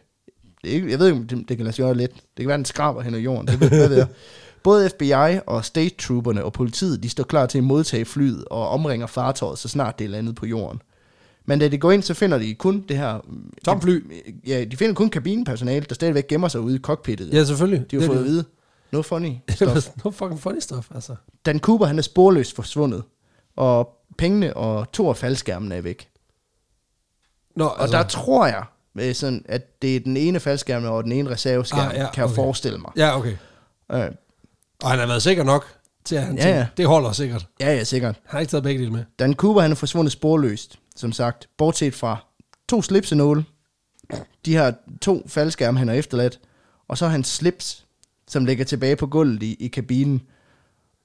det er ikke, jeg ved ikke, om det, det kan lade sig gøre lidt. Det kan være, den skraber hen ad jorden. Det ved, hvad ved jeg. Både FBI og state trooperne og politiet, de står klar til at modtage flyet og omringer fartøjet, så snart det er landet på jorden. Men da de går ind, så finder de kun det her... mm, Tom fly. Ja, de finder kun kabinepersonale, der stadigvæk gemmer sig ude i cockpittet. Ja, selvfølgelig. de har fået at vide, no funny Det stuff. var no fucking funny stuff, altså. Dan Cooper, han er sporløst forsvundet, og pengene og to af faldskærmene er væk. Nå, Og altså. der tror jeg, øh, sådan, at det er den ene faldskærm og den ene reserveskærm, Ah, ah, ja, ja, kan jeg okay. forestille mig. Ja, okay. Øh, Og han har været sikker nok til, at han Ja, ja, ja. ja. det holder sikkert. ja, ja, sikkert. Han har ikke taget begge dele med. Dan Cooper, han er forsvundet sporløst, som sagt, bortset fra to slipsenåle, de her to faldskærme, han har efterladt, og så hans slips, som ligger tilbage på gulvet i, i kabinen.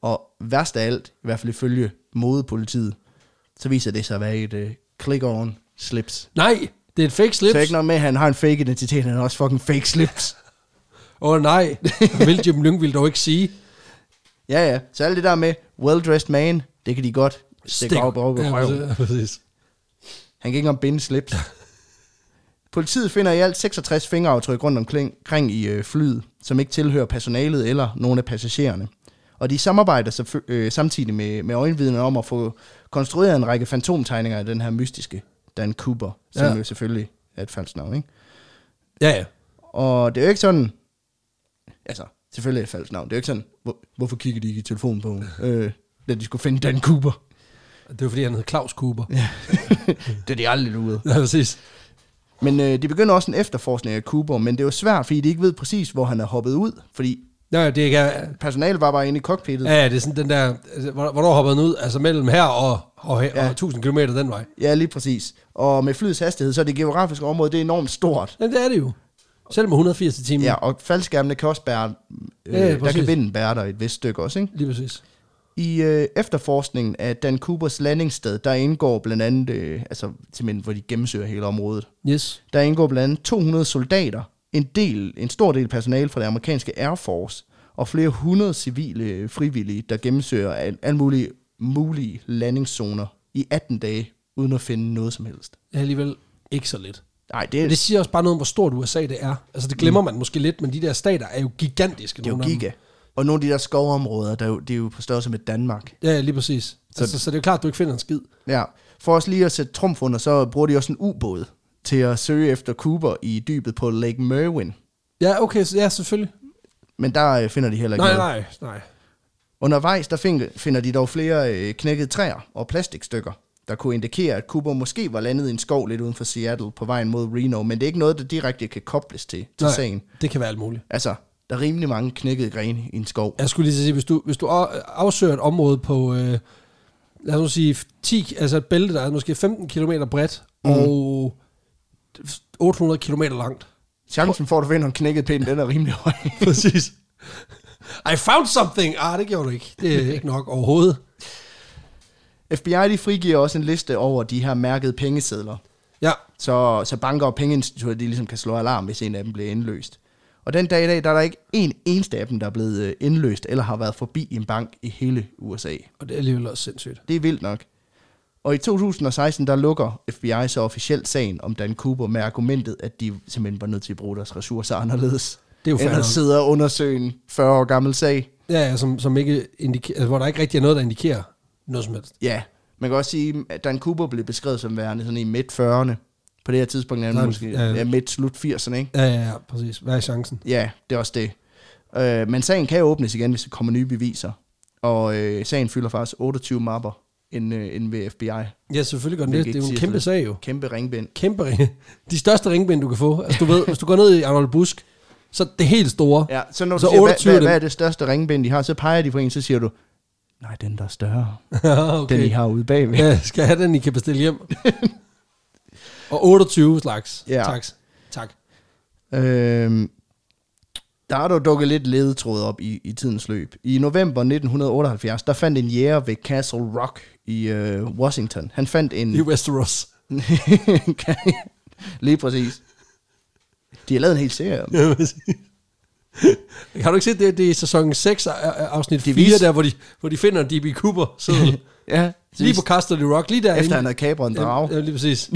Og værst af alt, i hvert fald ifølge modepolitiet, så viser det sig at være et uh, click-on slips. Nej, det er et fake Så slips. ikke nok med, at han har en fake identitet, han har også fucking fake slips. Åh oh, nej, vil Jim Lyng vil dog ikke sige. Ja, ja. Så alt det der med well-dressed man, det kan de godt stikke op over ja, røven. præcis. præcis. Han kan ikke engang binde slips. Politiet finder i alt 66 fingeraftryk rundt omkring kring i øh, flyet, som ikke tilhører personalet eller nogen af passagererne. Og de samarbejder så, øh, samtidig med, med øjenvidner om at få konstrueret en række fantomtegninger af den her mystiske Dan Cooper, som Ja. ja. jo selvfølgelig er et falsk navn, ikke? Ja, ja. Og det er jo ikke sådan... Altså, selvfølgelig er det et falsk navn. Det er jo ikke sådan, hvor, hvorfor kigger de ikke i telefonbogen, øh, da de skulle finde Dan Cooper? Det var fordi, han hed Claus Cooper. Ja, det er de aldrig ude. ja præcis. Men øh, de begynder også en efterforskning af Cooper, men det er jo svært, fordi de ikke ved præcis, hvor han er hoppet ud, fordi Nå, det er ikke, personalet var bare inde i cockpittet. Ja, Ja, ja, det er sådan den der, altså, hvor- hvornår hoppede den ud? Altså mellem her og, og, her, ja. Ja. og 1000 km den vej. ja lige præcis. Og med flyets hastighed, så er det geografiske område, det er enormt stort. Jamen, det er det jo. Selv med 180 i timen. Ja, og faldskærmene kan også bære, øh, Mm. Ja, ja, der præcis. kan vinden bære dig et vist stykke også, ikke? Lige præcis. I øh, efterforskningen af Dan Coopers landingssted, der indgår blandt andet, øh, altså simpelthen hvor de gennemsøger hele området, Yes. der indgår blandt andet 200 soldater, en, del, en stor del personale fra det amerikanske Air Force, og flere hundrede civile øh, frivillige, der gennemsøger al, alle mulige, mulige landingszoner i 18 dage, uden at finde noget som helst. Det er alligevel ikke så lidt. Nej, Men det, det det, siger også bare noget om, hvor stort USA det er. Altså, det glemmer man måske lidt, men de der stater er jo gigantiske. Mm. det er jo nogle af dem. giga. Og nogle af de der skovområder, der, er jo- det er jo på størrelse med Danmark. Ja, lige præcis. Så, altså, så det er jo klart, at du ikke finder en skid. Ja, for også lige at sætte trumf under, så bruger de også en ubåd til at søge efter Cooper i dybet på Lake Merwin. Ja, okay, så, ja, selvfølgelig. Men der øh, finder de heller ikke Nej, noget. nej, nej. Undervejs der fin- finder de dog flere øh, knækkede træer og plastikstykker, der kunne indikere, at Cooper måske var landet i en skov lidt uden for Seattle på vejen mod Reno, men det er ikke noget, der direkte kan kobles til, til nej. sagen. Det kan være alt muligt. Altså, der er rimelig mange knækkede grene i en skov. Jeg skulle lige til at sige, hvis du, hvis du a- afsøger et område på, øh, lad os nu sige, 10, altså et bælte, der er måske 15 km bredt mm. og 800 km langt. Chancen for, at du finder en knækket pind, den er rimelig høj. Præcis. I found something! Ah, det gjorde du ikke. Det er ikke nok overhovedet. FBI de frigiver også en liste over de her mærkede pengesedler, Ja, så, så banker og pengeinstitutter de ligesom kan slå alarm, hvis en af dem bliver indløst. Og den dag i dag, der er der ikke en eneste af dem, der er blevet øh, indløst eller har været forbi en bank i hele USA. og det er alligevel også sindssygt. Det er vildt nok. Og i 2016, der lukker FBI så officielt sagen om Dan Cooper med argumentet, at de simpelthen var nødt til at bruge deres ressourcer anderledes. Det er jo fair Ellers nok. sidder og undersøge en 40 år gammel sag. Ja, ja, som, som ikke indikerer, altså, hvor der ikke rigtig er noget, der indikerer noget som helst. Ja, man kan også sige, at Dan Cooper blev beskrevet som værende sådan i midt 40'erne. På det her tidspunkt er han Nej, måske ja, ja. ja, midt slut 80'erne, ikke? Ja, ja, ja, præcis. Hvad er chancen? Ja, det er også det. Øh, men sagen kan jo åbnes igen, hvis der kommer nye beviser. Og øh, sagen fylder faktisk 28 mapper end, øh, end ved FBI. Ja, selvfølgelig gør den det. Hvilket Det er jo ikke en siger kæmpe så sag jo. Kæmpe ringbind. kæmpe ringe. De største ringbind, du kan få. Altså, du ved, hvis du går ned i Arnold Busk, så det helt store. Ja, så når du Så så siger, 28 af hvad, hvad, dem. hvad er det største ringbind, de har, så peger de på en, så siger du, nej, den der er større, Ja, okay. den I har ude bagved. Ja. Ja, skal jeg have den, I kan bestille hjem. og 28 slags. Ja. Tak. tak. Øhm, der er dog dukket lidt ledetråd op i, i tidens løb. I november 1978, der fandt en jæger ved Castle Rock i øh, Washington. Han fandt en... I Westeros. Lige præcis. De har lavet en hel serie om det. Ja, præcis. har du ikke set det, det er i sæson 6 af- af- afsnit Det 4, viser- der hvor de, hvor de finder D.B. Cooper sidder Ja, lige på Castle Rock, lige derinde. efter han havde kabret en drage. Ja, ja, lige præcis.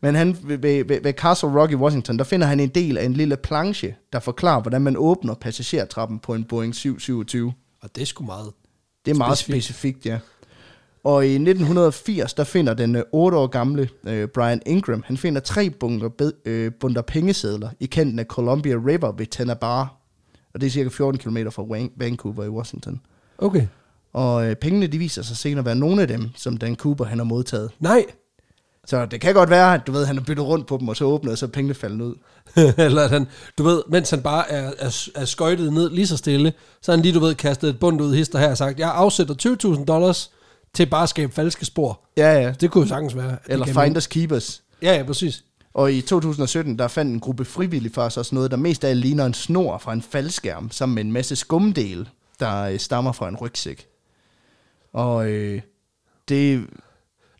Men han, ved, ved, ved- ved Castle Rock i Washington, der finder han en del af en lille planche, der forklarer, hvordan man åbner passagertrappen på en Boeing 727. Og det er sgu meget. Det er meget specifikt, specifikt ja. Og i 1980, der finder den øh, 8 år gamle øh, Brian Ingram, han finder tre bunker, bed, øh, bunter pengesedler i kanten af Columbia River ved Tanabara. Og det er cirka 14 km fra Wan- Vancouver i Washington. Okay. Og øh, pengene, de viser sig senere at være nogle af dem, som Dan Cooper, han har modtaget. Nej. Så det kan godt være, at du ved, han har byttet rundt på dem, og så åbnet, og så er pengene faldet ud. Eller at han, du ved, mens han bare er, er, er skøjtet ned lige så stille, så har han lige, du ved, kastet et bund ud hister her og sagt, jeg afsætter 20.000 dollars til bare at skabe falske spor. Ja, ja. Det kunne jo sagtens være. at det Eller gav Finders Keepers. mening. Ja, ja, præcis. Og i 2017, der fandt en gruppe frivillige faktisk også noget, der mest af alt ligner en snor fra en faldskærm, sammen med en masse skumdel, der øh, stammer fra en rygsæk. Og øh, det,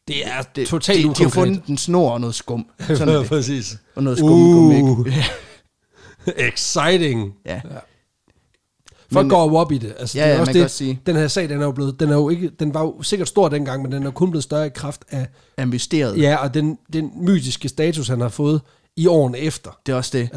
Det er det, det, totalt de, de har ukonkret. fundet en snor og noget skum. Sådan er det. præcis. Og noget skumgummi. Uh. ikke? Exciting. ja. Folk Men- går jo op i det. Altså, Ja, det er ja, også man det, kan godt sige. Den her sag, den er jo blevet, den, er jo ikke, den var jo sikkert stor dengang, men den er jo kun blevet større i kraft af, Er mysteriet. ja, og den, den mytiske status, han har fået i årene efter. Det er også det.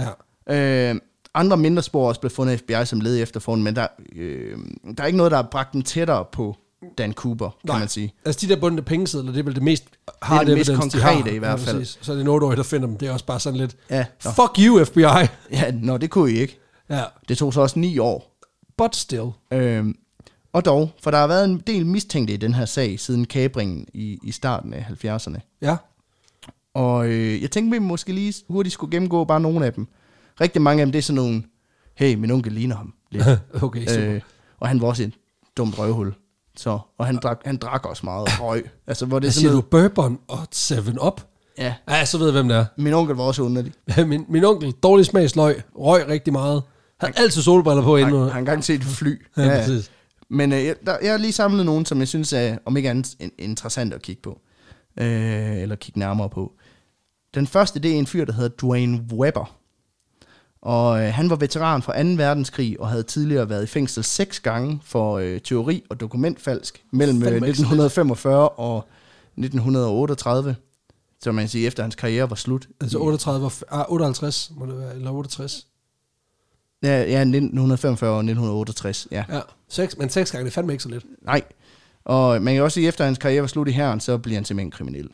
Ja. Øh, andre mindre spor er også blev fundet af FBI som led efter foran, men der, øh, der er ikke noget, der har bragt den tættere på Dan Cooper, kan Nej. man sige. Altså de der bundne pengesedler, det er vel det mest hard det mest evidence, de konkrete har. i hvert fald. præcis. Så er det en 8 der finder dem. Det er også bare sådan lidt, Ja, nå. fuck you FBI. Ja, nå, det kunne I ikke. Ja, Det tog så også ni år. but still. Øhm, og dog, for der har været en del mistænkte i den her sag siden kabringen i, i starten af 70'erne. Ja, Og øh, jeg tænkte, vi måske lige hurtigt skulle gennemgå bare nogle af dem. Rigtig mange af dem, det er sådan nogle, hey, min onkel ligner ham lidt. okay, super. Øh, og han var også et dumt røvhul. Så, og han drak, han drak også meget og røg. Altså, hvor det er Hvad sådan siger du? noget, Bourbon og 7-Up? ja, Ja, så ved jeg, hvem det er. min onkel var også underlig. Min, min onkel, dårlig smagsløg, røg rigtig meget. Havde altid solbriller på Han inden. har engang set et fly. Ja, præcis. Men øh, jeg- der, jeg har lige samlet nogen, som jeg synes er, om ikke andet, in- interessant at kigge på. Øh, eller kigge nærmere på. Den første, det er en fyr, der hedder Dwayne Webber. Og øh, han var veteran fra 2. verdenskrig og havde tidligere været i fængsel seks gange for øh, teori og dokumentfalsk mellem øh, Fandme ikke 1945 og 1938. Så man kan sige, efter hans karriere var slut. Altså 38 var, f- ah, 58, må det være, eller 68. Ja, ja, 1945 og 1968, ja. Ja, seks, men seks gange, det er fandme ikke så lidt. Nej. Og man kan også sige, at efter hans karriere var slut i herren, så bliver han simpelthen kriminel.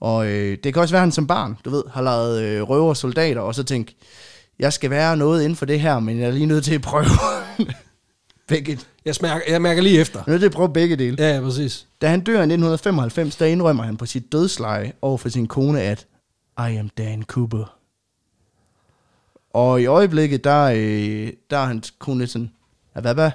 Og øh, det kan også være, at han som barn, du ved, har lavet øh, røver og soldater, og så tænkt, jeg skal være noget inden for det her, men jeg er lige nødt til at prøve begge. Jeg Jeg, smager, jeg mærker lige efter. er nødt til at prøve begge dele. Ja, ja, præcis. Da han dør i 1995, der indrømmer han på sit dødsleje over for sin kone, at I am Dan Cooper. Og i øjeblikket, der, øh, der er hans kone lidt sådan, "Ja, hvad hvad?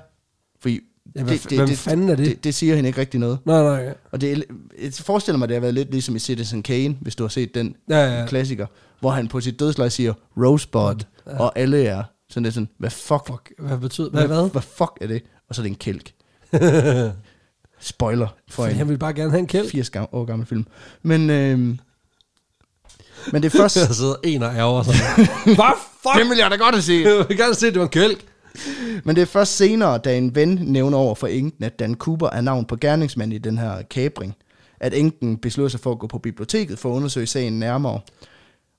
Fordi Ja, hvad- hvem fanden er det? det? Det siger hende ikke rigtig noget. Nej, nej, ja. Og det, er l- jeg forestiller mig, det har været lidt ligesom i Citizen Kane, hvis du har set den Ja, ja, ja. klassiker, hvor han på sit dødsleje siger Rosebud, ja. og alle er sådan lidt sådan, hvad fuck, fuck. Fuck, hvad betyder, hvad, hvad? hvad fuck er det? Og så er det en kælk. Spoiler for Fordi en han ville bare gerne have en kæld. 80 gam- år gammel film. Men, øhm, men det er først... Der sidder en og ærger sig. Hvad fuck? det vil jeg da godt at sige. Jeg vil gerne se, at det var en kælk. Men det er først senere, da en ven nævner over for enken, at Dan Cooper er navn på gerningsmanden i den her kabring, at enken beslutter sig for at gå på biblioteket for at undersøge sagen nærmere.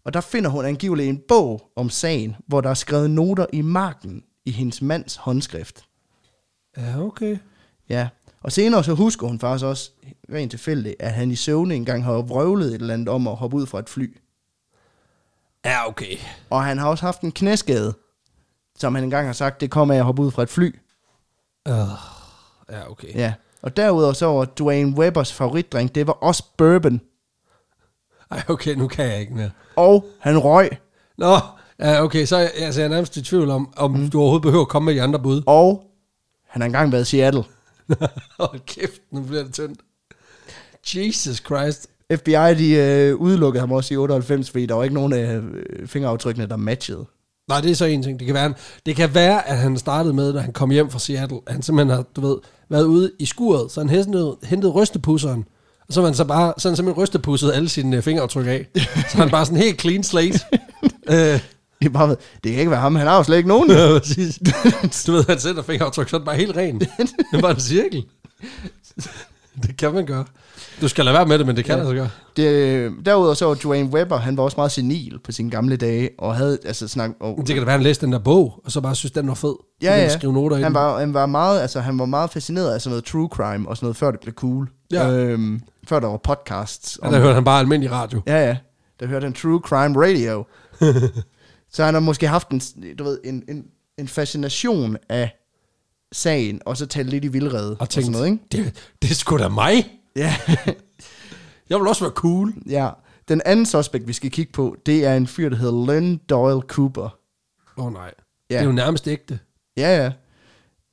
Og der finder hun angiveligt en bog om sagen, hvor der er skrevet noter i marken i hendes mands håndskrift. Ja, okay. Ja, og senere så husker hun faktisk også rent tilfældigt, at han i søvne engang har vrøvlet et eller andet om at hoppe ud fra et fly. Ja, okay. Og han har også haft en knæskade, som han engang har sagt, det kom af at hoppe ud fra et fly. Uh, ja, okay. Ja. Og derudover så var Dwayne Webbers favoritdrink, det var også bourbon. Ej, okay, nu kan jeg ikke mere. Og han røg, Nå, ja, okay, så er jeg, altså, jeg er nærmest i tvivl om, om mm. du overhovedet behøver at komme med de andre bud. og han har engang været i Seattle. Hold kæft, nu bliver det tyndt. Jesus Christ. FBI, de øh, udelukkede ham også i 98, fordi der var ikke nogen af øh, fingeraftrykkene, der matchede. Nej, det er så en ting. Det kan, være, han, det kan være, at han startede med, da han kom hjem fra Seattle, at han simpelthen har, du ved, været ude i skuret, så han hentede, hentede rystepusseren, og så var han så bare, sådan simpelthen rystepusset alle sine øh, fingeraftryk af. Så han bare sådan helt clean slate. øh, Det, er bare, det kan ikke være ham, han har jo slet ikke nogen. ja, præcis. du ved, han sender fingeraftryk, så er den bare helt ren. Det er bare en cirkel. Det kan man gøre. Du skal lade være med det, men det kan ja. altså gøre. Det, øh, derudover så var Dwayne Webber, han var også meget senil på sine gamle dage, og havde altså snak... Og, Det kan da være, at han læste den der bog, og så bare synes, den var fed. Så ja, ville ja. Skrive noter i han, den. var, han, var meget, altså, han var meget fascineret af sådan noget true crime og sådan noget, før det blev cool. Ja. Øhm, før der var podcasts. Ja, der hørte han bare almindelig radio. Ja, ja. Der hørte han True Crime Radio. så han har måske haft en, du ved, en, en, en fascination af sagen, og så talt lidt i vildrede. Og tænkte, sådan noget, ikke? Det, det er sgu da mig. Ja. Jeg vil også være cool. ja. Den anden suspekt, vi skal kigge på, det er en fyr, der hedder Len Doyle Cooper. Åh oh, nej. Ja. Det er jo nærmest ægte. Ja, ja.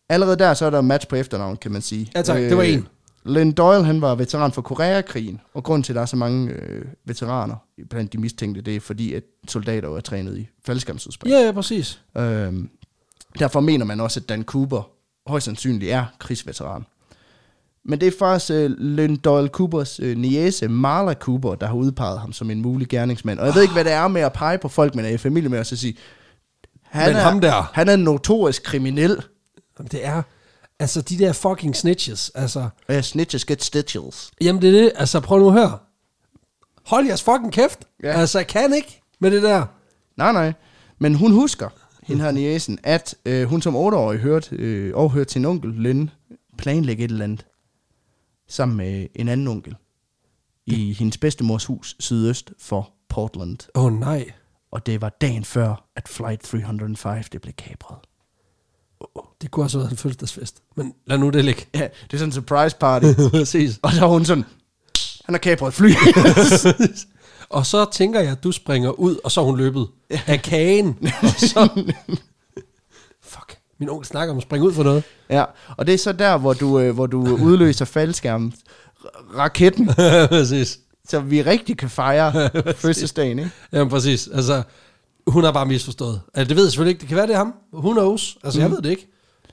Allerede der, så er der match på efternavn, kan man sige. Ja, tak. Det var en. Len Doyle, han var veteran for Koreakrigen, og grund til, at der er så mange øh, veteraner blandt de mistænkte, det er fordi, at soldater jo er trænet i faldskærmsudspring. Ja, ja, præcis. Øhm, derfor mener man også, at Dan Cooper højst sandsynligt er krigsveteran. Men det er faktisk øh, Lynn Doyle Coopers øh, niece, Marla Cooper, der har udpeget ham som en mulig gerningsmand. Og jeg ved ikke, hvad det er med at pege på folk, man er i familie med, og så sige, han, Men er, ham der. han er en notorisk kriminel. Jamen, det er... Altså, de der fucking snitches, altså... Uh, snitches get stitches. Jamen, det er det. Altså, prøv nu at høre. Hold jeres fucking kæft. Ja. Ja. Altså, jeg kan ikke med det der. Nej, nej. Men hun husker, hende her niesen, at øh, hun som otteårig hørte, øh, overhørte sin onkel, Lynn, planlægge et eller andet sammen med en anden onkel i hendes bedstemors hus sydøst for Portland. Åh oh, nej. Og det var dagen før, at Flight 305 det blev kapret. Det kunne også have været en fødselsdagsfest. Men lad nu det ligge. Ja, det er sådan en surprise party. præcis. og så er hun sådan, han har kapret et fly. Og så tænker jeg, at du springer ud, og så er hun løbet af kagen. Og så... Fuck. Min onkel snakker om at springe ud for noget. ja, og det er så der, hvor du, øh, hvor du udløser faldskærmen, raketten, præcis. så vi rigtig kan fejre fødselsdagen, ikke? Jamen præcis, altså hun har bare misforstået. Altså, det ved jeg selvfølgelig ikke, det kan være det er ham, hun knows, altså mm. jeg ved det ikke.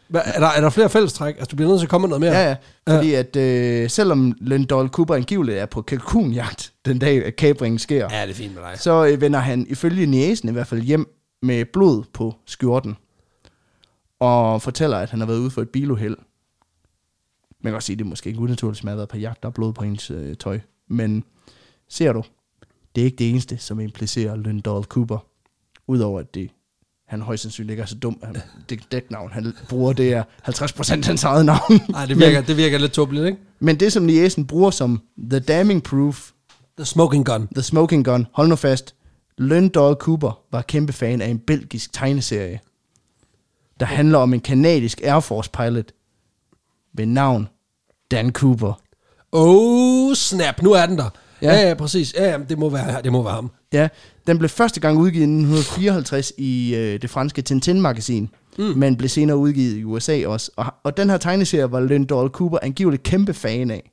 Hva, er, der, er der flere fællestræk? Altså, du bliver nødt til at komme med noget mere. Ja, ja. Fordi at øh, selvom Lendol Cooper angiveligt er på kalkunjagt den dag, at kabringen sker, ja. ja det er fint med dig. så øh, vender han ifølge næsen i hvert fald hjem med blod på skjorten. Og fortæller, at han har været ude for et biluheld. Man kan også sige, at det er måske ikke unaturligt, at man har været på jagt og blod på ens øh, tøj. Men ser du, det er ikke det eneste, som implicerer Lendol Cooper. Udover at det han højst sandsynligt ikke er så dum. at Han, det dæknavn, han bruger, det er 50% hans eget navn. Nej, det virker, det virker lidt tåbeligt, ikke? Men det, som Nielsen bruger som The Damning Proof, The Smoking Gun. The Smoking Gun, hold nu fast, Løndal Cooper var kæmpe fan af en belgisk tegneserie, der handler om en kanadisk Air Force pilot ved navn Dan Cooper. Oh, snap. Nu er den der. Ja, Ja. ja, ja præcis. Ja, ja, det må være, det må være ham. Ja, den blev første gang udgivet i 1954 i øh, det franske Tintin-magasin, mm. men blev senere udgivet i USA også. Og, og den her tegneserie var Lynn Doyle Cooper angiveligt kæmpe fan af.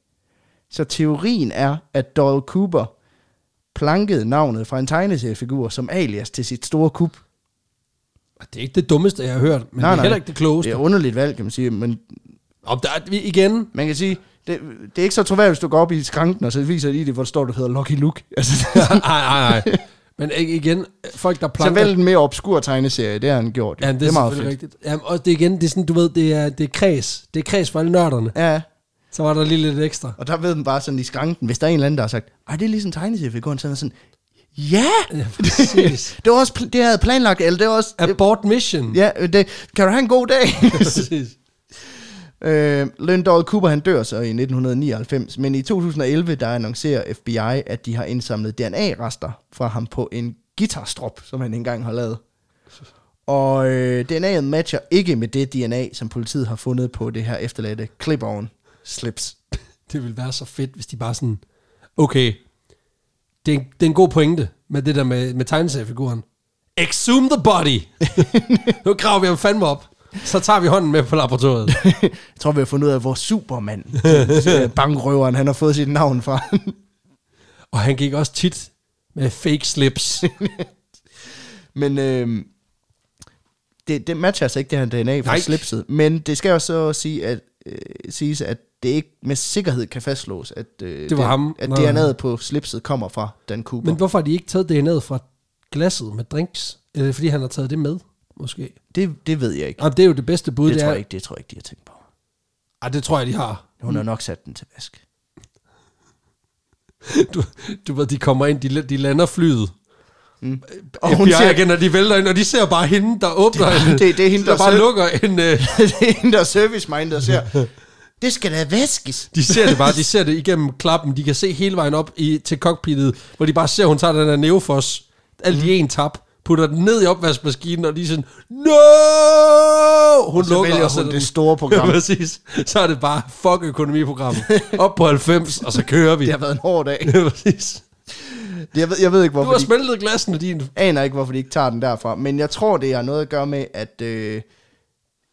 Så teorien er, at Doyle Cooper plankede navnet fra en tegneseriefigur som alias til sit store kub. Det er ikke det dummeste, jeg har hørt, men nej, det er heller ikke det klogeste. Det er Ja. underligt valg, kan man sige. Men Og der, er- vi- igen, man kan sige, det, det er ikke så troværdigt, hvis du går op i skranken, og så viser de det, hvor der står, du hedder Lucky Luke. Altså, nej, nej, nej. Men i- igen, folk der så planker... vælg en mere obskur tegneserie, det har han gjort. jo. Ja, det, det er, meget fedt. rigtigt. Ja, og det er igen, det er sådan, du ved, det er, det er kreds. Det er kreds for alle nørderne. Ja, Så var der lige lidt ekstra. Og der ved man bare sådan i skranken, hvis der er en eller anden, der har sagt, ej, det er ligesom tegneseriefiguren, så er man sådan, ja! Ja, præcis. det var også, pl- det jeg havde planlagt, eller det var også, øh, Abort mission. ja, øh, det, kan du have en god dag? præcis. øh, Lyndall Cooper, han dør så i 1999, men i 2011, der annoncerer FBI, at de har indsamlet DNA-rester fra ham på en guitarstrop, som han engang har lavet. Og øh, DNA'et matcher ikke med det DNA, som politiet har fundet på det her efterladte clip-on slips. Det ville være så fedt, hvis de bare sådan, okay, det er, en- det er en god pointe med det der med, med tegneseriefiguren. Exhume the body! nu graver vi ham fandme op. Så tager vi hånden med på laboratoriet. Jeg tror, vi har fundet ud af, hvor Superman, øh, bankrøveren, han har fået sit navn fra. Og han gik også tit med fake slips. men øh, det, det matcher altså ikke det her DNA fra Nej. slipset. Men det skal også så sige, at, øh, siges, at det ikke med sikkerhed kan fastslås, at, øh, Det var ham. at Nå. DNA'et på slipset kommer fra Dan Cooper. Men Men, hvorfor har de ikke taget DNA'et fra glasset med drinks? Eller er det, fordi han har taget det med, måske? det, det ved jeg ikke. Og det er jo det bedste bud, Det, det, tror er... jeg ikke, det tror jeg ikke, de har tænkt på. Ej, det tror jeg, de har. Hun har nok sat den til vask. Du, du ved, de kommer ind, de, la- de lander flyet. Mm. Og Og hun hun siger ser- igen, og de vælter ind, og de ser bare hende, der åbner Det- en- det- det er hende, der der bare selv- lukker en... Øh, det er en, der er service-minded og siger, det skal da vaskes. de ser det bare, de ser det igennem klappen, de kan se hele vejen op i, til cockpittet, hvor de bare ser, hun tager den her neofos, alt Mhm. i en tap, putter den ned i opvaskemaskinen, og lige sådan, no! Hun Så vælger og hun sætter det den- store program. Præcis. Så er det bare, fuck økonomiprogrammet. Op på 90, og så kører vi. Det har været en hård dag. Præcis. Jeg ved, jeg ved ikke, Du hvorfor har de- smeltet glassene din. aner ikke, hvorfor de ikke tager den derfra, men jeg tror, det har noget at gøre med, at, øh,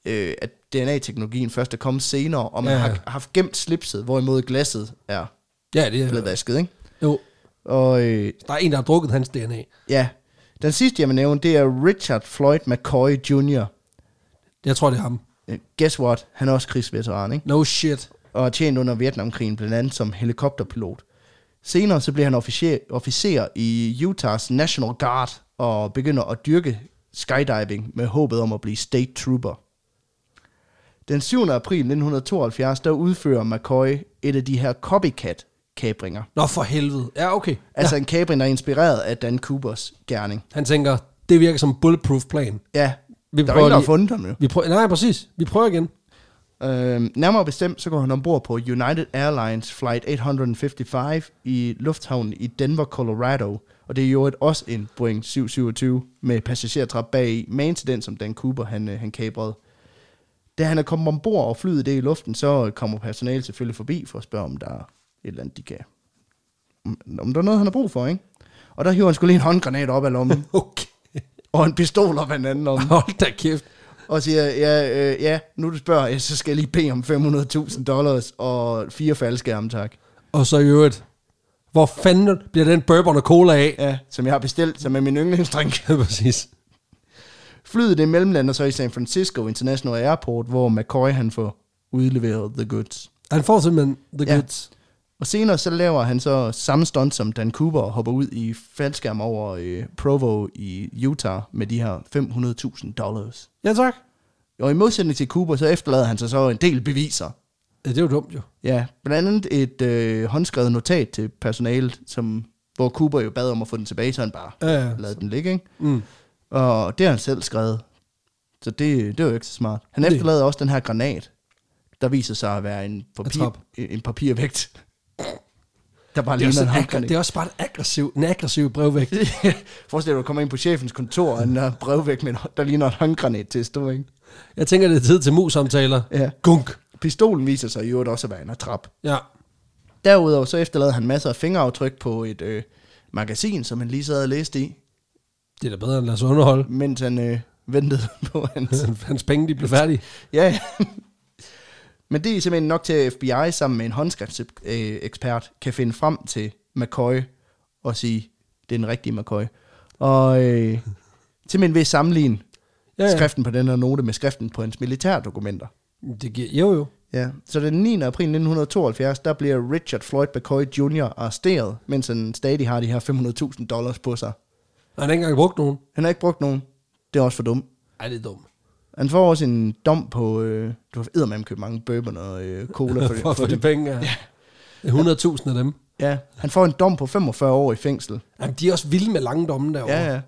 øh, at DNA-teknologien først er kommet senere, og man Ja. ja. har haft gemt slipset, hvorimod glasset er Ja, det blevet er vasket, ikke? jo. Og øh, Der er en, der har drukket hans DNA. ja, den sidste, jeg vil nævne, det er Richard Floyd McCoy Jr. Jeg tror, det er ham. Øh, Guess what? Han er også krigsveteran, ikke? No shit. Og har tjent under Vietnamkrigen, blandt andet som helikopterpilot. Senere så bliver han officer, officer i Utahs National Guard og begynder at dyrke skydiving med håbet om at blive state trooper. Den 7. april 1972, der udfører McCoy et af de her copycat-kabringer. Nå, for helvede. Ja, okay. Altså en kabring, der er inspireret af Dan Coopers gerning. Han tænker, det virker som en bulletproof plan. Ja, Vi vi der er prøver ingen, der har lige- fundet ham jo. Vi prøver, nej, præcis. Vi prøver igen. Øhm, nærmere bestemt, så går han ombord på United Airlines Flight 855 i lufthavnen i Denver, Colorado. Og det er jo et også en Boeing 727 med passagertrap bag Magen til den, som Dan Cooper han, øh, han kabrede. Da han er kommet ombord og flyet det i luften, så øh, kommer personalet selvfølgelig forbi for at spørge, om der er et eller andet, de kan... om- Om der er noget, han har brug for, ikke? Og der hiver han skulle lige en håndgranat op af lommen, Okay. og en pistol op af den anden lomme Hold da kæft. og siger, ja, øh, ja, nu du spørger, ja, så skal jeg lige bede om 500.000 dollars og fire faldskærme, tak. Og så i øvrigt, hvor fanden bliver den bourbon og cola af? Ja, som jeg har bestilt, som er min yndlingsdrink. Ja, præcis. Flyet det mellemlander så i San Francisco International Airport, hvor McCoy han får udleveret The Goods. Han får simpelthen the Ja. goods. Og senere så laver han så samme stunt som Dan Cooper og hopper ud i faldskærm over øh, Provo i Utah med de her 500.000 dollars. Ja, tak. Og i modsætning til Cooper, så efterlader han sig så en del beviser. Ja, det er jo dumt, jo. Ja, blandt andet et øh, håndskrevet notat til personalet, som, hvor Cooper jo bad om at få den tilbage, så han bare Ja, ja. lavede den ligge, ikke? Mm. Og det har han selv skrevet. Så det, det var jo ikke så smart. Han Nej. efterlader også den her granat, der viser sig at være en, trap. papir, en papirvægt. Der bare Det er, ligner også en en aggra- håndgranat. det er også bare et aggressiv, en aggressiv brevvægt. Forestil dig, at du kommer ind på chefens kontor, og han har brevvægt, men der ligner en håndgranat til at stå, ikke? Jeg tænker, det er tid til mus-samtaler. Ja. Gunk. Pistolen viser sig i øvrigt også at være en attrap. Ja. Derudover så efterlader han masser af fingeraftryk på et øh, magasin, som han lige sad og læste i, Det er da bedre, end at lade sig underholde. mens han øh, ventede på hans... Hans penge, de blev færdige. ja, ja. Men det er simpelthen nok til, at FBI sammen med en håndskriftsekspert øh, kan finde frem til McCoy og sige, det er den rigtige McCoy. Og øh, simpelthen ved at sammenligne Ja, ja. skriften på den her note med skriften på hans militærdokumenter. Det giver, jo, jo. Ja, så den 9. april 1972, der bliver Richard Floyd McCoy Jr. arresteret, mens han stadig har de her 500.000 dollars på sig. Og han har ikke engang brugt nogen. Han har ikke brugt nogen. Det er også for dumt. Ej, det er dumt. Han får også en dom på, øh, du har med købt mange bourbon og øh, cola for, For at få de penge. Ja. Det er 100.000 af dem. Ja, han får en dom på 45 år i fængsel. Jamen, de er også vilde med lange domme derovre. Ja, ja,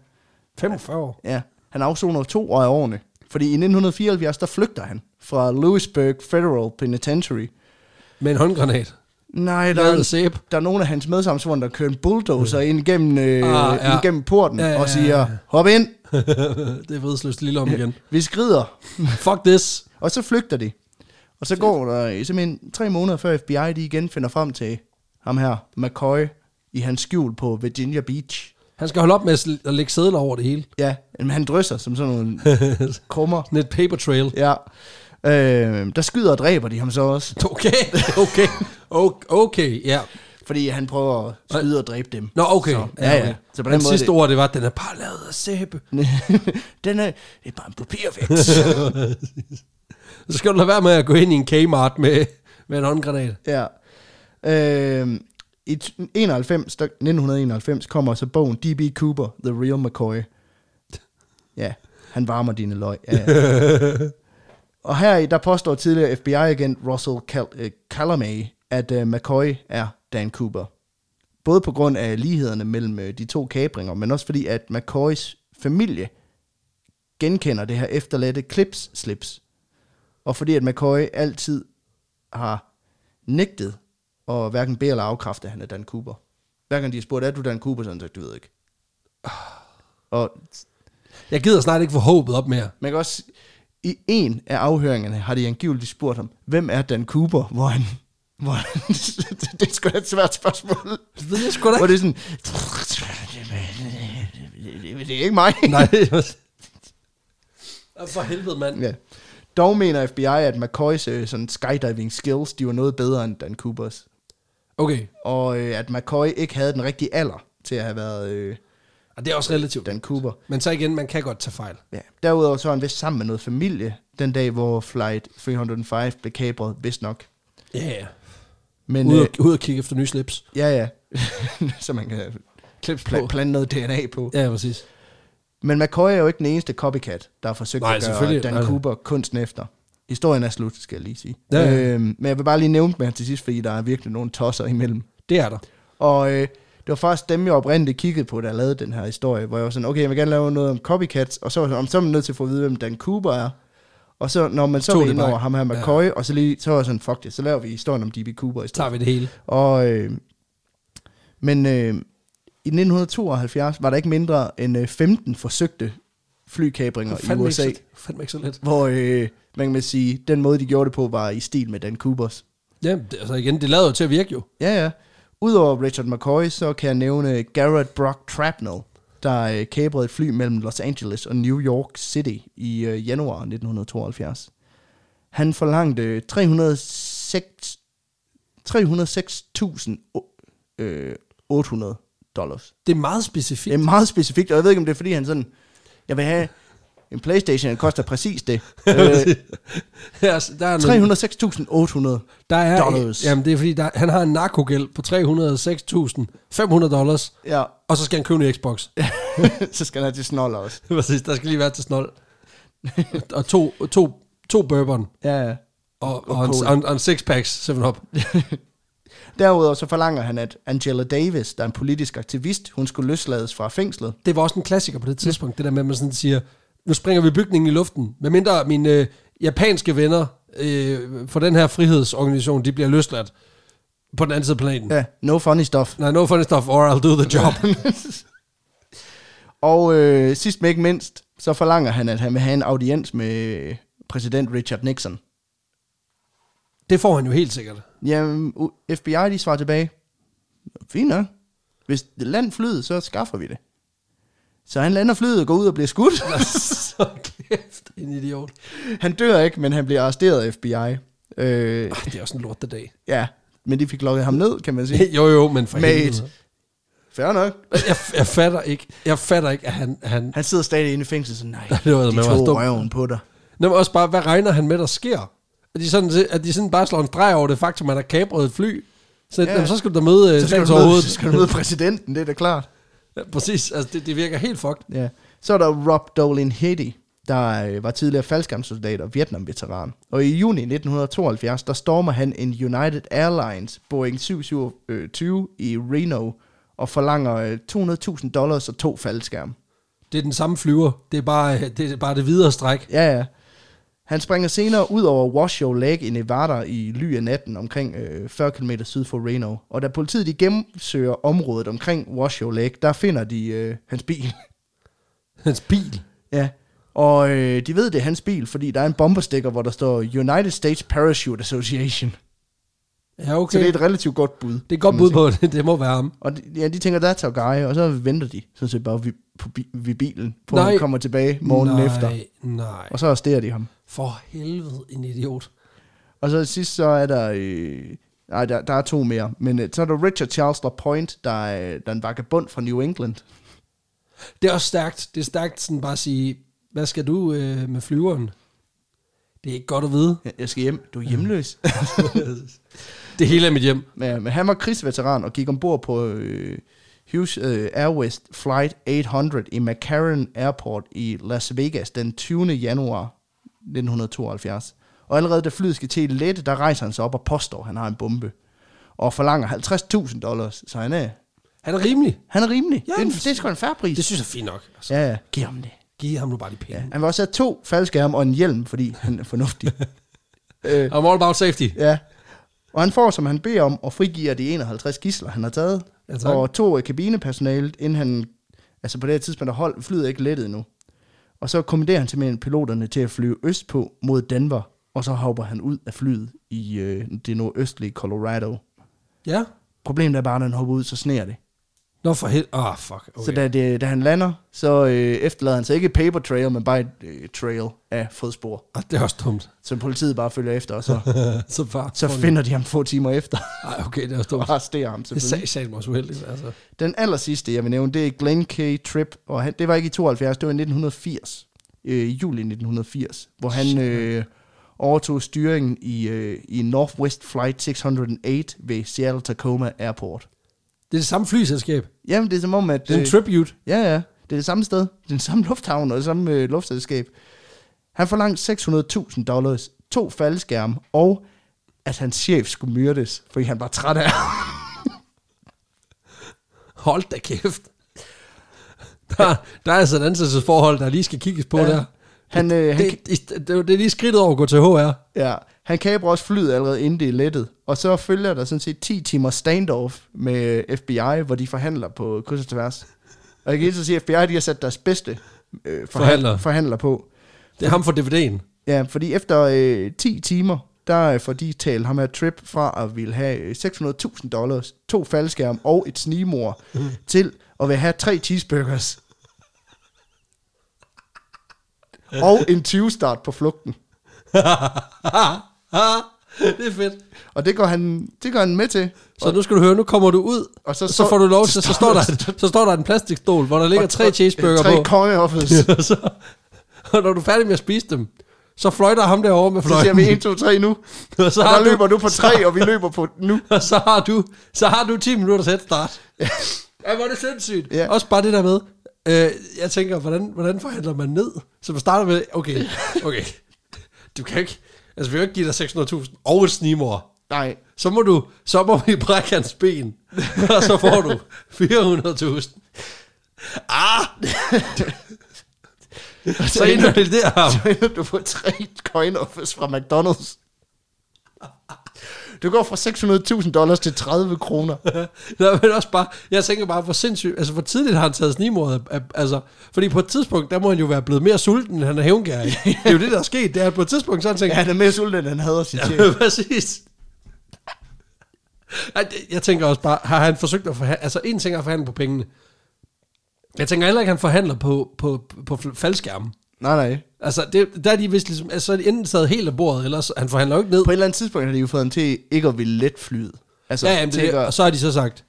45 år. ja. Han afsoner to år af årene, fordi i 1974, der flygter han fra Lewisburg Federal Penitentiary. Med en håndgranat. Nej, der Lavet af er, sæbe. der er nogle af hans medsamsvogne, der kører en bulldozer ind igennem, øh, Ah, ah, ja. ja. igennem porten Ja, ja, ja, ja, ja, ja. og siger, ja. hop ind, det er vridsløst lille om igen. vi skrider. Fuck this. Og så flygter de. Og så går der øh, simpelthen tre måneder før FBI de igen finder frem til ham her, McCoy, i hans skjul på Virginia Beach. Han skal holde op med at sl- at lægge sædler over det hele. Ja, men han drysser som sådan nogle krummer. Sådan et paper trail. Ja. Øh, der skyder og dræber de ham så også, Okay, okay, okay, okay, ja. fordi han prøver at skyde og dræbe dem. Nå, okay. Så, ja, ja. Så på den Hans måde... sidste ord, det var, at den er bare lavet af sæbe. Det, den er, det er bare en papirvægt. Så skal du lade være med at gå ind i en Kmart med, med en håndgranat. ja. Øh, I t- 91, der- 1991 kommer så bogen D.B. Cooper, The Real McCoy. Ja, han varmer dine løg. Ja, ja. Og her i, der påstår tidligere FBI-agent Russell Cal- øh, Calamay, at øh, McCoy er Dan Cooper. Både på grund af lighederne mellem øh, de to kabringer, men også fordi, at McCoys familie genkender det her efterladte klips-slips. Og fordi, at McCoy altid har nægtet at hverken bede eller afkræfte, at han er Dan Cooper. Hver gang de har spurgt, er du Dan Cooper, så har han sagt, du ved ikke. Og Jeg gider snart ikke få håbet op mere. man kan også... I en af afhøringerne har de angiveligt spurgt ham, hvem er Dan Cooper, hvor han... Hvor han det er sgu da et svært spørgsmål. Det ved jeg sgu da Hvor ikke. det er sådan... Det er ikke mig. Nej. Ah, For helvede, mand. Ja. Dog mener FBI, at McCoys øh, sådan skydiving skills, de var noget bedre end Dan Coopers. Okay, Og øh, at McCoy ikke havde den rigtige alder til at have været øh, og det er også relativt. Dan Cooper. Men så igen, man kan godt tage fejl. Ja. Derudover så er han vist sammen med noget familie, den dag, hvor Flight 305 blev kabret, vist nok. Ja, ja. Men, Ud, øh, og- ud og kigge efter nye slips. Ja, ja. så man kan Klips på. pla- plante noget DNA på. Ja. Ja, præcis. Men McCoy er jo ikke den eneste copycat, der har forsøgt Nej, Nej, at gøre selvfølgelig. Dan Nej, nej. Cooper kunsten efter. Historien er slut, skal jeg lige sige. Ja, ja. Øhm, men jeg vil bare lige nævne dem her til sidst, fordi der er virkelig nogle tosser imellem. Det er der. Og øh, det var faktisk dem, jeg oprindeligt kiggede på, der lavede den her historie, hvor jeg var sådan, okay, jeg vil gerne lave noget om copycats, og så var jeg sådan, "Om, så er man nødt til at få at vide, hvem Dan Cooper er. Og så, når man så Tog var det inde over bare. ham her Ja. McCoy, ja. og så, lige, så var jeg sådan, fuck det, så laver vi historien om D.B. Cooper Så i stedet. tager vi det hele. Og, øh, men øh, i 1972 var der ikke mindre end øh, 15 forsøgte flykabringer i Fandme ikke USA, så- Fandme ikke så let. hvor øh, man kan sige, den måde, de gjorde det på, var i stil med Dan Coopers. Ja, det, altså igen, det lader jo til at virke jo. Ja, ja. Udover Richard McCoy, så kan jeg nævne Garrett Brock Trapnell, der øh, kabrede et fly mellem Los Angeles og New York City i øh, januar 1972. Han forlangte 306 306.800 øh, 800 dollars. Det er meget Det er specifikt. meget specifikt, og jeg ved ikke, om det er, fordi han sådan... Jeg vil have En Playstation koster præcis det. øh, Ja, altså, der er nogle- 306.800. Der er, dollars. Jamen, det er fordi, der, han har en narkogæld på 306.500 dollars, Ja, og så skal han købe en Xbox. så skal han have til snoller også. Præcis, der skal lige være til snold. og to, to, to bourbon, Ja, ja. og, Og og, en, cola. og, en, og en six-packs 7-Up. Derudover så forlanger han, at Angela Davis, der er en politisk aktivist, hun skulle løslades fra fængslet. Det var også en klassiker på det tidspunkt, det der med, at man sådan siger, nu springer vi bygningen i luften, medmindre mine øh, japanske venner øh, for den her frihedsorganisation, de bliver løsladt på den anden side af planeten. Ja, no funny stuff. Nej, no funny stuff, or I'll do the job. Og øh, sidst men ikke mindst, så forlanger han, at han vil have en audiens med præsident Richard Nixon. det får han jo helt sikkert. Jamen, U- FBI de svarer tilbage. Fint nok. Hvis land flyet, så skaffer vi det. Så han lander flyet og går ud og bliver skudt. så kæft, en idiot. han dør ikke, men han bliver arresteret af FBI. Øh, Ej, det er også en lortedag. dag. ja, men de fik lukket ham ned, kan man sige. jo, jo, men for Med helvede. et, fair nok. Jeg, jeg, fatter ikke, jeg fatter ikke, at han... han Han sidder stadig inde i fængsel, så nej, det var de med mig tog dumt. røven på dig. Nå, men også bare, hvad regner han med, der sker? At de sådan, at de sådan bare slår en streg over det faktum, at han har kabret et fly. Så, Ja. ja. jamen, så skal du da møde øh, Så så skal, du møde, så skal du møde præsidenten, det er da klart. Ja, præcis, altså det, det virker helt fucked. Ja. Så er der Rob Dolin Hitty, der øh, var tidligere faldskærmssoldat og Vietnam-veteran. Og i juni 1972, der stormer han en United Airlines Boeing 727 i Reno og forlanger øh, 200.000 dollars og to faldskærme. Det er den samme flyver, det er bare øh, det, er bare det videre stræk. Ja, ja. Han springer senere ud over Washoe Lake i Nevada i ly af natten omkring øh, 40 km syd for Reno. Og da politiet de gennemsøger området omkring Washoe Lake, der finder de øh, hans bil. Hans bil. Ja, og øh, de ved, det er hans bil, fordi der er en bomberstikker, hvor der står United States Parachute Association. Okay. Ja, okay. Så det er Det, et relativt godt bud. det er et godt bud på det, det må være ham. Og de, ja, de tænker, der tager guy, og så venter de sådan set bare vi, på bi, ved bilen, på at Nej. han kommer tilbage morgenen nej, efter. Nej, Og så arresterer de ham. For helvede, en idiot. Og så sidst så er der... Øh, nej, der, der er to mere. Men øh, så er der Richard Charles LaPointe, der, er- der er en vagabond fra New England. Det er også stærkt. Det er stærkt sådan bare at sige, hvad skal du øh, med flyveren? Det er ikke godt at vide. Jeg- Jeg skal hjem. Du er hjemløs. det hele er mit hjem. Ja, men han var krigsveteran og gik ombord på øh, Hughes øh, Airways Flight 800 i McCarran Airport i Las Vegas den 20. januar 1972. Og allerede da flyet skal til at lette, der rejser han sig op og påstår, at han har en bombe. Og forlanger 50.000 dollars, så han er, Han er rimelig. han er rimelig. Ja, Ja, det, er en- men- det er sgu en fair pris. Det synes jeg er fint nok. Altså, Ja, ja. Giv ham det. giv ham nu bare de Ja. penge. Han vil også have to faldskærme og en hjelm, fordi han er fornuftig. øh, I'm all about safety. Ja. Og han får, som han beder om, og frigiver de 51 gisler, han har taget. Ja, tak. og to af kabinepersonalet, inden han... Altså på det her tidspunkt, der hold, flyet er ikke lettet endnu. Og så kommanderer han simpelthen piloterne til at flyve østpå mod Denver, og så hopper han ud af flyet i øh, det nordøstlige Colorado. Ja. Problemet er bare, at når han hopper ud, så sneer det. Nå for helvede. Ah, oh, fuck. Okay. Okay. Så da, det, da han lander, så øh, efterlader han sig ikke et paper trail, men bare et øh, trail af fodspor, Ah, det er også dumt. som politiet bare følger efter, og så, så far. så finder de ham få timer efter Ej, okay, det er også dumt. og arresterer ham Det selvfølgelig. sagde sag mig også uheldigt, altså. Den aller sidste, jeg vil nævne, det er Glenn K. Tripp, og han, det var ikke i 72, det var i 1980, øh, juli 1980, hvor han øh, overtog styringen i, øh, i Northwest Flight 608 ved Seattle-Tacoma Airport. Det er det samme flyselskab. Jamen, det er som om, at... øh, Det er en tribute. Ja, ja, det er det samme sted, det er den samme lufthavn og det samme øh, luftselskab. Han forlangte 600.000 dollars, to faldskærme, og at hans chef skulle myrdes, fordi han var træt af ham. Hold da kæft. Der, der er altså et ansættelsesforhold, der lige skal kigges på Ja. ja. der. Han, øh, han, Det, det, det, det er lige skridtet over at gå til HR. Ja, han kaber også flyet allerede inden det er lettet. Og så følger der sådan set 10 timer standoff med øh, FBI, hvor de forhandler på kryds og tværs. Og jeg kan helt så sige, at FBI de har sat deres bedste øh, forhandler. Forhandler. forhandler på. Det er ham for DVD'en. Ja, fordi efter øh, 10 timer, der øh, får de talt ham her trip fra at ville have øh, 600.000 dollars, to faldskærm og et snimor Mhm. til at vil have tre cheeseburgers. og en 20-start på flugten. det er fedt. Og det går han, det går han med til. Så nu skal du høre, nu kommer du ud, Og og så- så, så får du lov til, så, så- står der, så står der en plastikstol, hvor der ligger Og tre cheeseburger tre på. Tre kongehoffels. og, så, Og når du er færdig med at spise dem, så fløjter ham derovre med Så fløjten. siger vi 1, 2, 3 nu. og så Og har der løber du på så- 3, og vi løber på nu. Og så har du, så har du 10 minutter til start. Ja, hvor er det sindssygt. Ja. Ja. Også bare det der med, øh, jeg tænker, hvordan, hvordan forhandler man ned? Så man starter med, okay, okay, du kan ikke, altså vi kan jo ikke give dig 600.000 og et snimor. Nej. Så må du, så må vi brække hans ben, og så får du 400.000. Ah! så invaliderer ham. Du får 3 coin offers fra McDonald's. Du går fra 600.000 dollars til 30 kroner. Nej, men også bare, jeg tænker bare, hvor sindssygt, altså hvor tidligt har han taget snimordet, af- altså, fordi på et tidspunkt, der må han jo være blevet mere sulten, end han er hævngærig. det er jo det, der er sket, det er, at på et tidspunkt, så har han tænkt, Ja, han er mere sulten, end han hader sin chef. ja, præcis. Ej, det- Jeg tænker også bare, har han forsøgt at forhandle, altså en ting er at forhandle på pengene, jeg tænker heller ikke, at han forhandler på, på, på, på faldskærmen. Nej, nej. Altså, det, der er de vist ligesom, altså, så er de enten taget helt af bordet, eller så, han forhandler jo ikke ned. På et eller andet tidspunkt har de jo fået ham til ikke at ville let flyde. Altså, Ja, jamen, det, tænker- og så har de så sagt,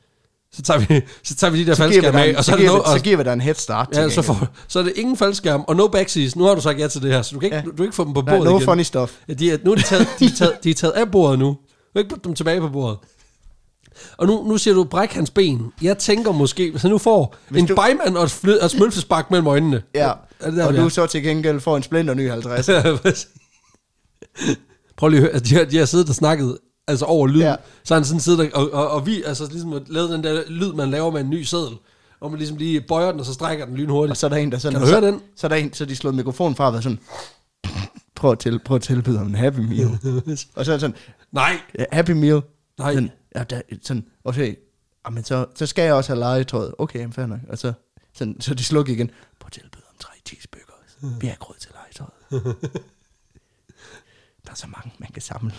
så tager vi, så tager vi de der så giver vi faldskærme dig en- af, og så, så er det giver no, vi- og, så giver vi dig en head start. til Ja, så, gengæld. for, så er det ingen faldskærm, og no backsies. Nu har du sagt ja til det her, så du kan ikke, Ja. ja. du, du kan ikke få dem på Nej, bordet no igen. funny stuff. Ja, De er, nu er de taget, de, er taget, de er taget af bordet nu. Du kan ikke putte dem tilbage på bordet. Og nu, nu siger du, bræk hans ben. Jeg tænker måske, hvis han nu får Hvis Hvis en du- du... bejmand og et, flød, og et smølfespark mellem øjnene. Ja, Er det der, og vi du er? så til gengæld får en splinter ny 50. Prøv lige at høre, altså, de har, de har siddet og snakket altså over lyd. Ja. Ja. Så har han sådan siddet og, og, og, og vi, altså ligesom lavet den der lyd, man laver med en ny seddel. Og man ligesom lige bøjer den, og så strækker den Og lynhurtigt. så er der en, der sådan... Kan du høre så, den? Så er der en, så de slået mikrofonen fra og været sådan... Prøv at, til, prøv at tilbyde ham en Happy Meal. og så er det sådan, Nej! ja, Happy Meal. Nej. Sådan, ja, der, sådan, og så, jamen, så, så skal jeg også have legetøjet. Okay, jamen, fair nok. Og så, sådan, så de slukker igen. Prøv at tilbyde ham tre cheeseburger. Vi har ikke råd til legetøjet. der er så mange, man kan samle.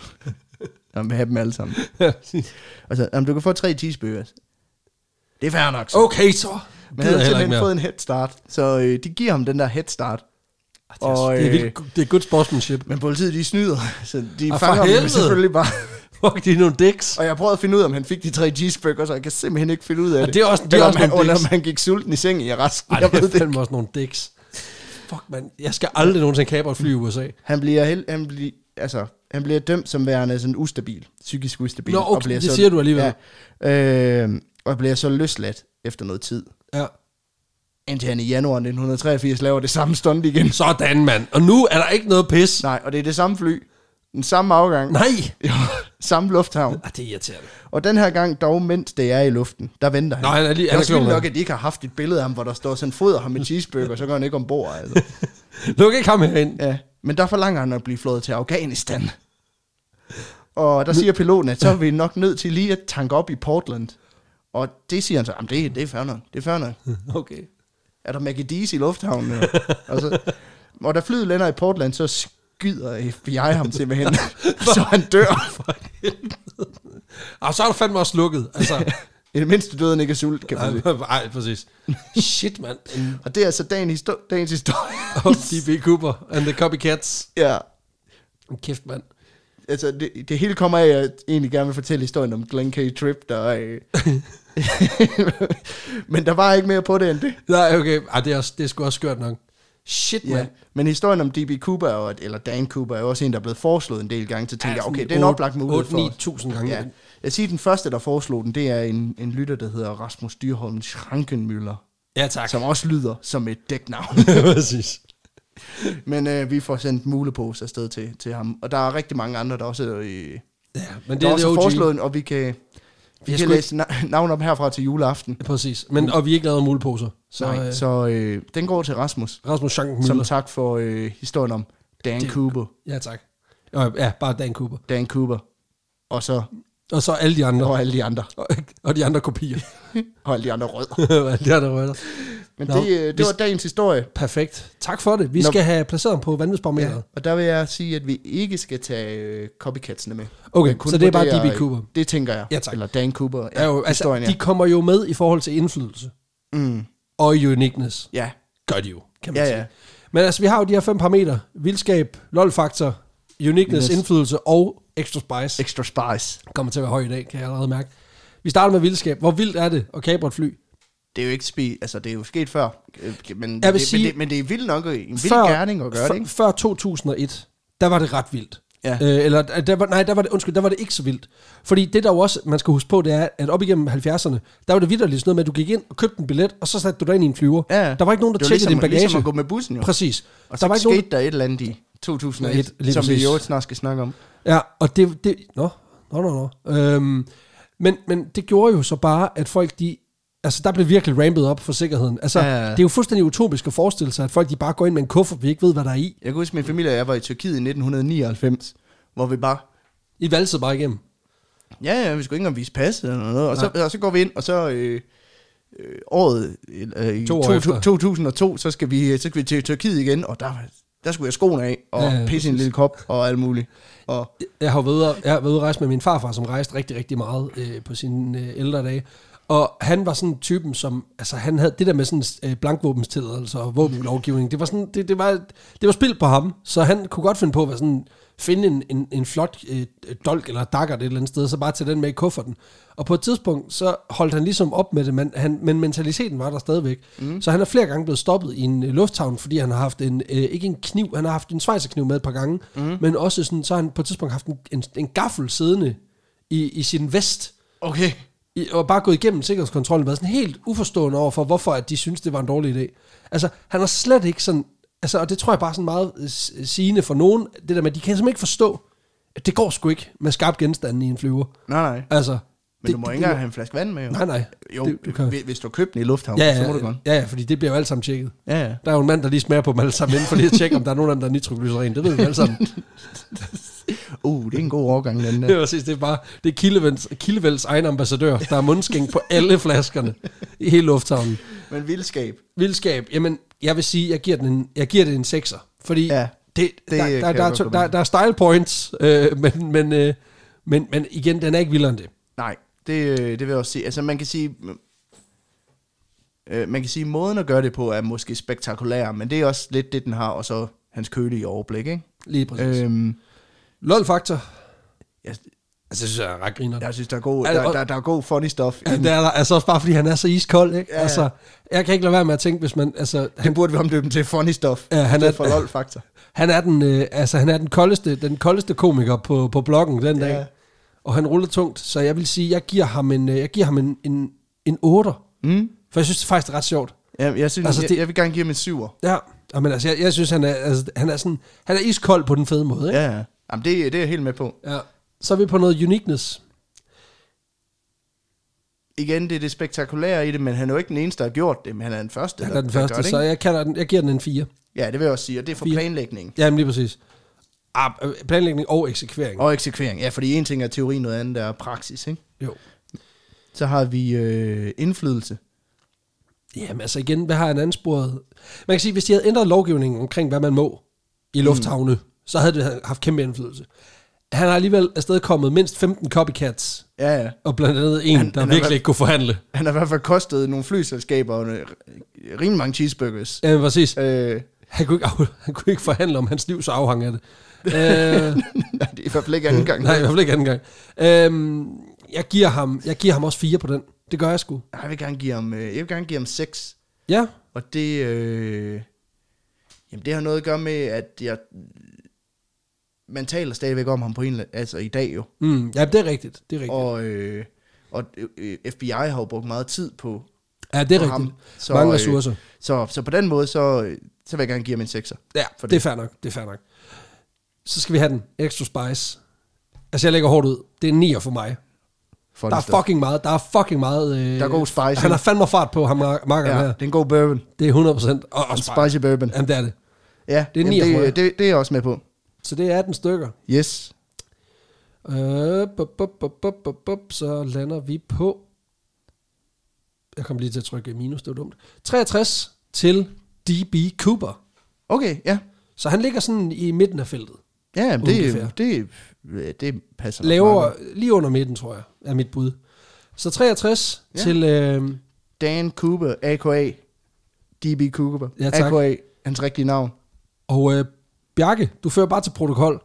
Jamen, vi har dem alle sammen. Og så, jamen, du kan få tre cheeseburgers. Det er fair nok. Så. Okay, så. Men han har simpelthen fået en head start, så øh, de giver ham den der head start. Og, Og, Ah, det, er øh, vildt, det er good sportsmanship. men politiet, de snyder, så de Ah, for fanger ham helvede! selvfølgelig bare. Fuck, de er nogle dicks. Og jeg prøvede at finde ud af, om han fik de tre cheeseburgers, og jeg kan simpelthen ikke finde ud af Og det. det er også- det er Eller om også han, nogle eller om dicks. han gik sulten i sengen i resten. Ej, jeg ved det er det. fandme også nogle dicks. Fuck, man. Jeg skal aldrig nogensinde kabre et fly i USA. Han bliver, hel, han, bliver, altså, han bliver dømt som værende sådan ustabil, psykisk ustabil. Nå, okay, det siger du alligevel. Ja, øh, og bliver så løsladt efter noget tid. Ja. Indtil han i januar 1983 laver det samme stunt igen. Sådan, mand. Og nu er der ikke noget pis. Nej, og det er det samme fly, den samme afgang, Nej. Jo, samme lufthavn. Ah, det er irriterende. Og den her gang dog, mens det er i luften, der venter han. Nå, han er lige- det er han er også klog, vildt mand. nok, at de ikke har haft et billede af ham, hvor der står sådan foder ham med cheeseburger, så går han ikke ombord. Altså. Luk ikke ham herind. Ja. Men der forlanger han at blive flået til Afghanistan. Og der siger piloten, at så er vi nok nødt til lige at tanke op i Portland. Og det siger han så, jamen det, det er fair nok, det er fair nok. Okay. Er der Mac D's i lufthavnen? nu?" og, så, og da flyet lander i Portland, så skyder FBI ham simpelthen, så han dør. Og Ah, så er du fandme også lukket. Altså, I det mindste døden ikke af sult, kan man sige. nej, ej, præcis. Shit, mand. En- Og det er altså dagen histo- dagens historie. Og D.B. Cooper and the Copycats. ja, Kæft, mand. altså det, det hele kommer af, at jeg egentlig gerne vil fortælle historien om Glenn K. Tripp, der øh... Men der var ikke mere på det end det. Nej, okay. Ej, det er, også, det er sgu også skørt nok. Shit, Ja. mand. Men historien om D.B. Cooper, er jo et- eller Dan Cooper, er jo også en, der er blevet foreslået en del gange, så tænker jeg, okay, det er en oplagt mulighed for os. 8-9.000 gange. Ja. Jeg siger, den første, der foreslog den, det er en, en lytter, der hedder Rasmus Dyrholm Schrankenmüller, ja tak. som også lyder som et dæknavn. Præcis. Men øh, vi får sendt mulepose afsted til, til ham. Og der er rigtig mange andre, der også, øh, det Ja, men der det er også det er OG. Foreslået. foreslået, og vi kan, vi Jeg kan skulle læse na- navn op herfra til juleaften. Præcis. Men, og vi er ikke lavet muleposer. Så, Så Nej, øh, så øh, den går til Rasmus, Rasmus Schanken som Møller. tak for øh, historien om Dan Det- Cooper. Ja, tak. Og, ja, bare Dan Cooper. Dan Cooper. Og så Og så alle de andre. og alle de andre. Og, og de andre kopier. Og alle de andre rødder. Og alle de andre rødder. Men Nå, det, øh, det vi- var dagens historie. Perfekt. Tak for det. Vi Nå. skal have placeret dem på vanvidsbarometeret. Ja, og der vil jeg sige, at vi ikke skal tage øh, copycatsene med. Okay, Men kun så det er bare vurdere, D.B. øh, Cooper. Det tænker jeg. Ja, tak. Eller Dan Cooper. Ja, jo, altså, historien, ja. de kommer jo med i forhold til indflydelse. Mm. Og uniqueness. ja. Gør de jo, kan man Ja, sige. ja. Men altså, vi har jo de her fem parametre. Vildskab, lol-faktor, uniqueness, Yes. indflydelse og extra spice. Extra spice. kommer til at være høj i dag, kan jeg allerede mærke. Vi starter med vildskab. Hvor vildt er det at kabre et fly? det er jo ikke spe, altså det er jo sket før, øh, men, Jeg vil det, sige- men, det, men det er vild nok, en vild før, gerning at gøre det, ikke? f- Før 2001, der var det ret vildt. Ja. Øh, eller øh, der var, nej, der var det, undskyld, der var det ikke så vildt. Fordi det der jo også, man skal huske på, det er, at op igennem 70'erne, der var det vidderligt sådan noget med, at du gik ind og købte en billet, og så satte du dig ind i en flyver. Ja, Der var ikke nogen, der det var tjekkede ligesom, din bagage. Ligesom at gå med bussen jo. Præcis. Og der så var var ikke skete nogen, der et eller andet i 2001, Et, lige som præcis. vi jo snart skal snakke om. Ja, og det... det nå, nå, nå, nå. Øhm, men, men det gjorde jo så bare, at folk de... Altså, der blev virkelig rampet op for sikkerheden. Altså, Ja, ja, ja. det er jo fuldstændig utopisk at forestille sig, at folk de bare går ind med en kuffert, vi ikke ved, hvad der er i. Jeg kan huske, min familie og jeg var i Tyrkiet i 1999, hvor vi bare, I valsede bare igennem. ja, ja, vi skulle ikke engang vise passet eller noget, og så, og så går vi ind, og så øh, øh, året, øh, i To år to, efter. 2002, så skal, vi, så skal vi til Tyrkiet igen, og der, der skulle jeg skoene af, og Ja, ja, ja, pisse i en lille kop, og alt muligt. Og Jeg har jo været, ude- jeg har været ude at rejse med min farfar, som rejste rigtig, rigtig meget øh, på sine øh, ældre dage. Og han var sådan typen, som, altså han havde det der med sådan øh, blankvåbenstilladelser og våbenlovgivning, det var sådan, det, det var, det var spildt på ham, så han kunne godt finde på at være sådan, finde en, en, en flot øh, dolk eller dakker et eller andet sted, og så bare tage den med i kufferten. Og på et tidspunkt, så holdt han ligesom op med det, men, han, men mentaliteten var der stadigvæk. Mm. Så han er flere gange blevet stoppet i en øh, lufthavn, fordi han har haft en, øh, ikke en kniv, han har haft en svejserkniv med et par gange, mm. men også sådan, så har han på et tidspunkt haft en, en, en gaffel siddende i, i sin vest, Okay. i, og bare gået igennem sikkerhedskontrollen, været sådan helt uforstående over for, hvorfor at de synes, det var en dårlig idé. Altså, han er slet ikke sådan, altså, og det tror jeg bare er sådan meget øh, s- sigende for nogen, det der med, at de kan simpelthen ikke forstå, at det går sgu ikke med skarp genstande i en flyver. Nej, nej. Altså, Men det, du må ikke engang have en flaske vand med, jo. Nej, nej. Jo, det, du kan. hvis- hvis du købte den i lufthavnen, Ja, ja, så må du ja, godt. ja, ja, fordi det bliver jo alt sammen tjekket. Ja, ja. Der er jo en mand, der lige smager på dem alle sammen inden for lige at tjekke, om der er nogen af dem, der er nitroglycerin. Det ved vi alle sammen. Uh, det er en god overgang, den Det der. er, præcis, det er bare det er Kildevælds, Kildevelds egen ambassadør, der er mundskænk på alle flaskerne i hele lufthavnen. Men vildskab. Vildskab, jamen, jeg vil sige, jeg giver, den en, jeg giver det en sekser. Fordi ja, Ja, det, det der, kan der, jeg der, er godt to- gå med. der, der er style points, øh, men, men, øh, men, men igen, den er ikke vildere end det. Nej, det, øh, det vil jeg også sige. Altså, man kan sige... Øh, man kan sige, måden at gøre det på er måske spektakulær, men det er også lidt det, den har, og så hans kølige overblik, ikke? Lige præcis. Øh, Øhm, LOL-faktor, jeg, altså, det synes jeg er ret griner. jeg synes, der er god, Altså, der, og- der, der er god funny stuff. Ja, i den. det er der, altså også bare fordi han er så iskold, ikke? Ja, Ja, ja. altså, jeg kan ikke lade være med at tænke, hvis man, altså, han, Det burde vi omdøbe den til funny stuff. Ja, Ja, han han er- er for lol faktor. han er den, øh, altså, han er den koldeste, den koldeste komiker på, på bloggen den dag. Ja. Og han ruller tungt, så jeg vil sige, jeg giver ham en, øh, jeg giver ham en, en, en 8'er. Mm. For jeg synes det faktisk er ret sjovt. Ja, jeg, Altså, synes, altså, det... det- jeg, jeg, vil gerne give ham en syver. Ja, men altså, jeg, jeg synes, han er, altså, han er sådan, han er iskold på den fede måde, ikke? Ja, ja. Jamen, det, det er jeg helt med på. Ja. ja. Så er vi på noget uniqueness. igen, det er det spektakulære i det, men han er jo ikke den eneste, der har gjort det, men han er den første. Han der- er den der gør første, det, så ikke? jeg, kalder den, jeg giver den en 4. Ja, det vil jeg også sige, og det er for Fire. planlægning Jamen lige præcis. Ah, planlægning og eksekvering. og eksekvering. Ja, fordi en ting er teori, noget andet er praksis, ikke? Jo. Så har vi øh, indflydelse. Jamen altså igen, hvad har en ansporet? Man kan sige, hvis de havde ændret lovgivningen omkring, hvad man må i lufthavne, mm. så havde det haft kæmpe indflydelse. Han har alligevel afstedkommet mindst 15 copycats, Ja, ja. og blandt andet en, han, Han- der han han er virkelig vel- ikke kunne forhandle. Han har i hvert fald kostet nogle flyselskaber øh, rimelig mange cheeseburgers. Ja, præcis. Øh, Han kunne, ikke, af- han kunne ikke forhandle om hans liv, så afhang af det. Øh, nej, det er i hvert fald ikke anden gang. nej, i hvert fald ikke anden gang. Øhm, jeg, giver ham, jeg giver ham også fire på den. Det gør jeg sgu. Jeg vil gerne give ham, øh, jeg vil gerne give ham seks, Ja, og det, øh, jamen det har noget at gøre med, at jeg, man taler stadigvæk om ham på en, eller- altså i dag jo. mm, ja det er rigtigt. Det er rigtigt. Og, øh, og øh, FBI har jo brugt meget tid på, ja, det er på rigtigt. ham. Så, Mange ressourcer. Øh, så, så på den måde, så, øh, så vil jeg gerne give ham en sekser. Ja, for for det. det. det er fair nok, det er fair nok. Så skal vi have den extra spice. Altså, jeg lægger hårdt ud. Det er en 9'er for mig. For Der den er sted. fucking meget, der er fucking meget... Øh, Der er god spice, Han ikke? har fandme fart på, ham mar- markeren ja. ja, her. det er en god bourbon. Det er 100%. Og, og En spice. spicy bourbon. Jamen, det er det. Ja, det er en jamen, nier for mig. det, det, det er jeg også med på. Så det er 18 stykker. Yes. Øh, bup, bup, bup, bup, bup, bup, så lander vi på... Jeg kom lige til at trykke minus, det var dumt. 63 til DB Cooper. Okay, ja. Så han ligger sådan i midten af feltet. Ja, jamen, det, Ungefær. det, det, det passer nok meget Laver godt. lige under midten, tror jeg, er mit bud. Så 63 ja. Ja. til... Øh, Dan Cooper, a.k.a. D.B. Cooper, Ja, tak. a.k.a. hans rigtige navn. og øh, Bjarke, du fører bare til protokol.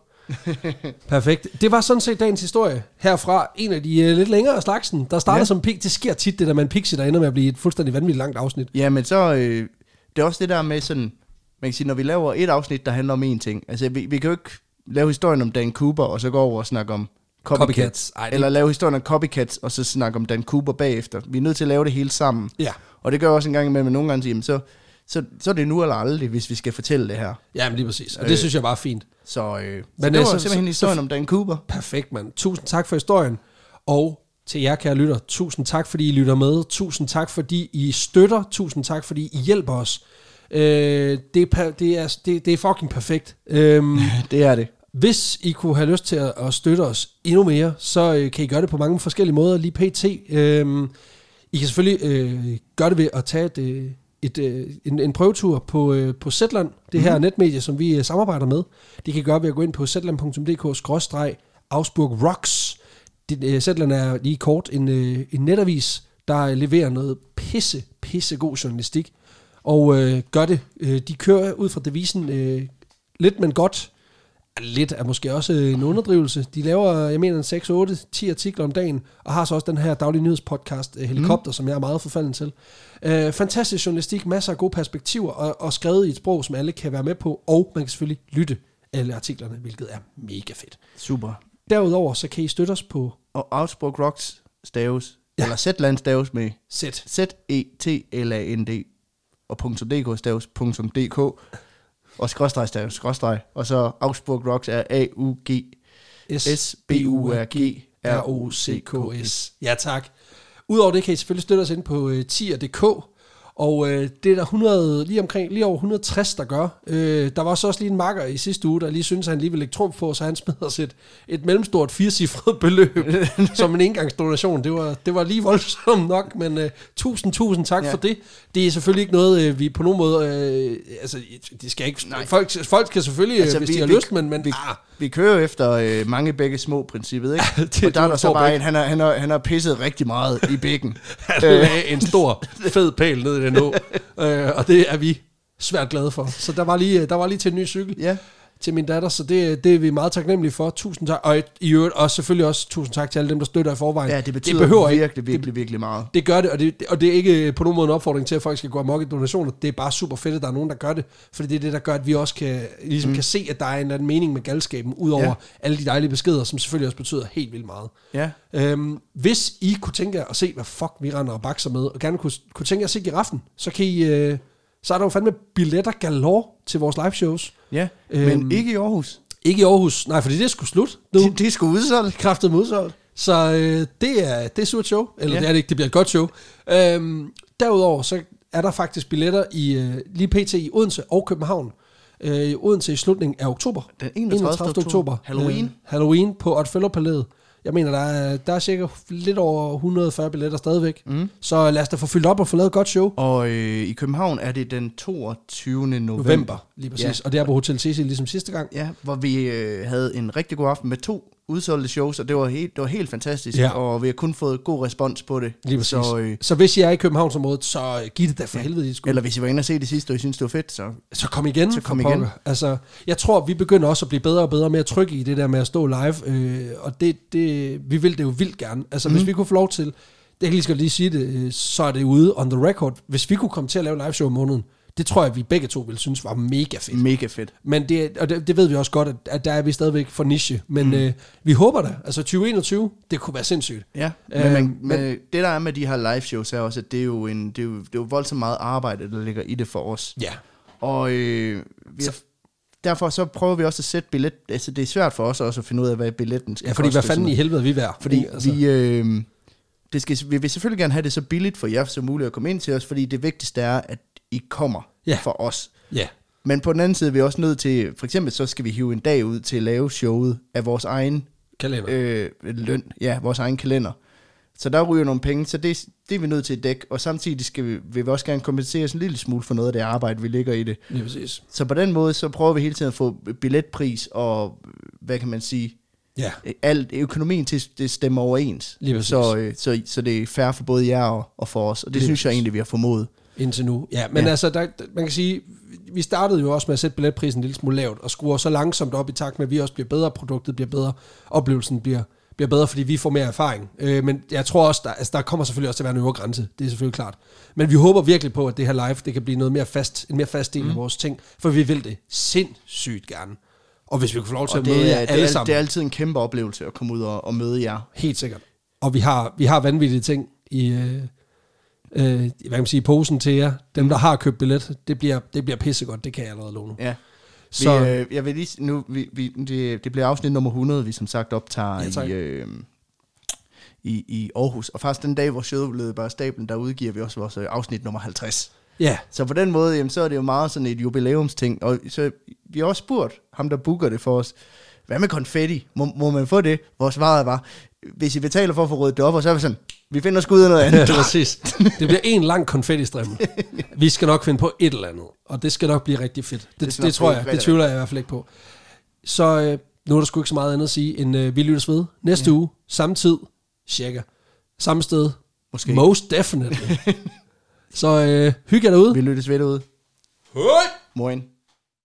Perfekt. Det var sådan set dagens historie. Herfra en af de uh, lidt længere af slagsen, der starter ja. Ja. som pik. Det sker tit, det der man pixie, der ender med at blive et fuldstændig vanvittigt langt afsnit. Jamen så, øh, det er også det der med sådan, man kan sige, når vi laver et afsnit, der handler om én ting. Altså vi, vi kan jo ikke lave historien om Dan Cooper, og så gå over og snakke om copycats. Copycats. Ej, det- Eller lave historien om copycats, og så snakke om Dan Cooper bagefter. Vi er nødt til at lave det hele sammen. Ja. Og det gør jeg også en gang imellem, at nogle gange siger, jamen, så, så, så er det nu eller aldrig, hvis vi skal fortælle det her. Ja, men lige præcis. Og det synes jeg var fint. Så, øh, så Men, det øh, var så- simpelthen så- historien om Dan Cooper. Perfekt, mand. Tusind tak for historien. Og til jer, kære lytter, tusind tak, fordi I lytter med. Tusind tak, fordi I støtter. Tusind tak, fordi I hjælper os. Øh, det, er, per- det, er, det, det er fucking perfekt. Øhm, Det er det. Hvis I kunne have lyst til at, at støtte os endnu mere, så øh, kan I gøre det på mange forskellige måder, lige pt. Øhm, I kan selvfølgelig øh, gøre det ved at tage et, øh, et, øh, en, en prøvetur på, øh, på Zetland, det her netmedie, som vi øh, samarbejder med. Det kan I gøre ved at gå ind på zetland.dk-ausburg rocks. Det, øh, Zetland er lige kort en, øh, en netavis, der øh, leverer noget pisse, pisse god journalistik. Og øh, gør det. Øh, de kører ud fra devisen øh, lidt, men godt. Lidt er måske også øh, en underdrivelse. De laver, jeg mener, en 6-8, 10 artikler om dagen, og har så også den her daglige nyhedspodcast, øh, Helikopter, mm. som jeg er meget forfalden til. Øh, fantastisk journalistik, masser af gode perspektiver, og, og skrevet i et sprog, som alle kan være med på, og man kan selvfølgelig lytte alle artiklerne, hvilket er mega fedt. Super. Derudover så kan I støtte os på Og Augsburg Rocks staves, Ja. ja. eller Zetland staves med Z. E Z-E-T-L-A-N-D og .dk staves .dk og skråstreg staves skråstreg og så Augsburg Rocks er A-U-G S-B-U-R-G-R-O-C-K-S. Ja, tak. Udover det kan I selvfølgelig støtte os ind på øh, tier.dk, og øh, det er der 100, lige, omkring, lige over 160, der gør. Øh, der var så også lige en makker i sidste uge, der lige syntes, at han lige ville lægge trumf på, så han smed os et, et mellemstort firecifret beløb som en engangsdonation. Det var, det var lige voldsomt nok, men øh, tusind, tusind tak ja. Ja. for det. Det er selvfølgelig ikke noget, øh, vi på nogen måde... Øh, altså, det skal ikke... Folk, folk skal selvfølgelig, altså, Altså, hvis vi- de har vi- lyst, men... men vi- ah, Vi kører jo efter øh, mange begge små princippet, ikke? Det- og der er du der så står bare bag. en, han har, han, har, han har pisset rigtig meget i bækken. Øh, Han lagde en stor, fed pæl ned i den å. øh, og det er vi svært glade for. Så der var lige, øh, der var lige til en ny cykel Ja, til min datter, så det, det er vi meget taknemmelige for. Tusind tak. Og i- i øvrigt også selvfølgelig også tusind tak til alle dem, der støtter i forvejen. ja det betyder det behøver ikke. virkelig, virkelig, virkelig meget. Det gør det, og det, og det er ikke øh, på nogen måde en opfordring til, at folk skal gå amok i donationer. Det er bare super fedt, at der er nogen, der gør det. Fordi det er det, der gør, at vi også kan, ligesom mm. kan se, at der er en eller anden mening med galskaben, udover ja. Ja. alle de dejlige beskeder, som selvfølgelig også betyder helt vildt meget. Ja, Øhm, hvis I kunne tænke jer at se, hvad fuck vi render og bakser med, og gerne kunne, kunne tænke jer at se giraffen, så kan I... Øh, så er der jo fandme billetter galore til vores live shows. ja. Øhm, men ikke i Aarhus. Ikke i Aarhus. Nej, fordi det er sgu slut nu. Det, det er sgu udsolgt. Kræftet modsolgt. Så øh, det, er, det er surt show. Eller Ja. det er det ikke. Det bliver et godt show. Øhm, derudover så er der faktisk billetter i øh, lige pt. i Odense og København. Øh, i Odense i slutningen af oktober. Den 31. oktober. Halloween. Øh, Halloween på Otfellow Palæet. Jeg mener, der er, der er cirka lidt over 140 billetter stadigvæk. Mm. Så lad os da få fyldt op og få lavet et godt show. Og øh, i København er det den 22. november. November, lige præcis. Ja. Og det er på Hotel Cecil ligesom sidste gang. Ja, hvor vi øh, havde en rigtig god aften med to udsolgte shows, og det var helt, det var helt fantastisk, Ja. ja. og vi har kun fået god respons på det. Lige præcis. Så, øh, så hvis I er i Københavnsområdet, så øh, giv det da for helvede, I skulle. eller hvis I var inde og se det sidste, og I synes, det var fedt, så Så kom igen. Så kom for igen. pokker. Altså, jeg tror, vi begynder også at blive bedre og bedre med at trykke i det der med at stå live. Øh, og det, det, vi vil det jo vildt gerne. Altså, mm. hvis vi kunne få lov til, det kan jeg lige skal lige sige det, øh, så er det ude on the record. Hvis vi kunne komme til at lave live show om måneden, det tror jeg, vi begge to ville synes var mega fedt. mega fedt. Men det, og det, det ved vi også godt, at, at der er vi stadigvæk for niche. Men mm. øh, vi håber da. Altså 2021, det kunne være sindssygt. Ja, Øhm, men, man, men det der er med de her live shows er også, at det er jo, en, det er jo, det er jo voldsomt meget arbejde, der ligger i det for os. Ja. Og øh, vi har, Så- derfor så prøver vi også at sætte billet, altså det er svært for os også at finde ud af, hvad billetten skal ja fordi hvad koste, fanden sådan i helvede er vi værd? Fordi altså, vi, øh, det skal, vi vil selvfølgelig gerne have det så billigt for jer som muligt at komme ind til os, fordi det vigtigste er, at I kommer Ja. ja. for os. Ja. Men på den anden side er vi også nødt til, for eksempel så skal vi hive en dag ud til at lave showet af vores egen Kalender. øh, løn, ja, vores egen kalender. Så der ryger nogle penge, så det, det er vi nødt til at dække, og samtidig skal vi, vil vi også gerne kompensere os en lille smule for noget af det arbejde, vi ligger i det. Lige præcis. Så på den måde, så prøver vi hele tiden at få billetpris og, hvad kan man sige, Ja. alt økonomien til det stemmer overens. Lige præcis. så, øh, så, så det er fair for både jer og, og for os, og det Lige Lige synes jeg præcis. egentlig, vi har formået. Indtil nu. Ja, men ja. Ja. altså, der, der- man kan sige, vi startede jo også med at sætte billetprisen en lille smule lavt, og skruer så langsomt op i takt med, at vi også bliver bedre, produktet bliver bedre, oplevelsen bliver, bliver bedre, fordi vi får mere erfaring. Øh, men jeg tror også, der, altså, der kommer selvfølgelig også til at være en øvre grænse, det er selvfølgelig klart. Men vi håber virkelig på, at det her live, det kan blive noget mere fast, en mere fast del mm. af vores ting, for vi vil det sindssygt gerne. Og hvis vi kunne få lov til Og at møde det, jer er, alle det, er, sammen. det er altid en kæmpe oplevelse at komme ud og, og møde jer. Helt sikkert. Og vi har, vi har vanvittige ting i, øh, øh, hvad kan man sige, i posen til jer. Dem, der har købt billet, det bliver, det bliver pissegodt, det kan jeg allerede låne. Ja. Vi, Så øh, øh, jeg vil lige, nu, vi, vi, det, det bliver afsnit nummer 100, vi som sagt optager Ja, ja, tak. i, øh, i, i Aarhus. Og faktisk den dag, hvor showet lød bare af stablen, der udgiver vi også vores øh, afsnit nummer 50. ja, Så på den måde, jamen, så er det jo meget sådan et jubilæumsting. Og så, vi har også spurgt ham, der booker det for os, hvad med konfetti? Må, må man få det? Vores svaret var, hvis I betaler for at få ryddet det op, og så er vi sådan, vi finder sgu ud af noget andet. præcis. Det bliver en lang konfettistrimmel. Vi skal nok finde på et eller andet, og det skal nok blive rigtig fedt. Det, Det det, skal nok det tror blive jeg, det rigtig tvivler jeg i hvert fald ikke på. Så øh, nu er der sgu ikke så meget andet at sige, end øh, vi lyttes ved næste uge, samme tid, cirka. Samme sted. Måske. Most definitely. Så øh, hygge jer derude. vi lyttes ved derude. Hej! Moin.